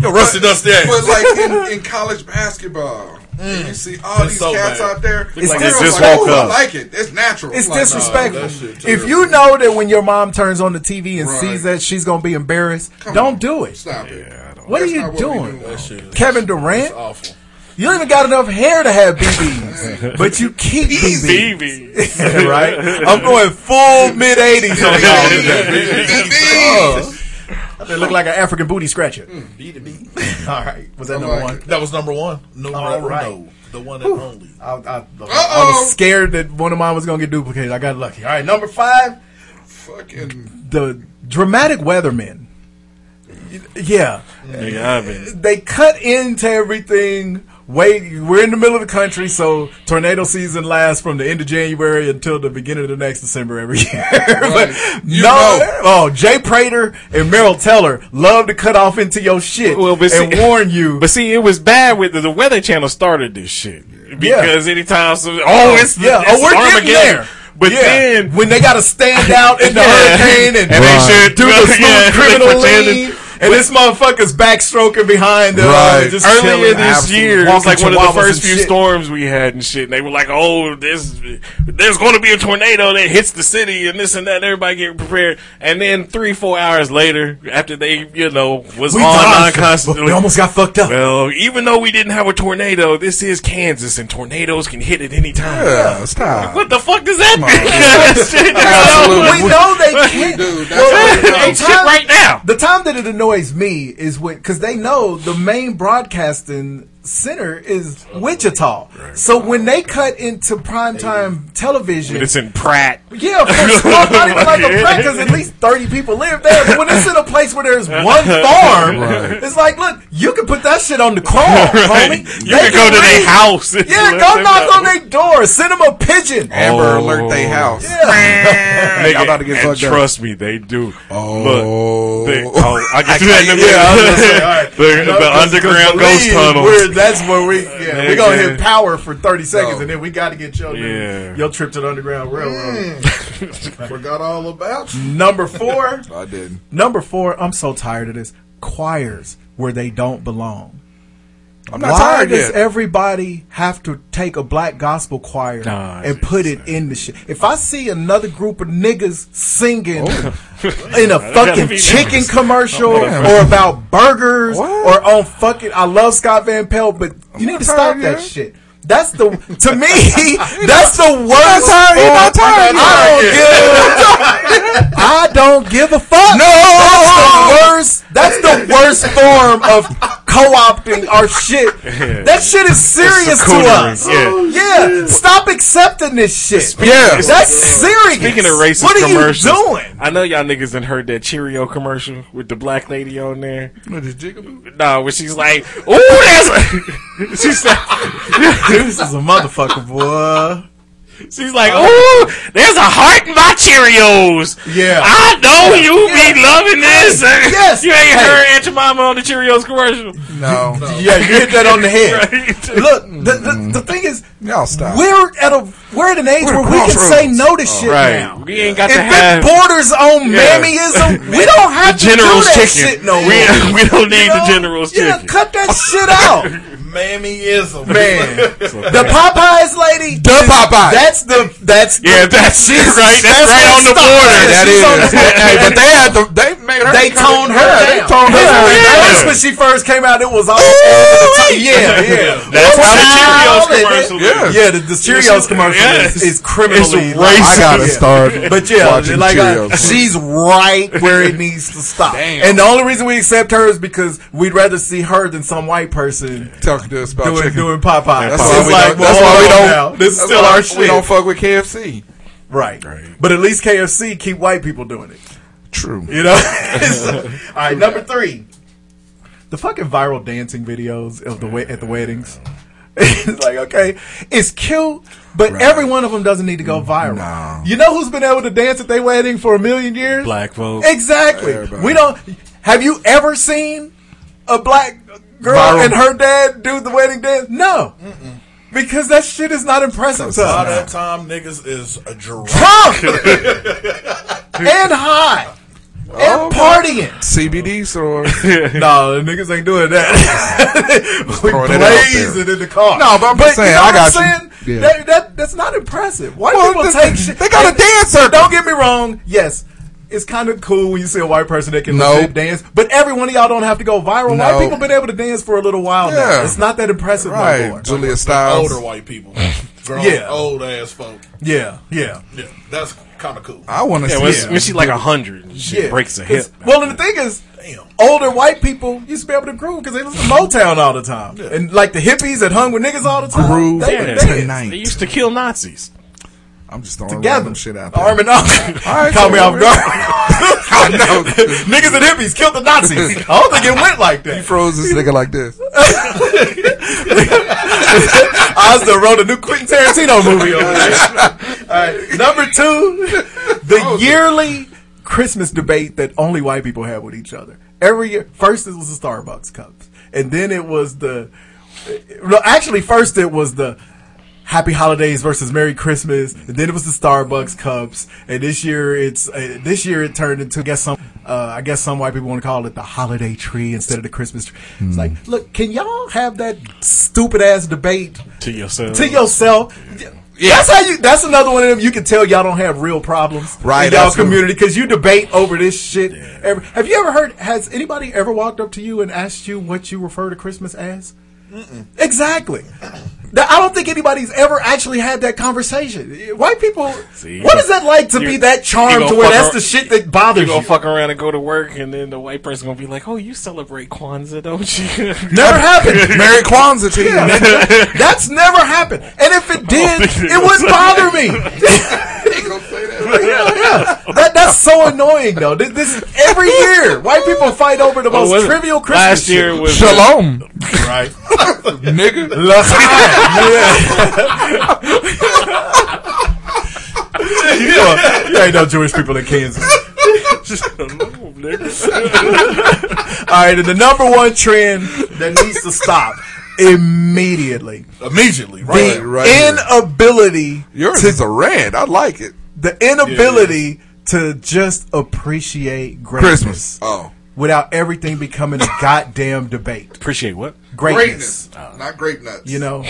S8: Yo, Rusty Dusty.
S11: But like in, in college basketball,
S9: Mm.
S11: and you see all
S8: It's
S11: these
S8: so
S11: cats
S8: bad.
S11: out there.
S9: It's
S11: girls
S9: dis- just
S11: like,
S9: woke
S11: "Ooh, I
S9: up."
S11: like it. It's natural.
S9: It's
S11: Like, nah,
S9: disrespectful.
S11: that shit
S9: if
S11: terrible.
S9: you know that when your mom turns on the TV and
S11: Right.
S9: sees that she's gonna be embarrassed, don't do it.
S11: Stop it.
S9: What
S11: That's
S9: are you
S11: not what we
S9: doing?
S11: do. That shit is-
S9: Kevin Durant? You don't even got enough hair to have BBs, but you keep BBs. Yeah, right? I'm going full mid 80s on y'all today. Oh. They look like an African booty scratcher. All right. Was that
S8: I
S9: number
S8: like
S9: one?
S8: it. That was number one. Numero
S9: All right.
S8: uno. The one and only.
S9: I, I, I was scared that one of mine was going to get duplicated. I got lucky. All right. Number five.
S11: Fucking.
S9: The dramatic weathermen. Yeah.
S10: Nigga, I've been
S9: They cut into everything. Wait, we're in the middle of the country, so tornado season lasts from the end of January until the beginning of the next December every year. But no, oh, Jay Prater and Merrill Teller love to cut off into your shit and warn you.
S10: But see, it was bad with the, the Weather Channel started this shit
S9: Yeah.
S10: because anytime some oh it's the,
S9: yeah,
S10: it's
S9: oh we're getting
S10: Armageddon.
S9: there.
S10: But
S9: Yeah.
S10: then
S9: when they got to stand out in the
S10: Yeah.
S9: hurricane and,
S10: And they should-
S9: do the smooth
S10: yeah, they
S9: criminal
S10: pretended.
S9: lean, and this motherfucker's backstroking behind them,
S10: Right.
S9: just
S10: Earlier
S9: chilling,
S10: this
S9: absolutely
S10: year, it was
S9: walking
S10: like one of the
S9: chihuahuas
S10: first
S9: and
S10: few
S9: shit.
S10: storms we had and shit. And they were like, "Oh, there's there's going to be a tornado that hits the city and this and that." And everybody getting prepared, and then three, four hours later, after they, you know, was
S9: We
S10: on non
S9: dodged,
S10: constantly,
S9: but we almost got fucked up.
S10: Well, even though we didn't have a tornado, this is Kansas, and tornadoes can hit at any time.
S12: Yeah, stop.
S10: What the fuck does that
S12: Come
S10: mean? Shit,
S9: We know they can't. Well, the
S10: Ain't shit right now.
S9: The time that it annoys me is when, because they know the main broadcasting center is Wichita. So when they cut into primetime television,
S10: When it's in Pratt.
S9: yeah, for sure, not even like a prank, 'cause at least 30 people live there. But when it's in a place where there's one farm,
S10: Right.
S9: it's like, look, you can put that shit on the crawl, homie.
S10: You can go to their
S9: read.
S10: house. and
S9: Yeah,
S10: let
S9: go
S10: them
S9: knock
S10: know.
S9: on their door. Send them a pigeon.
S12: Amber alert they house.
S9: Yeah.
S10: Nigga,
S12: Y'all about to get
S10: and
S12: fucked up.
S10: Trust me, they do.
S12: Oh.
S10: Look, they, oh, I
S12: I
S10: can do that in a minute.
S12: yeah, I was gonna say, all right.
S10: The-
S12: No,
S10: the
S12: 'cause- 'cause
S10: underground ghost
S9: Believe
S10: tunnels.
S9: we're- that's where we yeah,
S10: Nigga.
S9: we're gonna hit power for thirty seconds
S10: No.
S9: and then we gotta get your
S10: Yeah.
S9: your trip to the underground railroad.
S11: Forgot all about you.
S9: Number four.
S12: I didn't.
S9: Number four, I'm so tired of this. Choirs where they don't belong.
S12: I'm not
S9: Why
S12: tired
S9: does
S12: yet.
S9: everybody have to take a black gospel choir
S10: Nah,
S9: and put it in the shit? If I see another group of niggas singing in a
S10: That'd
S9: fucking
S10: Oh. be Oh,
S9: chicken
S10: nice.
S9: commercial or about burgers or on fucking, I love Scott Van Pelt, but you need to stop
S12: tired
S9: that
S12: yet.
S9: shit. That's the to me. that's the worst.
S12: tired- you're not
S9: form-
S12: tired
S9: I don't give. I don't give a fuck. No, that's the worst. That's the worst form of co-opting our shit. That shit is serious to
S10: coonery,
S9: us. Oh,
S10: yeah.
S9: Yeah, stop accepting this shit.
S10: Yeah.
S9: that's serious.
S10: Speaking of racist
S9: what are
S10: commercials,
S9: you doing?
S10: I know y'all niggas done heard that Cheerio commercial with the black lady on there.
S12: What is Jigaboo?
S10: Nah, where she's like, "Ooh, that's." she said,
S9: Deuce is a motherfucker, boy.
S10: She's like, "Ooh, there's a heart in my Cheerios."
S9: Yeah,
S10: I know you be loving this.
S9: Yes.
S10: you ain't
S9: Hey.
S10: heard Aunt Jemima on the Cheerios commercial.
S12: No.
S9: Yeah, you hit that on the head. Look, the, the, the thing is,
S12: Mm. Y'all stop.
S9: we're at a we're at an age
S12: We're at
S9: where we can
S12: crossroads.
S9: say no to shit
S10: right.
S9: now.
S10: We ain't got
S9: if
S10: to
S9: it
S10: have
S9: borders on
S10: Yeah.
S9: mammyism, we don't have to do
S10: General's
S9: that
S10: chicken.
S9: shit no more.
S10: we, we don't
S9: You
S10: need
S9: know?
S10: the General's
S9: Yeah,
S10: chicken.
S9: cut that shit out.
S8: Mammyism.
S9: Man, the Popeyes lady, the
S12: Popeyes.
S9: That's the that's
S10: yeah, that's
S9: she's-
S10: right. That's, right
S9: where
S10: on the
S9: it starts.
S10: border.
S9: Yeah,
S12: That
S9: she's
S12: is.
S9: on the border.
S12: hey, but they had to. They made her.
S9: They toned her
S12: Yeah, They
S9: down.
S12: toned her down.
S9: First, when she first came out, it was all over the top. Yeah, yeah.
S10: That's
S9: Over
S10: how the
S9: top
S10: Cheerios
S9: and-
S10: commercial
S12: is.
S9: Yeah, the, the Cheerios commercial
S10: Yes.
S9: is, is criminally
S10: It's
S9: like-
S12: I gotta
S9: yeah.
S12: start
S9: But yeah,
S12: watching
S9: like uh,
S12: Cheerios.
S9: she's right where it needs to stop.
S12: Damn.
S9: And the only reason we accept her is because we'd rather see her than some white person
S12: Talking to us about
S9: doing
S12: chicken.
S9: doing Popeye.
S12: That's why we
S9: like,
S12: don't.
S9: well,
S12: That's why we
S9: hold on
S12: don't.
S9: now. This is
S12: that's
S9: still
S12: why
S9: our
S12: We
S9: shit.
S12: don't fuck with KFC.
S9: Right. But at least KFC keep white people doing it.
S12: True.
S9: You know? all right, number three. The fucking viral dancing videos of the we- at the weddings. it's like, okay, it's cute, but every one of them doesn't need to go viral. You know who's been able to dance at their wedding for a million years?
S10: Black folks.
S9: Exactly.
S12: Everybody.
S9: We don't. Have you ever seen a black girl
S12: Viral.
S9: and her dad do the wedding dance? No. Because that shit is not impressive to
S8: By
S9: us.
S8: that time, niggas is a giraffe.
S9: Drunk and high
S12: Oh,
S9: and partying.
S12: CBD store.
S9: No, the niggas ain't doing that. we
S12: Throwing it out there.
S9: blazing in the car.
S12: No, but I'm just saying, I got you. Yeah.
S9: That, that, that's not impressive. White
S12: Well,
S9: people
S12: this-
S9: take shit.
S12: they got a
S9: and-
S12: dance circle.
S9: Don't get me wrong. Yes, it's kind of cool when you see a white person that can
S12: No.
S9: legit dance, but every one of y'all don't have to go viral.
S12: No.
S9: White people been able to dance for a little while now.
S12: Yeah.
S9: It's not that impressive no more.
S12: Right. Julia Stiles.
S8: Older white people. Grown,
S9: Yeah.
S8: Old ass folk.
S9: Yeah, yeah.
S8: Yeah, that's kind of cool.
S12: I want to
S10: Yeah,
S12: see.
S10: when,
S12: it.
S10: when she like a hundred, she breaks a hip.
S9: It's- Well, and the thing is, older white people used to be able to groove because they listen to Motown all the time, and like the hippies that hung with niggas all the time,
S12: Groove
S9: they
S10: Yeah.
S9: would dance
S12: tonight.
S10: They used to kill Nazis.
S12: I'm just throwing
S9: together,
S12: random shit out there.
S9: arm in arm.
S12: right,
S9: Caught me
S12: so-
S9: off guard.
S12: I know.
S9: niggas and hippies killed the Nazis. I don't think it went like
S12: He
S9: that.
S12: froze this nigga like this.
S9: I was the wrote a new Quentin Tarantino movie over there. All right, number two, the yearly Christmas debate that only white people have with each other. Every year, first it was the Starbucks cups, and then it was the. No, actually, first it was the Happy Holidays versus Merry Christmas, and then it was the Starbucks cups, and this year it's uh, this year it turned into I guess some uh, I guess some white people want to call it the holiday tree instead of the Christmas tree. It's like, look, can y'all have that stupid ass debate
S10: To yourself.
S9: to yourself. That's how you. That's another one of them. You can tell y'all don't have real problems
S12: Right,
S9: in y'all
S12: absolutely.
S9: community because you debate over this shit. Every- have you ever heard? Has anybody ever walked up to you and asked you what you refer to Christmas as? Exactly. Th- I don't think anybody's ever actually had that conversation. White people.
S10: See,
S9: what is that like to
S10: you-
S9: be that
S10: you
S9: charmed
S10: gonna
S9: to where
S10: fuck
S9: that's
S10: ar-
S9: the shit that
S10: You
S9: bothers you?
S10: gonna fuck around and go to work, and then the white person gonna be like, "Oh, you celebrate Kwanzaa, don't you?"
S9: Never happened.
S12: Merry Kwanzaa to you. nigga.
S9: That's never happened. And if it did,
S10: think they
S9: it wouldn't bother me. yeah, yeah. That, that's so annoying, though. This, this every year, white people fight over the
S10: What was
S9: most
S10: it?
S9: trivial Christmas.
S10: Last year was
S12: Shalom,
S8: Right?
S12: nigga.
S8: Oh,
S9: shit. You know, there ain't no Jewish people in Kansas. All right, and the number one trend that needs to stop immediately
S8: Immediately, right?
S9: the
S12: right.
S9: inability
S12: Yours
S9: to
S12: is a red. I like it.
S9: the inability to just appreciate greatness
S12: Christmas. Oh,
S9: without everything becoming a goddamn debate.
S10: Appreciate what?
S9: Greatness, Uh,
S12: greatness, not grape nuts.
S9: you know,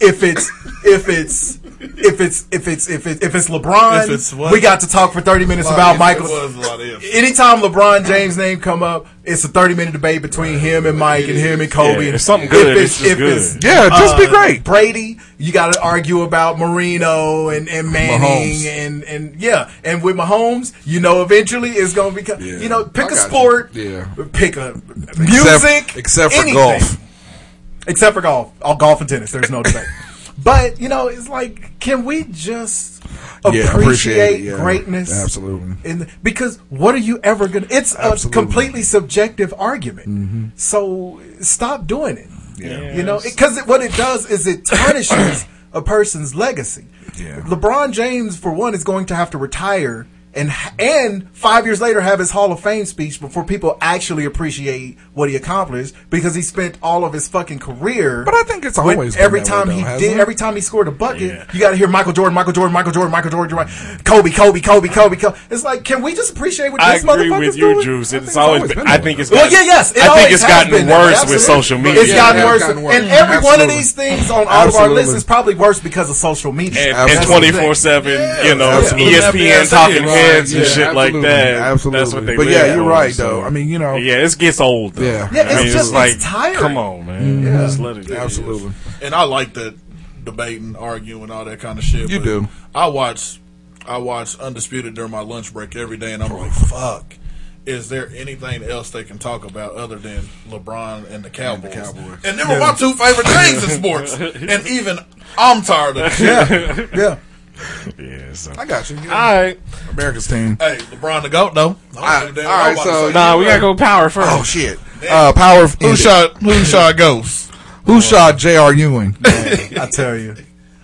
S9: if it's if it's if it's if it's if it's if it's LeBron,
S8: If it's what?
S9: we got to talk for thirty minutes about Michael.
S8: It was a lot of ifs.
S9: Anytime LeBron James name come up, it's a thirty minute debate between him and Mike and him and Kobe.
S10: Yeah, if something good, it's just good.
S12: Yeah, just be great.
S9: Uh, Brady, you got to argue about Marino and, and Manning
S12: Mahomes.
S9: and and yeah, and with Mahomes, you know, eventually it's gonna be
S12: Yeah,
S9: you know, pick
S12: I
S9: a
S12: got you.
S9: sport,
S12: Yeah.
S9: pick a
S12: Except-
S9: music,
S12: except for
S9: anything.
S12: golf.
S9: except for golf, all golf and tennis. There's no debate. But you know, it's like, can we just appreciate,
S12: Yeah, appreciate it, yeah.
S9: greatness?
S12: Absolutely.
S9: In the, because what are you ever gonna? It's
S12: Absolutely. Mm-hmm.
S9: a completely subjective argument. So stop doing it.
S10: Yeah.
S9: You know, because what it does is it tarnishes a person's legacy.
S11: Yeah.
S9: LeBron James, for one, is going to have to retire and and five years later have his Hall of Fame speech before people actually appreciate what he accomplished because he spent all of his fucking career. But
S11: I think it's always been
S9: every
S11: that
S9: time
S11: way, though,
S9: he
S11: hasn't
S9: did
S11: it?
S9: every time he scored a bucket, you got to hear Michael Jordan, Michael Jordan, Michael Jordan, Michael Jordan, Jordan, Kobe, Kobe, Kobe, Kobe, Kobe. It's like, can we just appreciate what
S10: I
S9: this
S10: agree
S9: motherfucker's
S10: with
S9: doing?
S10: you, Juice. It's always. Been, I think it's.
S9: Well, yeah,
S10: gotten-
S9: yes. It
S10: I think
S9: always
S10: it's
S9: has
S10: gotten
S9: been that way,
S10: worse with
S9: absolutely.
S10: social media.
S9: It's gotten
S10: Yeah.
S9: worse,
S10: Gotten
S9: and every one of
S10: Absolutely.
S9: these things on all of our
S10: Absolutely.
S9: lists is probably worse because of social media
S10: And- and
S9: That's the thing.
S10: twenty four seven, you know, E
S11: Absolutely.
S10: ESPN talking heads and
S11: Yeah,
S10: shit like
S11: absolutely.
S10: that.
S11: Absolutely.
S10: that's what they.
S11: But
S10: live
S11: yeah, you're
S10: on,
S11: right
S10: so.
S11: though. I mean, you know,
S10: yeah, it gets old. Though.
S11: Yeah.
S10: I mean, like, Come on, man.
S11: Yeah.
S10: Just let it.
S11: Absolutely.
S8: And I like that debating, arguing, all that kind of shit.
S11: You
S8: but
S11: do.
S8: I watch, I watch Undisputed during my lunch break every day, and I'm like, fuck. Is there anything else they can talk about other than LeBron and the Cowboys? And, they were my
S11: Yeah.
S8: two favorite things in sports. and even I'm tired of it.
S11: Yeah. Yeah.
S10: Yeah, so.
S11: I got you. All
S10: right.
S11: America's team.
S8: Hey, LeBron the GOAT, though. All right,
S11: all right, so- Nah, we gotta go
S10: power first.
S11: Oh shit! Uh, power.
S8: Who shot- who shot Ghost?
S11: Who shot J.R. Ewing?
S9: I tell you,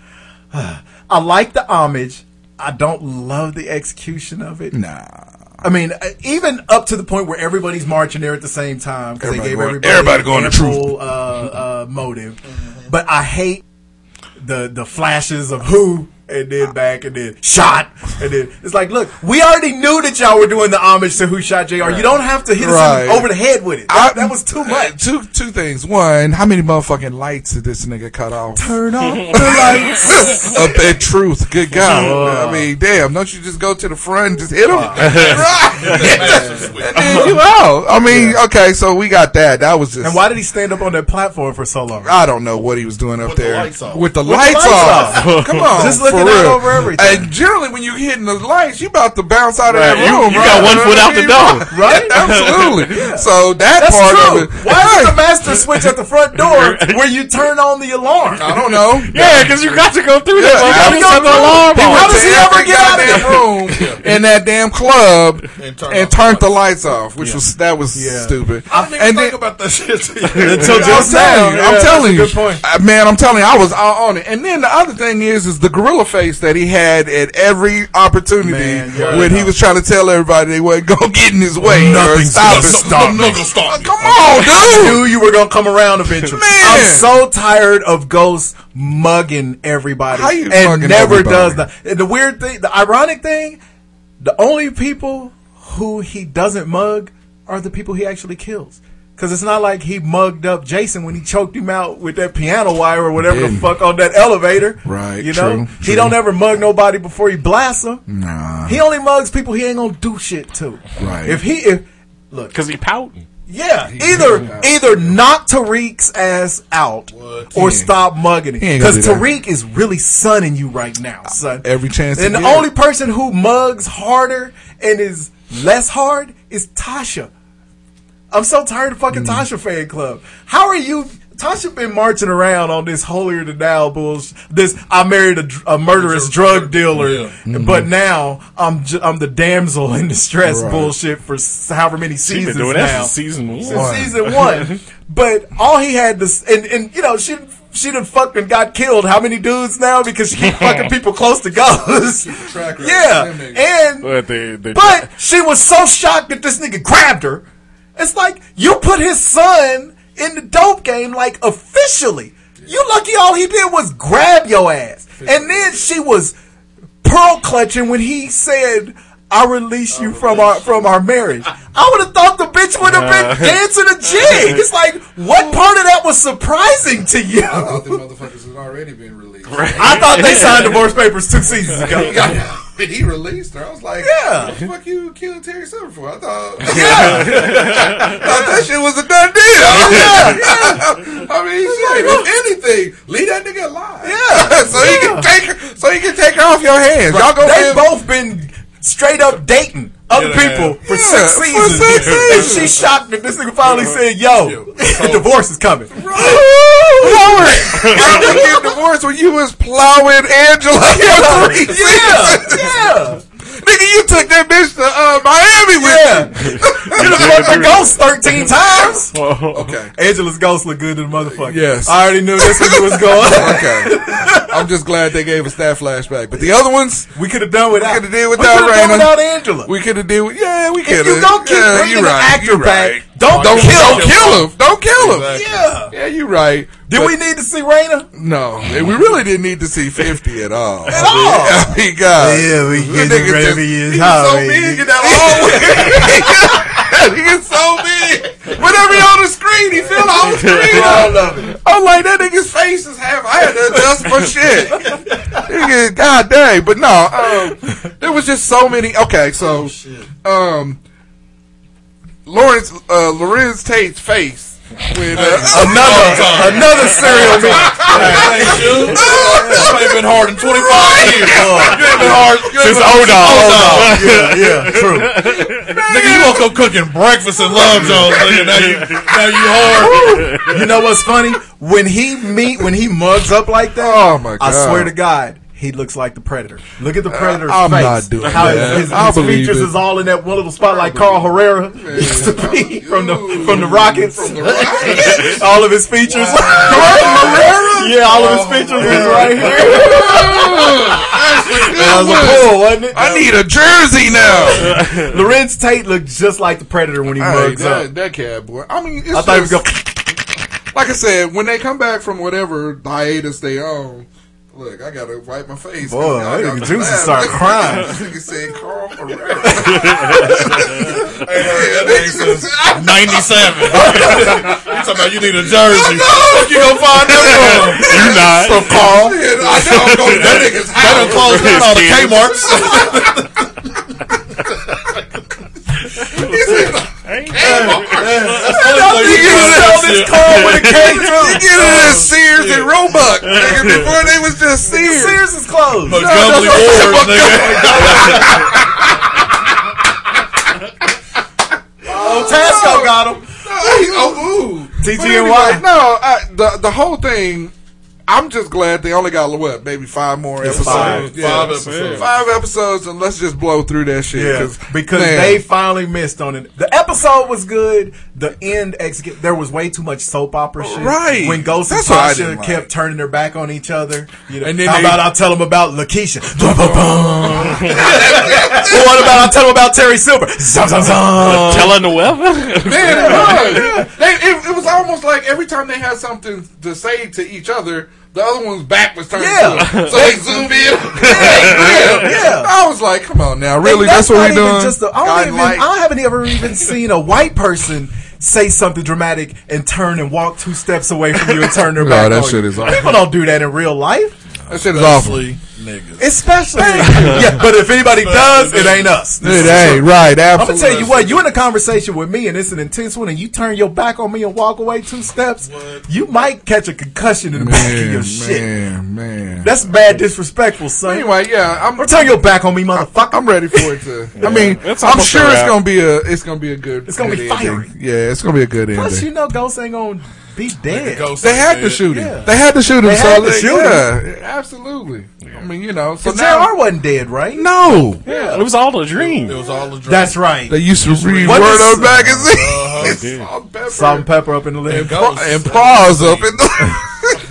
S9: I like the homage. I don't love the execution of it.
S11: Nah.
S9: I mean, uh, even up to the point where everybody's marching there at the same time because they
S11: Everybody
S9: gave
S11: going-
S9: everybody
S11: everybody going to
S9: ample,
S11: truth.
S9: uh, uh, motive.
S11: Mm-hmm.
S9: But I hate the the flashes of who and then back and then shot and then it's like, look, we already knew that y'all were doing the homage to who shot Jr. You don't have to hit
S11: Right.
S9: us over the head with it. That, that was too much.
S11: Two two things. One, how many motherfucking lights did this nigga cut off?
S9: Turn off the
S11: lights. Up at truth. Good God.
S9: Wow.
S11: I mean, damn. Don't you just go to the front and just hit him?
S9: Right.
S11: you out. I mean, okay. So we got that. That was just.
S9: And why did he stand up on that platform for so long?
S11: I don't know what he was doing up there
S9: lights off.
S11: with the
S9: With the
S11: lights,
S9: lights
S11: off.
S9: off.
S11: Come on,
S9: Just looking
S11: Oh, for
S9: out
S11: real.
S9: over everything.
S11: And generally, when you're hitting the lights, you about to bounce out of that
S10: Right, you-
S11: room.
S10: you
S11: right?
S10: got one
S11: know
S10: foot out
S11: what I
S10: the
S11: mean?
S10: door.
S11: right? Absolutely. So that
S9: That's
S11: part
S9: true.
S11: of it.
S9: Why is the master switch at the front door where you turn on the alarm?
S11: I don't know.
S10: Yeah, because you got to go through
S11: Yeah,
S10: that.
S11: you
S10: motherfucker. Set
S11: gotta go
S10: the
S11: through.
S10: alarm
S11: He
S10: off.
S11: went to every goddamn room in that damn club and turned, the lights off, which was that was stupid.
S8: I didn't even
S11: And
S8: think
S11: then,
S8: about that shit
S11: I'm telling you, I'm telling you, Uh, man. I'm telling you, I was all on it. And then the other thing is, is the gorilla face that he had at every opportunity when he was trying to tell everybody they wasn't gonna get in his way or
S9: Nothing's
S11: stop it.
S9: gonna stop me.
S11: Uh, Come on,
S9: I
S11: dude.
S9: knew you were gonna come around eventually.
S11: Man.
S9: I'm so tired of Ghost mugging everybody
S11: How you
S9: and
S11: mugging
S9: never
S11: everybody?
S9: does that. And The weird thing, the ironic thing, the only people who he doesn't mug are the people he actually kills. Cause it's not like he mugged up Jason when he choked him out with that piano wire or whatever the
S11: Didn't.
S9: fuck on that elevator.
S11: Right,
S9: You know,
S11: true, Mm.
S9: he
S11: true.
S9: don't ever mug nobody before he blasts them.
S11: Nah.
S9: He only mugs people he ain't gonna do shit to.
S11: Right.
S9: If he if look
S10: because he pouting.
S9: Yeah, either either knock Tariq's ass out or stop mugging him
S11: He ain't gonna
S9: because
S11: do that. Uh,
S9: Tariq is really sunning you right now, son.
S11: Every chance. he
S9: And the
S11: get.
S9: only person who mugs harder and is less hard is Tasha. I'm so tired of
S11: Hmm.
S9: fucking Tasha fan club. How are you? Tasha been marching around on this holier than thou bullshit. This I married a, dr- a murderous drug dealer,
S11: Hmm.
S9: but now I'm j- I'm the damsel in distress
S10: Right.
S9: bullshit for s- however many
S10: She been
S9: seasons
S10: doing that
S9: now.
S10: since season one.
S9: Since season one. but all he had to s- and and you know she. She done fucked and got killed. How many dudes now? Because she keep fucking people close to ghosts. Yeah, and
S10: But they, they
S9: but she was so shocked that this nigga grabbed her. It's like you put his son in the dope game, like officially. You lucky all he did was grab your ass. And then she was pearl clutching when he said, I release you from our from our marriage. I would have thought the bitch would have
S10: Uh.
S9: been dancing a jig. It's like, what part of that was surprising to you?
S11: motherfuckers had already been released.
S9: I thought they signed divorce papers two seasons ago.
S11: he released her. I was like,
S9: Yeah.
S11: "What the fuck you killing Terry Silver for?" I thought,
S9: Yeah.
S11: I thought that shit was a done deal. Yeah. I mean, shit, if anything, leave that nigga alive. Yeah, so he can take her, so he can take her off your hands. Y'all go.
S9: They
S11: live-
S9: both been straight up dating other people for
S11: Yeah,
S9: six
S11: for
S9: seasons.
S11: six seasons.
S9: And she shocked that this nigga finally said, "Yo, the divorce is coming."
S11: Lower it. How did you get divorced when you was plowing Angela for three
S9: Yeah, yeah.
S11: Nigga, you took that bitch to uh, Miami with you.
S9: You done fucked the ghost 13 times?
S11: okay.
S9: Angela's ghost look good to the motherfucker.
S11: Yes.
S9: I already knew this where you was going.
S11: okay. I'm just glad they gave us that flashback. But the other ones,
S9: we could have done without.
S11: We could have did
S9: We
S11: without
S9: coulda done
S11: Raina.
S9: without Angela.
S11: We could have did. with- Yeah, we
S9: If
S11: could have.
S9: you don't keep
S11: yeah,
S9: bringing
S11: you
S9: the
S11: right,
S9: actor
S11: you
S9: back,
S11: right.
S9: don't
S11: don't
S9: kill
S11: don't
S9: him.
S11: kill him. Don't kill him.
S9: Yeah.
S11: Yeah, you're right.
S9: Did
S11: But-
S9: we need to see Raina?
S11: No, we really didn't need to see 50 at all.
S9: At all.
S11: I mean, God.
S9: Yeah, we
S11: That
S9: get
S11: nigga
S9: ready to
S11: just- he was so
S9: hurry.
S11: big in that hallway. he is so big. Whenever he on the screen, he feel on the screen. I love it. I'm like, that nigga's face is half. I had to adjust my shit. Nigga, God dang. But no, um, there was just so many. Okay,
S9: Oh,
S11: so, um, Lawrence, uh, Lorenz Tate's face. When, uh,
S9: Another, another serial
S8: Shoot. That might have been hard in 25 years. You ain't been hard. you ain't
S9: Since
S8: been-
S9: Odom. Yeah, yeah, true.
S8: Odom. Nigga, you woke up cooking breakfast and love Jones. Nigga, now you, now you hard.
S9: you know what's funny? When he meet, when he mugs up like that, oh
S11: my
S9: I
S11: God.
S9: swear to God, he looks like the Predator. Look at the Predator's
S11: Uh, I'm
S9: face.
S11: not doing
S9: How
S11: that.
S9: his, his,
S11: I believe
S9: features
S11: it.
S9: is all in that one little spot, like Carl Herrera used to be from the from the Rockets. all of his features, yeah, all of his features is right here. That was "Oh, a pull, wasn't it?
S11: I need a jersey now.
S9: Lorenz Tate looked just like the Predator when he
S11: Hey,
S9: mugs
S11: that,
S9: up.
S11: that cat boy. I mean, it's
S9: I thought he was
S11: just-
S9: going.
S11: like I said,
S18: When they come back from whatever hiatus they on, look, I gotta wipe my face.
S9: Boy,
S18: I
S9: that
S18: gotta
S9: nigga Juicy
S18: laugh.
S9: started crying.
S18: This nigga said, Carl Herrera.
S8: Since 97. you talking about you need a jersey. Fuck you gonna find that from?
S10: You not.
S8: From Carl.
S18: I know I'm going to that nigga's
S8: They done closed down all the
S10: His kids.
S8: Kmart's.
S9: this Carl with a K
S11: you
S9: too.
S11: get it as Sears and Roebuck. Nigga, before they was just Sears.
S9: Sears is closed.
S8: Montgomery Ward, nigga.
S9: Oh, Tasco got him.
S11: oh, ooh.
S9: TGNY.
S11: But anyway, No, I, the the whole thing. I'm just glad they only got what maybe five more
S9: It's
S11: episodes.
S9: five.
S8: Five episodes.
S11: Five episodes, and let's just blow through that shit.
S9: Yeah,
S11: 'cause,
S9: because
S11: man,
S9: they finally missed on it. The episode was good. The end execute. There was way too much soap opera shit.
S11: Right.
S9: When Ghost
S11: That's
S9: and
S11: what I
S9: Tasha
S11: didn't like.
S9: kept turning their back on each other. You know,
S11: And then
S9: how
S11: they-
S9: about I tell them about Lakeisha? Bum, bum, bum. Well, what about I tell them about Terry Silver? Zum, zum, zum.
S10: Telling the weather?
S18: Man,
S11: yeah,
S18: They, it, it was almost like every time they had something to say to each other, the other one's back was turned.
S9: Yeah.
S18: to them. so they zoomed in.
S11: yeah,
S9: Yeah.
S11: I was like, come on now, really?
S9: And
S11: That's,
S9: not
S11: what we
S9: even
S11: doing?
S9: Just a, I,
S11: God
S9: don't even,
S11: like-
S9: I haven't ever even seen a white person say something dramatic and turn and walk two steps away from you and turn their
S11: No,
S9: back. on
S11: that shit
S9: you.
S11: is awful.
S9: People don't do that in real life,
S11: that shit is awful.
S8: Honestly, niggas.
S9: especially. yeah, but if anybody does, it ain't us. This
S11: It
S9: is
S11: ain't right.
S9: I'm gonna
S11: Absolutely.
S9: tell you what. You in a conversation with me, and it's an intense one, and you turn your back on me and walk away two steps, you might catch a concussion in the back of your
S11: Man,
S9: shit.
S11: man, man.
S9: That's bad, disrespectful, son.
S18: anyway, yeah, I'm,
S9: Or turn your back on me, motherfucker.
S11: I'm ready for it to. I mean,
S10: It's
S11: I'm
S10: almost a
S11: sure it's
S10: wrap.
S11: gonna be a it's gonna be a good.
S9: It's gonna
S11: good
S9: be
S11: ending.
S9: fiery.
S11: Yeah, it's gonna be a good
S9: Plus, you
S11: ending.
S9: know, Ghost ain't gonna be dead.
S8: Ghost
S11: They had to
S8: said-
S11: shoot him.
S9: Yeah.
S11: They had to shoot him.
S9: They
S11: so
S9: had to shoot
S11: yeah,
S9: him.
S18: absolutely. I mean, you know, so
S9: Because
S18: now
S9: JR wasn't dead, right?
S11: No,
S10: Yeah, it was all a dream.
S8: It was all a dream.
S9: That's right.
S11: they used to read
S9: What
S11: Word
S9: is-
S11: Up magazine
S18: Salt Pepper.
S9: Salt and pepper up in the living room.
S8: Ghost.
S11: and paws up in the.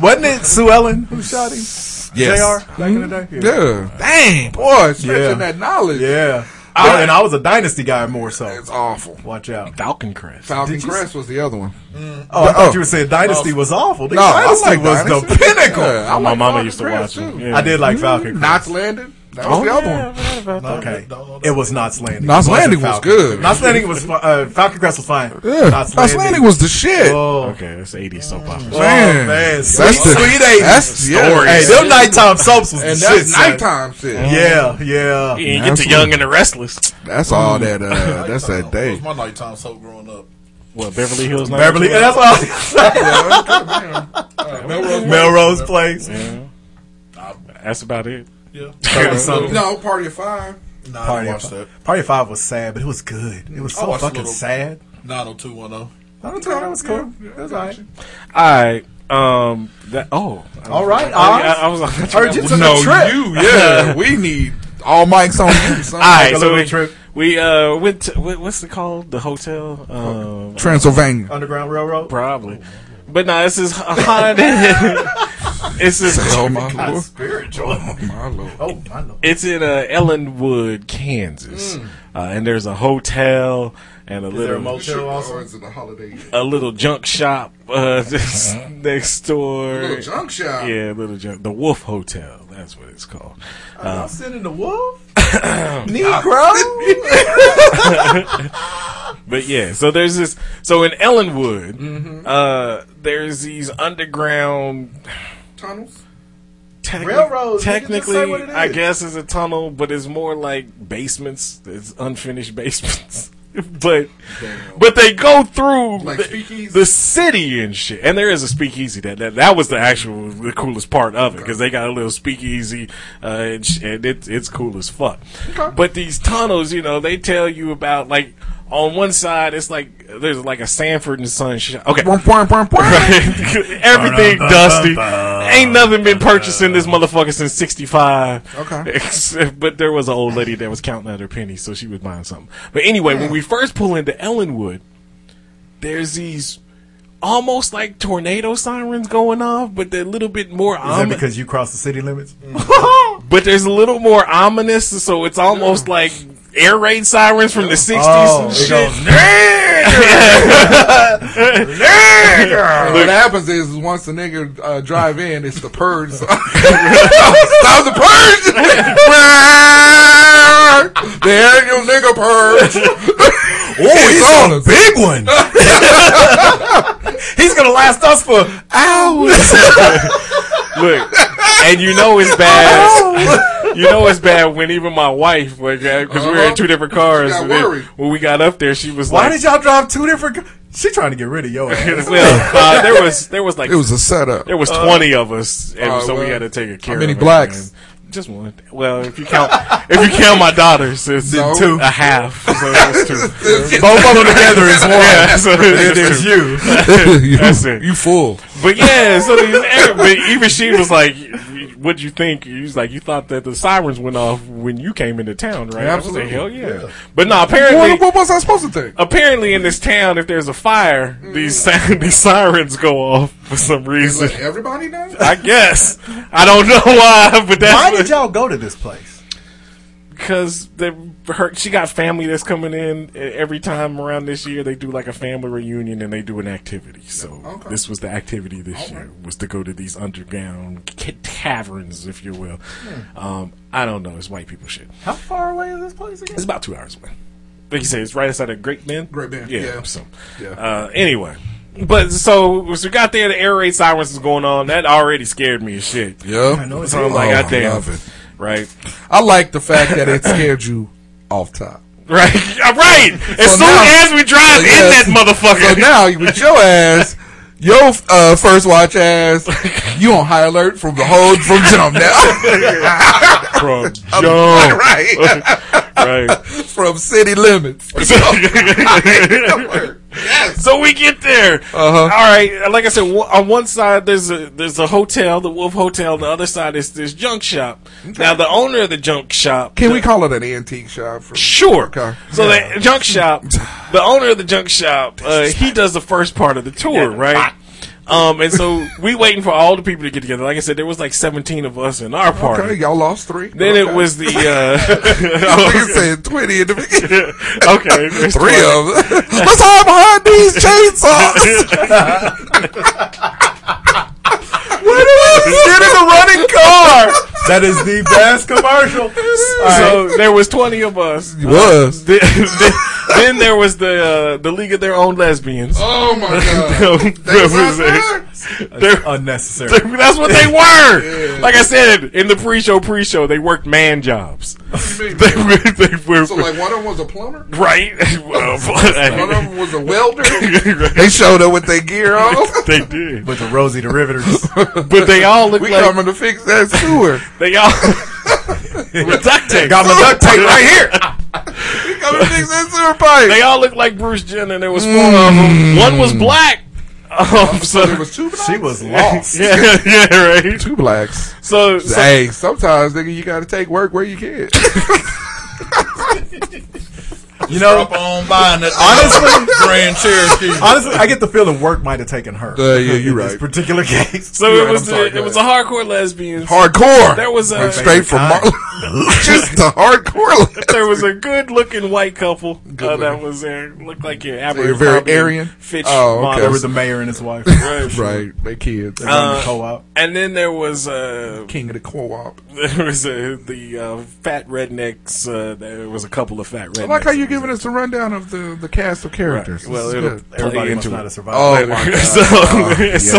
S9: Wasn't it Sue Ellen who shot him?
S11: Yes. Hmm?
S9: JR back in the day?
S11: Yeah. Dang, boy, stretching
S9: Yeah.
S11: that knowledge.
S9: Yeah. I, and I was a Dynasty guy more so.
S11: It's awful.
S9: Watch out.
S10: Falcon Crest.
S11: Falcon Crest was the other one.
S9: Oh, I thought
S11: oh.
S9: you were saying Dynasty was awful. The
S11: No, I
S9: Dynasty
S11: like
S9: was
S11: Dynasty.
S9: the pinnacle.
S11: Yeah, I
S10: My mama
S11: like Falcon
S10: used to
S11: Crest,
S10: watch it.
S11: too. Mm.
S10: Yeah.
S9: I did like Falcon. Crest.
S11: Knots Landing. That was
S10: Oh,
S11: the other
S10: yeah,
S11: one.
S9: Okay. It was Knots Landing.
S11: Knots
S9: It wasn't
S11: Landing was
S9: Falcon.
S11: good.
S9: Knots Landing was fi- uh, Falcon Crest was fine.
S11: Yeah, Knots Landing. was the shit.
S9: Oh,
S10: Okay, that's 80s soap opera.
S11: man.
S9: man.
S11: That's
S9: Sweet-
S11: the-
S9: sweet 80s.
S11: That's yeah.
S9: Hey, them nighttime soaps was the
S11: And
S9: shit.
S11: that's
S9: son.
S11: nighttime shit.
S9: Yeah, yeah.
S10: You didn't get to
S11: Absolutely.
S10: Young and the Restless.
S11: That's all that. Uh, that's that
S8: Nighttime. That
S11: day.
S8: was my nighttime soap growing up.
S10: What, Beverly Hills?
S9: Beverly, and that's what I was gonna say.
S8: Melrose.
S9: Melrose Place.
S10: That's about it.
S8: Yeah.
S9: something.
S18: no party of five.
S8: Nah, I
S9: Party
S8: didn't
S9: of
S8: watch that.
S9: Five. Party of Five was sad, but it was good. It was
S8: I
S9: so
S8: watched a
S9: fucking
S8: little-
S9: sad.
S8: 90210.
S9: I don't know. That was cool. It was all right.
S10: All right. Um. That. Oh.
S9: All right.
S10: I,
S9: Oz.
S10: I, I was.
S9: Heard you took a
S10: no,
S9: trip.
S10: you.
S11: Yeah, we need
S12: all mics on you. son.
S10: All right, so we, we uh went to what, what's it called? The hotel, um,
S12: Transylvania.
S10: Underground Railroad, probably. But no, this is Honda. it's this.
S12: Oh, my Lord.
S10: spiritual.
S12: Oh, my Lord.
S10: Oh, my Lord. It's in uh, Ellenwood, Kansas, uh, and there's a hotel and a
S11: Mm. Is
S10: little
S11: there a motel also? Or is it a holiday? Inn?
S10: a little junk shop uh, just next door.
S11: A Uh-huh. little junk shop?
S10: Yeah, a little junk. The Wolf Hotel. That's what it's called.
S9: I'm
S10: Uh,
S9: sending the wolf.
S10: but yeah, so there's this. So in Ellenwood,
S9: Mm-hmm.
S10: uh, there's these underground.
S11: Tunnels?
S10: Techni-
S9: Railroads, nigga, just say
S10: Technically,
S9: what it
S10: I
S9: is.
S10: guess it's a tunnel, but it's more like basements. It's unfinished basements. but but they go through the, the city and shit. And there is a speakeasy that that, that was the actual the coolest part of it because they got a little speakeasy uh, and, sh- and it, it's cool as fuck. But these tunnels, you know, they tell you about like on one side it's like there's like a Sanford and Son shop. Okay, everything dusty. Ain't nothing been purchased in this motherfucker since '65.
S12: Okay.
S10: Except- but there was an old lady that was counting out her pennies, so she was buying something. But anyway, when we first pull into Ellenwood, there's these almost like tornado sirens going off, but they're a little bit more
S9: Is that
S10: ominous.
S9: because you crossed the city limits?
S10: but there's a little more ominous, so it's almost like air raid sirens from the '60s and
S9: it
S10: shit.
S9: goes,
S11: Uh,
S10: Look.
S11: what happens is is once the nigga uh, drive in, it's the purge. Stop
S12: the purge!
S11: the annual nigga purge.
S9: Oh, he's on a big one. he's gonna last us for hours.
S10: Look, and you know it's bad. you know it's bad when even my wife, because we were in two different cars.
S9: She Uh-huh. got
S10: and then
S9: worried.
S10: when we got up there, she was
S9: Why
S10: like,
S9: did y'all drive two different? co- She trying to get rid of your ass.
S10: well, uh, there was there was like
S12: It was a setup.
S10: There was
S12: Uh,
S10: twenty of us, and
S12: uh,
S10: so we
S12: well,
S10: had to take a
S12: how
S10: care.
S12: many
S10: of it,
S12: blacks?
S10: and- Just one. Well, if you count, if you count my daughters, it's
S12: No.
S10: two, a half. So it's two.
S12: Both of them together is one.
S10: Yeah, so
S12: And there's
S10: it's two.
S12: you.
S10: That's it.
S12: You fool.
S10: But yeah, so these, every- but even she was like, "What'd you think?" He was like, "You thought that the sirens went off when you came into town, right?"
S12: Absolutely.
S10: I was like, "Hell yeah!" But no, apparently,
S12: What, what was I supposed to think?
S10: apparently in this town, if there's a fire, these si- these sirens go off for some reason.
S11: Let everybody know.
S10: I guess I don't know why, but that's
S9: Why
S10: what-
S9: did y'all go to this place?
S10: because they her she got family that's coming in eh, every time around this year they do like a family reunion and they do an activity so this was the activity this year was to go to these underground ca- taverns if you will um, i don't know it's white people shit
S9: How far away is this place again?
S10: it's about two hours away like you said it's right outside of great bend
S11: Great Bend, yeah.
S10: so
S11: Yeah.
S10: uh, anyway but so as we got there the air raid sirens was going on that already scared me as shit
S12: Yeah.
S10: I know it's so i'm like
S12: Oh,
S10: god damn
S12: love it.
S10: right
S12: I like the fact that it scared you off top.
S10: Right, right. As
S12: So
S10: soon
S12: now-
S10: as we drive in that
S12: Yes.
S10: motherfucker,
S12: So now with your ass, your uh, first watch ass, you on high alert from the whole from jump now.
S10: from jump,
S12: right,
S10: right.
S12: from city limits.
S10: So we get there.
S12: Uh-huh.
S10: All right, like I said, wa- on one side there's a there's a hotel, the Wolf Hotel. The other side is this junk shop. Now the owner of the junk shop,
S12: Can we call it an antique shop? From,
S10: Sure.
S12: Okay.
S10: So the junk shop, the owner of the junk shop, uh, he does the first part of the tour, right? Um, and so we waiting for all the people to get together. Like I said, there was like seventeen of us in our party.
S12: Okay, y'all lost three.
S10: Then it
S12: Okay.
S10: was the. Uh,
S12: Nigga said twenty in the beginning.
S10: okay, there's
S12: Three
S10: 20.
S12: of them. Let's hide behind these chainsaws. Get in a running car.
S9: That is the best commercial.
S10: So there was twenty of us.
S12: It was.
S10: Then, then- then there was the uh, the League of Their Own Lesbians.
S11: Oh my god.
S10: That
S11: They was
S10: was it.
S11: out
S10: There-
S9: unnecessary.
S10: That's what they were. Like I said in the pre-show, pre-show, they worked man jobs.
S11: there?
S10: They were, they were
S11: So like one of them was a plumber,
S10: right.
S11: one of
S10: Well,
S11: them was a welder. um,
S12: They showed up with their gear on.
S10: they did,
S9: With the Rosie the Riveters.
S10: but they all look
S12: We
S10: like
S12: coming to fix that sewer.
S10: they all with duct tape.
S9: Got my duct tape right here.
S12: We coming to fix that sewer pipe.
S10: They all looked like Bruce Jenner. There was four of them. One was black. Um, so
S19: there was two blacks?
S9: She was lost.
S10: yeah, yeah, right.
S11: Two blacks.
S10: So, so-
S11: hey, sometimes nigga, you gotta take work where you can.
S9: You know,
S8: Drop on by and that
S9: honestly,
S8: Grand Cherokee.
S9: honestly, I get the feeling work might have taken her.
S11: Uh, yeah,
S9: In
S11: you're
S9: this
S11: right.
S9: particular case.
S10: So
S9: You're
S10: it
S9: right,
S10: was
S9: I'm sorry,
S10: the,
S9: go
S10: it was a
S9: ahead.
S10: hardcore lesbians.
S11: Hardcore.
S10: There was a
S11: Went straight from Marlon. Just the hardcore.
S10: There was a good looking white couple uh, that
S11: looking.
S10: was there. Looked like your
S11: So you're very
S10: Abercrombie
S11: Aryan.
S10: Fitch
S11: Oh, okay.
S10: models.
S11: There
S9: There was the mayor and his wife.
S10: Right.
S11: right. They kids.
S10: Uh,
S9: co-op.
S10: And then there was uh,
S11: King of the co-op.
S10: there was uh, the uh, fat rednecks. Uh, there was a couple of fat rednecks.
S11: I like how you're giving us a rundown of the, the cast of characters.
S10: Right. Well,
S11: This is
S10: it'll
S11: good.
S10: play Everybody must into
S9: not it. have survived.
S11: Oh, my God.
S10: so,
S11: Uh, yes.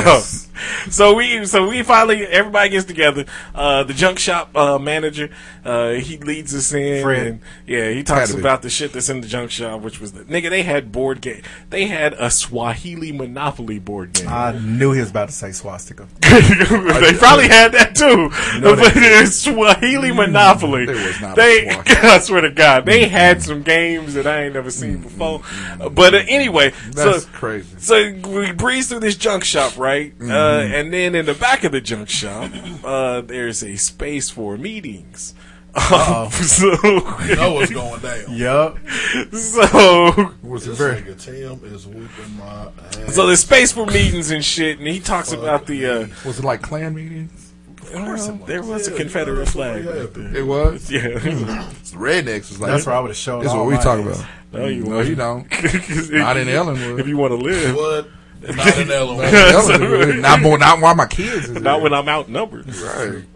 S10: so, so we, so we finally, everybody gets together. Uh, the junk shop uh, manager, uh, he leads us in.
S9: Fred.
S10: and- yeah, he talks
S11: Had to be.
S10: about the shit that's in the junk shop, which was the nigga. They had board game. They had a Swahili Monopoly board game.
S9: I knew he was about to say swastika.
S10: they probably had that too.
S9: know
S10: but
S9: that-
S10: it's Swahili Monopoly.
S11: Mm, There was not a
S10: they,
S11: Swahili.
S10: I swear to God, they had some games that I ain't never seen before. But uh, anyway,
S11: That's
S10: so
S11: crazy.
S10: so we breeze through this junk shop, right? Uh,
S11: Mm-hmm.
S10: and then in the back of the junk shop, uh, there's a space for meetings. Um, so,
S8: You know what's going down.
S9: Yup.
S10: so,
S8: Was this
S9: very-
S8: nigga Tim is whooping my ass.
S10: so there's space for meetings and shit, and he talks about the. Uh,
S11: Was it like clan meetings?
S10: well, there was a Confederate flag. Right there.
S11: It was.
S10: Yeah.
S11: It's Rednecks was like
S9: That's where I would have showed.
S11: That's
S9: all
S11: what we
S9: my
S11: talking
S9: ass.
S11: about.
S10: No, you
S11: no,
S10: won't.
S11: you don't.
S10: 'Cause if
S11: Not in
S10: you-
S11: Ellenwood.
S10: If you want to live,
S8: What? Not an element.
S11: Ellenwood. not more. Not why my kids. Is
S10: not when I'm outnumbered.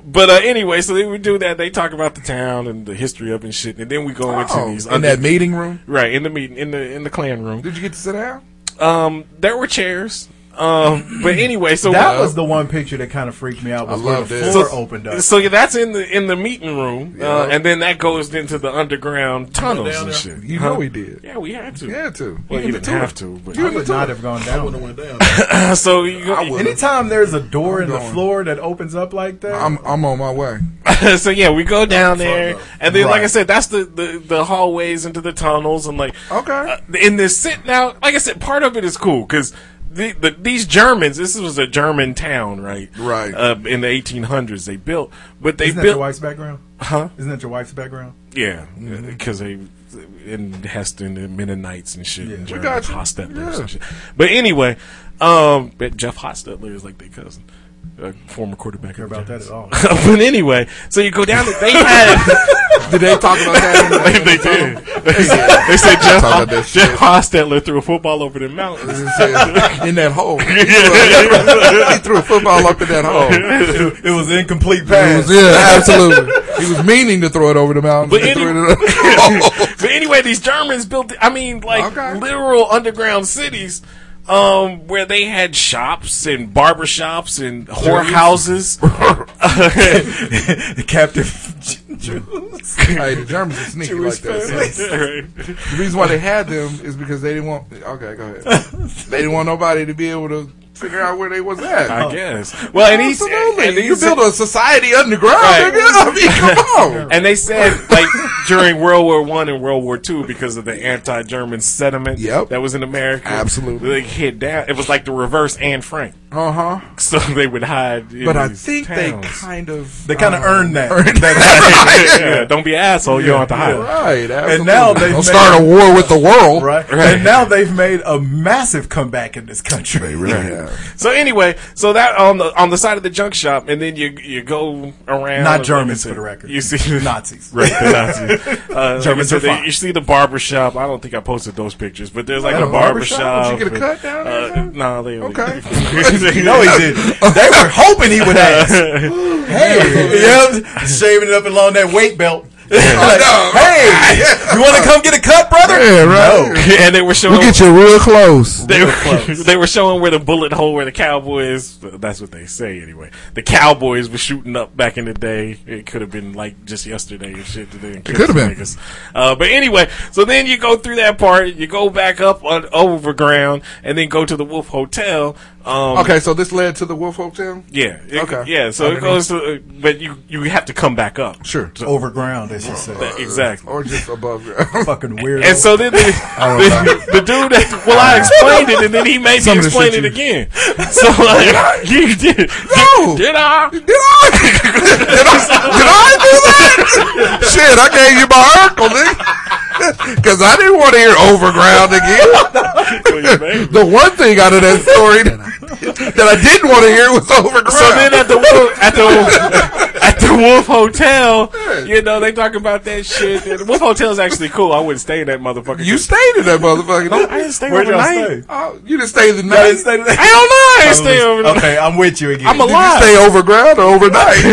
S10: But uh, anyway, so they would do that. They talk about the town and the history of it and shit, and then we go into
S11: Oh,
S10: these
S11: in that meeting room.
S10: right in the meeting in the in the clan room.
S11: Did you get to sit down?
S10: Um, there were chairs. Um, but anyway, so
S9: That was the one picture that kind of freaked me out. Was
S11: I
S9: where
S11: love
S9: the
S11: this.
S9: floor opened up.
S10: so yeah, that's in the in the meeting room, uh, and then that goes into the underground tunnels
S8: down
S10: and
S8: there?
S10: shit.
S11: You
S10: Huh?
S11: know he did.
S10: Yeah, we had to.
S11: You had to.
S10: Well,
S11: He
S10: you
S11: had
S10: didn't
S11: do
S10: have
S11: it.
S10: to, but
S9: I would not have gone down.
S8: Would've went down.
S10: so you go,
S9: Anytime there's a door in the
S11: going.
S9: floor that opens up like that,
S11: I'm I'm on my way.
S10: so yeah, we go down there,
S8: up.
S10: and then like I
S9: Right.
S10: said, that's the, the the hallways into the tunnels, and like
S11: Okay.
S10: uh, in this sit now, like I said, part of it is cool because. The, the, these Germans, this was a German town, right?
S11: Right.
S10: Uh, in the 1800s, they built, but they
S9: isn't that your
S10: built,
S9: wife's background?
S10: huh?
S9: Isn't that your wife's background?
S10: Yeah, because they in Heston and Mennonites and shit, and German
S11: got you.
S10: Hostettlers
S11: Yeah.
S10: and shit. But anyway, um, but Jeff Hostetler is like their cousin, uh, former quarterback.
S9: Care
S10: of the
S9: about that
S10: Giants.
S9: at all?
S10: but anyway, so you go down. They had
S11: Did they talk about that?
S10: they, they did. They said, they said Jeff,
S11: Talk about that shit.
S10: Jeff Hostetler threw a football over the mountains.
S11: In, the- in that hole. he threw a football up in that
S10: Oh.
S11: hole.
S9: it was incomplete
S11: It was, yeah, absolutely. He was meaning to throw it over the mountain.
S10: But
S11: He threw
S10: any-
S11: it up- Oh.
S10: but anyway, these Germans built, I mean, like
S11: Okay.
S10: literal underground cities. Um, where they had shops and barber shops and whorehouses.
S9: the captive Jews.
S11: hey, the Germans are sneaky like that. son. The reason why they had them is because they didn't want. Okay, go ahead. They didn't want nobody to be able to figure out where they was at.
S10: I guess. Well, and he's
S11: Oh, Absolutely.
S10: and
S11: you
S10: he's,
S11: build a society underground,
S10: Right.
S11: nigga. I mean, come on.
S10: And they said like during World War One and World War Two because of the anti-German sentiment
S11: Yep.
S10: that was in America.
S11: Absolutely.
S10: they hit down. It was like the reverse Anne Frank.
S11: Uh huh.
S10: So they would hide. In
S11: But I
S10: these
S11: think they
S10: towns.
S11: kind of uh,
S9: They kind of earned that.
S10: yeah, don't be an asshole. You don't have to hide.
S11: Right. Absolutely.
S9: now they've
S11: don't
S9: made-
S11: start a war with the world.
S9: Right. And now they've made a massive comeback in this country.
S11: Yeah.
S10: So anyway, so that on the on the side of the junk shop, and then you you go around.
S9: Not
S10: and-
S9: Germans, for the record.
S10: You see
S9: Nazis.
S10: Right, the Nazis. Uh, like I
S9: Germans
S10: said,
S9: are
S10: they-
S9: fine.
S10: You see the barber shop. I don't think I posted those pictures, but there's like
S11: At
S10: a
S11: a
S10: barber
S11: barber
S10: shop.
S11: shop? Did you get a
S10: and-
S11: cut down
S10: Uh,
S11: there?
S10: no, they
S11: Okay.
S9: No, he did. They were hoping he would ask. Hey, yep, shaving it up along that weight belt. Like, Hey, you want to come get a cut, brother?
S11: Yeah, right.
S10: and they were showing.
S11: We'll get you real close.
S10: they were, they were showing where the bullet hole where the cowboys that's what they say anyway the cowboys were shooting up back in the day it could have been like just yesterday or shit today it
S11: could have been.
S10: uh, but anyway so then you go through that part you go back up on overground and then go to the wolf hotel um
S11: Okay, so this led to the Wolf Hotel.
S10: yeah it-
S11: Okay.
S10: yeah so it uh, goes
S11: Underneath.
S10: to but you you have to come back up
S11: Sure.
S9: Overground. that she said.
S11: Uh,
S10: That- exactly.
S9: Or just above Fucking weird.
S10: And so then the, the, the dude that well I explained it and then he made
S9: Some
S10: me
S9: of the
S10: explain
S9: shit
S10: it
S9: you-
S10: again. So like you did no. did I did
S11: I did I did I do that? Shit, I gave you my uncle, nigga. Cause I didn't want to hear overground again. the one thing out of that story that I, that I didn't want to hear was overground.
S10: So then at the wolf at the at the Wolf Hotel, you know they talking about that shit. And the Wolf Hotel is actually cool. I wouldn't stay in that motherfucker.
S11: You stayed in that motherfucker.
S10: No, I didn't stay
S11: Where'd y'all
S10: overnight.
S11: stay? Oh, you didn't stay the night.
S10: Hell no, I didn't stay overnight.
S9: Oh, Okay, I'm with you again.
S10: I'm alive.
S11: Did you stay overground or overnight?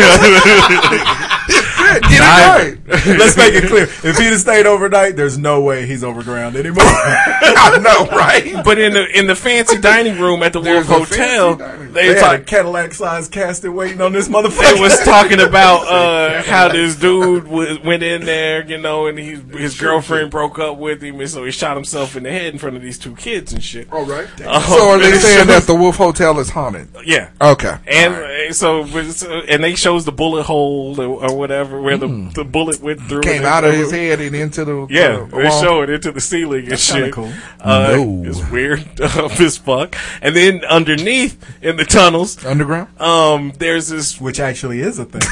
S11: Either way.
S9: Let's make it clear. If he'd have stayed overnight, there's no way he's overground anymore.
S11: I know, right?
S10: But in the in the fancy dining room at the Wolf Hotel,
S9: They,
S10: they
S9: had a
S10: talk,
S9: Cadillac sized casket waiting on this motherfucker.
S10: they was talking about uh, how this dude was, went in there, you know, and he, his girlfriend broke up with him, and so he shot himself in the head in front of these two kids and shit.
S11: Uh,
S20: All right.
S11: So are they saying that the Wolf Hotel is haunted?
S10: Yeah.
S11: Okay.
S10: And uh, so, but it's, uh, and they shows the bullet hole or, or whatever where the, the bullet went through.
S11: Hmm. Came
S10: and
S11: out of
S10: everything.
S11: his head and into the
S10: Yeah,
S11: the
S10: they
S11: wall.
S10: show it into the ceiling and
S11: That's kinda
S10: shit.
S11: cool.
S10: Uh,
S11: No.
S10: It's weird uh, as fuck. And then underneath in the tunnels,
S11: underground,
S10: um, there's this
S9: which actually is a thing.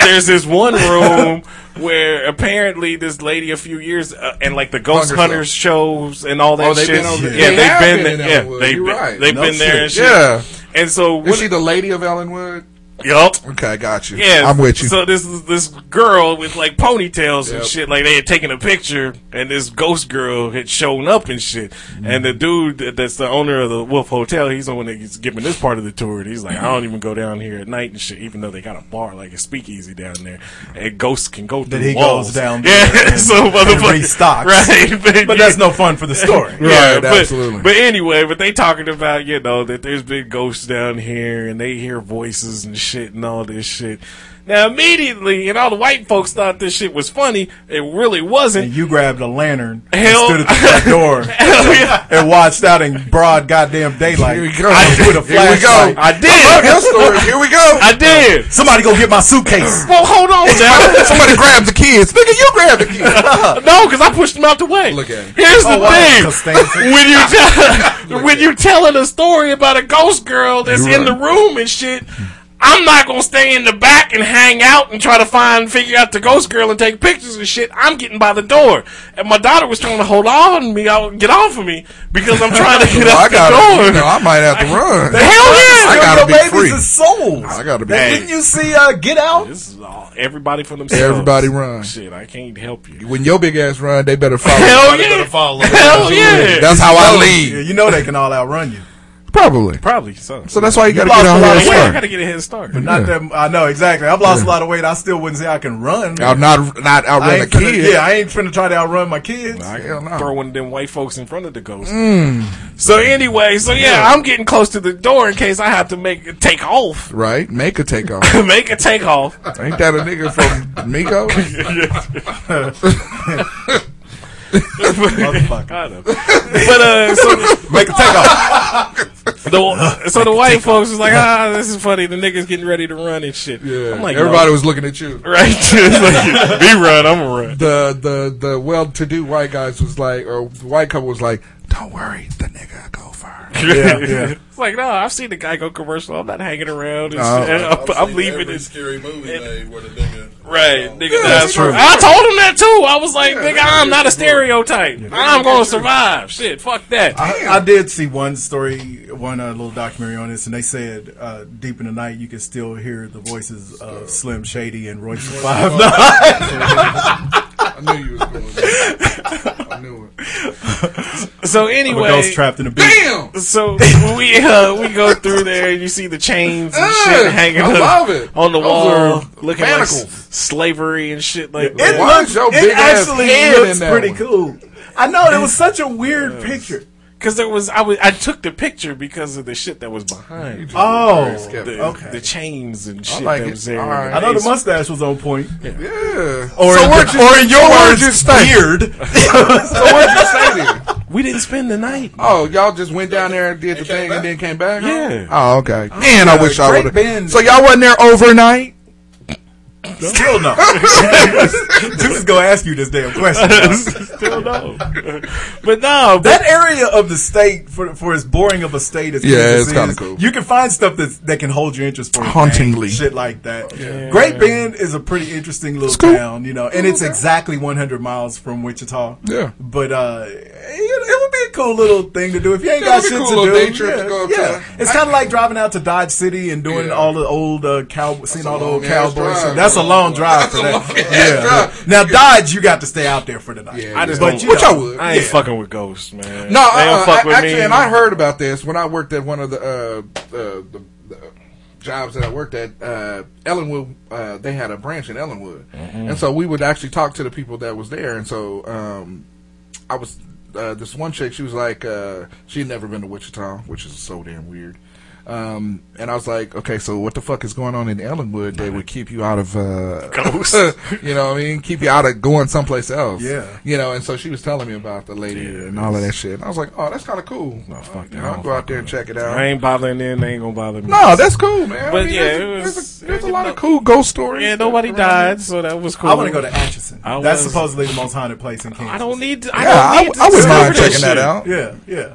S10: there's this one room where apparently this lady a few years uh, and like the ghost
S11: Hunger
S10: hunters shows and all that
S11: Oh, they've
S10: shit.
S11: been over there.
S10: yeah,
S11: They have
S10: they've been,
S11: been in
S10: yeah,
S11: Ellenwood.
S10: they've
S11: You're
S10: been,
S11: right.
S10: they've
S11: No
S10: been there and
S11: shit.
S10: shit.
S11: Yeah.
S10: And so
S11: Is she the lady of Ellenwood?
S10: Yup.
S11: Okay, got you.
S10: Yeah,
S11: I'm with you.
S10: So this this girl with like ponytails and
S11: Yep.
S10: shit, like they had taken a picture, and this ghost girl had shown up and shit.
S9: Mm-hmm.
S10: And the dude that- that's the owner of the Wolf Hotel, he's the one that's giving this part of the tour. And he's like, I don't even go down here at night and shit, even though they got a bar like a speakeasy down there, and ghosts can go through
S9: That he
S10: walls.
S9: goes down
S10: yeah,
S9: there and-
S10: so
S9: and
S10: motherfucker
S9: restocks.
S10: right?
S9: But that's no fun for the story.
S10: yeah,
S9: Right,
S10: but,
S9: absolutely.
S10: But anyway, but they talking about you know that there's been ghosts down here and they hear voices and shit and all this shit. Now immediately, and all the white folks thought this shit was funny. It really wasn't.
S9: And you grabbed a lantern and
S10: Hell-
S9: stood at the front door and watched out in broad goddamn daylight Here we go. with a
S10: Here we go.
S9: flashlight.
S10: I did. I love your story.
S11: Here we go.
S10: I did.
S9: Somebody go get my suitcase.
S10: Well, hold on now.
S11: Somebody grab the kids. Nigga, you grab the kids.
S10: no, because I pushed them out the way. Look
S11: at
S10: Here's the
S11: Oh, wow.
S10: thing: when you tell, when you telling a story about a ghost girl that's
S11: You're
S10: in the room and shit, I'm not gonna stay in the back and hang out and try to find, figure out the ghost girl and take pictures and shit. I'm getting by the door, and my daughter was trying to hold on to me, out, get off of me because I'm trying to get
S11: Well, I
S10: out the
S11: gotta,
S10: door.
S11: you know, I might have to run.
S10: Hell yeah!
S11: I gotta
S9: your
S11: be
S9: babies
S11: free.
S9: is souls.
S11: I gotta be
S10: Hey.
S11: free.
S9: Didn't you see uh, Get Out?
S10: This is all everybody for themselves.
S11: Everybody run.
S10: Shit, I can't help you.
S11: When your big ass run, they better follow.
S10: Hell yeah! Hell yeah!
S11: That's how I
S9: Yeah,
S11: lead.
S9: you know they can all outrun you.
S11: Probably.
S10: Probably so.
S11: So that's why you gotta
S9: lost
S11: get
S9: a
S11: out
S9: lot
S11: here
S9: of
S11: and
S9: weight.
S10: I
S11: start.
S10: gotta get a head start.
S9: But not that I know exactly. I've lost a lot of weight. I still wouldn't say I can run.
S11: Out- Not not
S9: I
S11: outrun a
S9: ain't finna-
S11: kid.
S9: Yeah, I ain't finna try to outrun my kids.
S10: Throw one of them white folks in front of the ghost.
S11: Mm,
S10: So anyway, so yeah, I'm getting close to the door in case I have to make a take off.
S11: right, make a takeoff.
S10: make a take off.
S11: Ain't that a nigga from Miko?
S10: But uh, so make a The, so the white folks was like, ah, this is funny. The niggas getting ready to run and shit. I'm like,
S11: Everybody
S10: no.
S11: was looking at you.
S10: right. It's like, me run, I'm gonna run.
S11: The the the well-to-do white guys was like, or the white couple was like, "Don't worry, the nigga go first."
S10: Yeah, yeah. It's like, no, I've seen the Geico commercial. I'm not hanging around. And
S11: Oh.
S10: shit. And I'm,
S21: I've
S10: I'm
S21: seen
S10: leaving
S21: every
S10: it.
S21: scary movie made where the nigga.
S10: Right, nigga.
S21: that's
S10: that's true.
S21: true.
S10: I told him that too. I was like, nigga,
S21: that's
S10: I'm not a stereotype. I'm gonna survive. Shit, fuck that.
S9: I, I did see one story, one uh, little documentary on this, and they said uh, deep in the night you can still hear the voices of Slim Shady and Royce the Five
S20: I knew you was going there. I knew it.
S10: so anyway,
S9: ghost trapped in a beach.
S10: So we uh, we go through there and you see the chains and shit
S11: Ugh,
S10: hanging
S11: I
S10: up
S11: love it.
S10: on the
S11: Those
S10: wall,
S11: are
S10: looking like
S11: manacles.
S10: s- slavery and shit like
S11: It
S10: that.
S11: Why looks- is your it big ass actually hand looks in that
S9: pretty
S11: one?
S9: cool. I know it was such a weird picture.
S10: Because there was, I was, I took the picture because of the shit that was behind.
S9: Oh,
S10: the,
S9: okay.
S10: the chains and
S11: I
S10: shit
S11: like
S10: that
S11: it.
S10: was there.
S11: All right.
S9: I know the mustache was on point.
S11: Yeah.
S9: Or,
S11: so
S9: in,
S11: where'd
S9: the-
S11: you,
S9: or in your
S11: where'd
S9: words,
S11: you stay?
S9: weird.
S11: so where'd you stay then?
S10: We didn't spend the night.
S11: Oh, y'all just went down there and did the thing and then came back?
S10: Yeah.
S11: Oh, okay. Man, I wish I
S9: Great
S11: would have.
S9: band.
S11: So y'all wasn't there overnight?
S9: Still no. Dude's gonna ask you this damn question.
S10: Still no. But no,
S9: that area of the state for for as boring of a state as
S11: Yeah,
S9: Kansas
S11: it's kinda
S9: is,
S11: cool.
S9: You can find stuff that that can hold your interest for a game,
S11: Hauntingly.
S9: shit like that.
S11: Yeah.
S9: Great Bend is a pretty interesting little
S11: cool.
S9: town, you know, and it's exactly 100 miles from Wichita.
S11: Yeah.
S9: but uh, it, it would be a cool little thing to do if you ain't
S22: Yeah,
S9: got
S22: it'd be
S9: shit
S22: a cool
S9: to do.
S22: little day trip
S9: yeah,
S22: to go up
S9: yeah.
S22: to-
S9: it's kind of like driving out to Dodge City and doing all the old uh, cow, seeing all the old
S22: long-ass
S9: cowboys.
S22: drive.
S9: That's a long drive for that. Yeah. Now Dodge, you got to stay out there for the night.
S10: I just
S9: but
S10: don't,
S9: you
S10: which
S9: know,
S10: I would. I ain't
S9: yeah.
S10: fucking with ghosts, man.
S11: No,
S10: they don't
S11: uh,
S10: fuck
S11: I-
S10: with
S11: actually,
S10: me.
S11: and I heard about this when I worked at one of the uh, uh, the, the jobs that I worked at. Uh, Ellenwood, uh, they had a branch in Ellenwood,
S10: Mm-hmm.
S11: and so we would actually talk to the people that was there. And so um, I was uh, this one chick. She was like, uh, she had never been to Wichita, which is so damn weird. Um, and I was like, okay, so what the fuck is going on in Ellenwood that would keep you out of uh,
S10: Ghosts.
S11: you know, what I mean, keep you out of going someplace else.
S22: Yeah.
S11: you know. And so she was telling me about the lady and all of that shit. And I was like, oh, that's kind of cool. You know, I'll go out there and check it out.
S10: I ain't bothering them. They ain't gonna bother me.
S11: No, that's cool, man. I
S10: But
S11: mean,
S10: yeah,
S11: there's-
S10: it was,
S11: there's, a, there's a lot of cool ghost stories.
S10: yeah, nobody
S11: around
S10: died,
S11: here.
S10: so that was cool.
S9: I want to go to Atchison.
S10: I
S9: That's
S10: was-
S9: supposedly the most haunted place in Kansas.
S10: I don't need. To, I
S11: Yeah, I
S10: don't need
S11: w-
S10: to
S11: I wouldn't mind
S10: discover
S11: checking that
S10: shit.
S11: out.
S9: Yeah, yeah.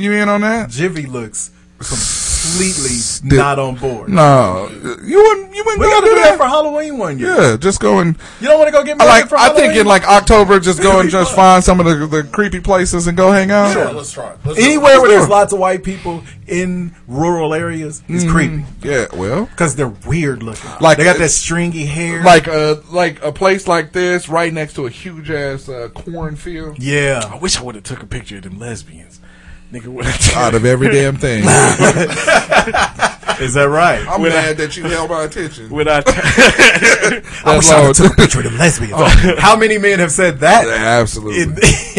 S11: You in on that?
S9: Jivvy looks completely not on board.
S11: No, you wouldn't. You wouldn't
S9: We
S11: go
S9: got to
S11: do
S9: do that
S11: that.
S9: for Halloween one year.
S11: yeah, just go and.
S9: You don't want to go get
S11: I
S9: married
S11: like.
S9: for
S11: I
S9: Halloween?
S11: think in like October, just go and just find some of the, the creepy places and go hang out.
S9: Sure,
S8: Let's try it. Let's do it.
S9: Anywhere where
S11: Let's do
S9: there's
S11: it.
S9: lots of white people in rural areas is creepy
S11: Yeah, well,
S9: because they're weird looking.
S11: Like-
S9: Like they got that stringy hair.
S11: like a like a place like this, right next to a huge ass uh, cornfield.
S10: I
S9: yeah,
S10: wish I would have took a picture of them lesbians, nigga. Would
S11: Out of every damn thing.
S9: is that right?
S11: I'm
S10: When
S11: glad
S10: I-
S11: that you held my attention.
S10: Would I?
S9: I wish I
S11: Lord.
S9: would took a picture of them lesbians.
S11: Oh.
S9: How many men have said that
S11: Absolutely.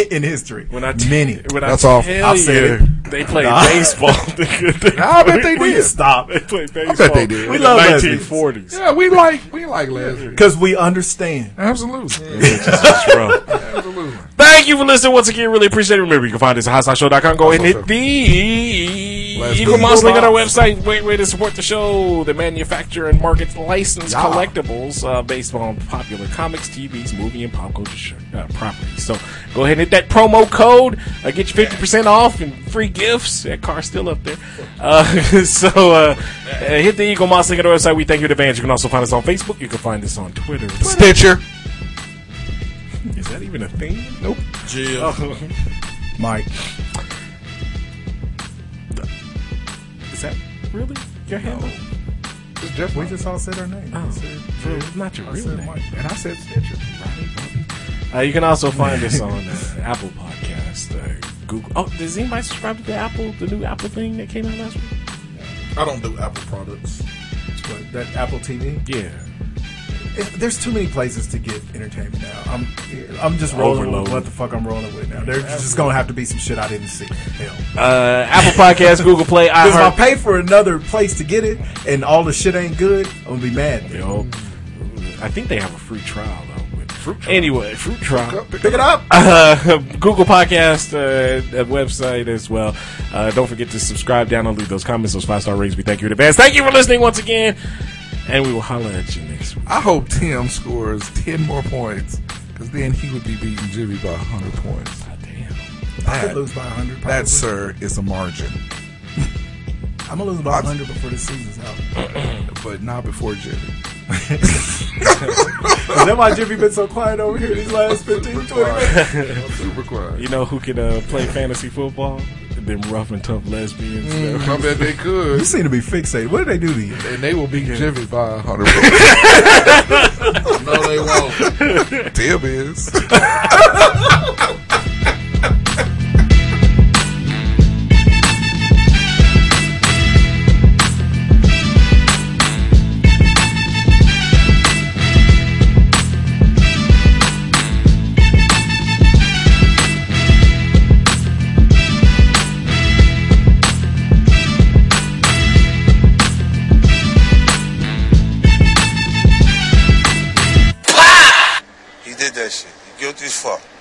S9: in in history?
S10: when I t-
S9: many.
S10: When I
S11: That's all.
S10: tell
S9: I've said
S10: you, They played
S9: Nah.
S10: baseball. nigga.
S11: I bet they
S9: Will you
S11: did.
S9: stop?
S10: They played baseball.
S11: bet they did.
S9: We
S10: We
S9: love
S10: love
S9: lesbians.
S10: 1940s.
S11: Yeah, we like we like lesbians.
S9: Because we understand.
S11: Absolutely. Absolutely.
S10: Thank you for listening once again. Really appreciate it. Remember, you can find us at HotStockShow.com. Go ahead and hit the
S11: Let's
S10: Eagle
S11: go.
S10: Moss link on our website. Great way to support the show. The manufacture and market licensed
S11: Yeah.
S10: collectibles uh, based on popular comics, TVs, movie, and pop culture sh- uh, properties. So go ahead and hit that promo code. Uh, get your 50% off and free gifts. That car's still up there. Uh, so uh, uh, hit the Eagle Moss link on our website. We thank you in advance. You can also find us on Facebook. You can find us on Twitter.
S11: Stitcher.
S10: Is that even a thing?
S11: Nope.
S8: Jill.
S9: Mike.
S10: Is that really your handle?
S11: It's just
S9: We just all said our name.
S10: Oh, Drew, not your real name.
S11: and I said Stitcher.
S10: Uh, you can also find us on uh, Apple Podcast, uh, Google. Oh, does anybody subscribe to the Apple, the new Apple thing that came out last week?
S8: I don't do Apple products.
S9: What, that Apple TV.
S10: Yeah,
S9: It- there's too many places to get entertainment now. I'm I'm just rolling
S10: Overload.
S9: with what the fuck I'm rolling with now. There's just gonna have to be some shit I didn't see. Hell.
S10: uh, Apple Podcast, Google Play,
S9: Because if I
S10: iHeart.
S9: pay for another place to get it and all the shit ain't good, I'm gonna be mad. then.
S10: Yo, I think they have a free trial though. with- Anyway, fruit
S11: oh,
S10: trial.
S9: Pick it up.
S10: Uh, Google Podcast uh, uh, website as well. Uh, don't forget to subscribe, download, leave those comments, those five star ratings. We thank you in advance. Thank you for listening once again, and we will holler at you next week.
S11: I hope Tim scores ten more points because then he would be beating Jimmy by hundred points.
S10: God Ah, damn.
S9: I could lose by 100. Probably.
S11: That, sir, is a margin,
S9: I'm gonna lose by 100 before the season's out.
S11: but not before Jimmy.
S9: Is that why Jimmy been so quiet over here these last 15, 20 minutes?
S11: Super quiet.
S10: You know who can uh, play fantasy football? Them rough and tough lesbians.
S11: I bet they could,
S9: You seem to be fixated. What did they do to you?
S11: and they will beat Jimmy by hundred points.
S8: No, they won't.
S11: Tim is.
S23: You did that shit. You guilty as fuck.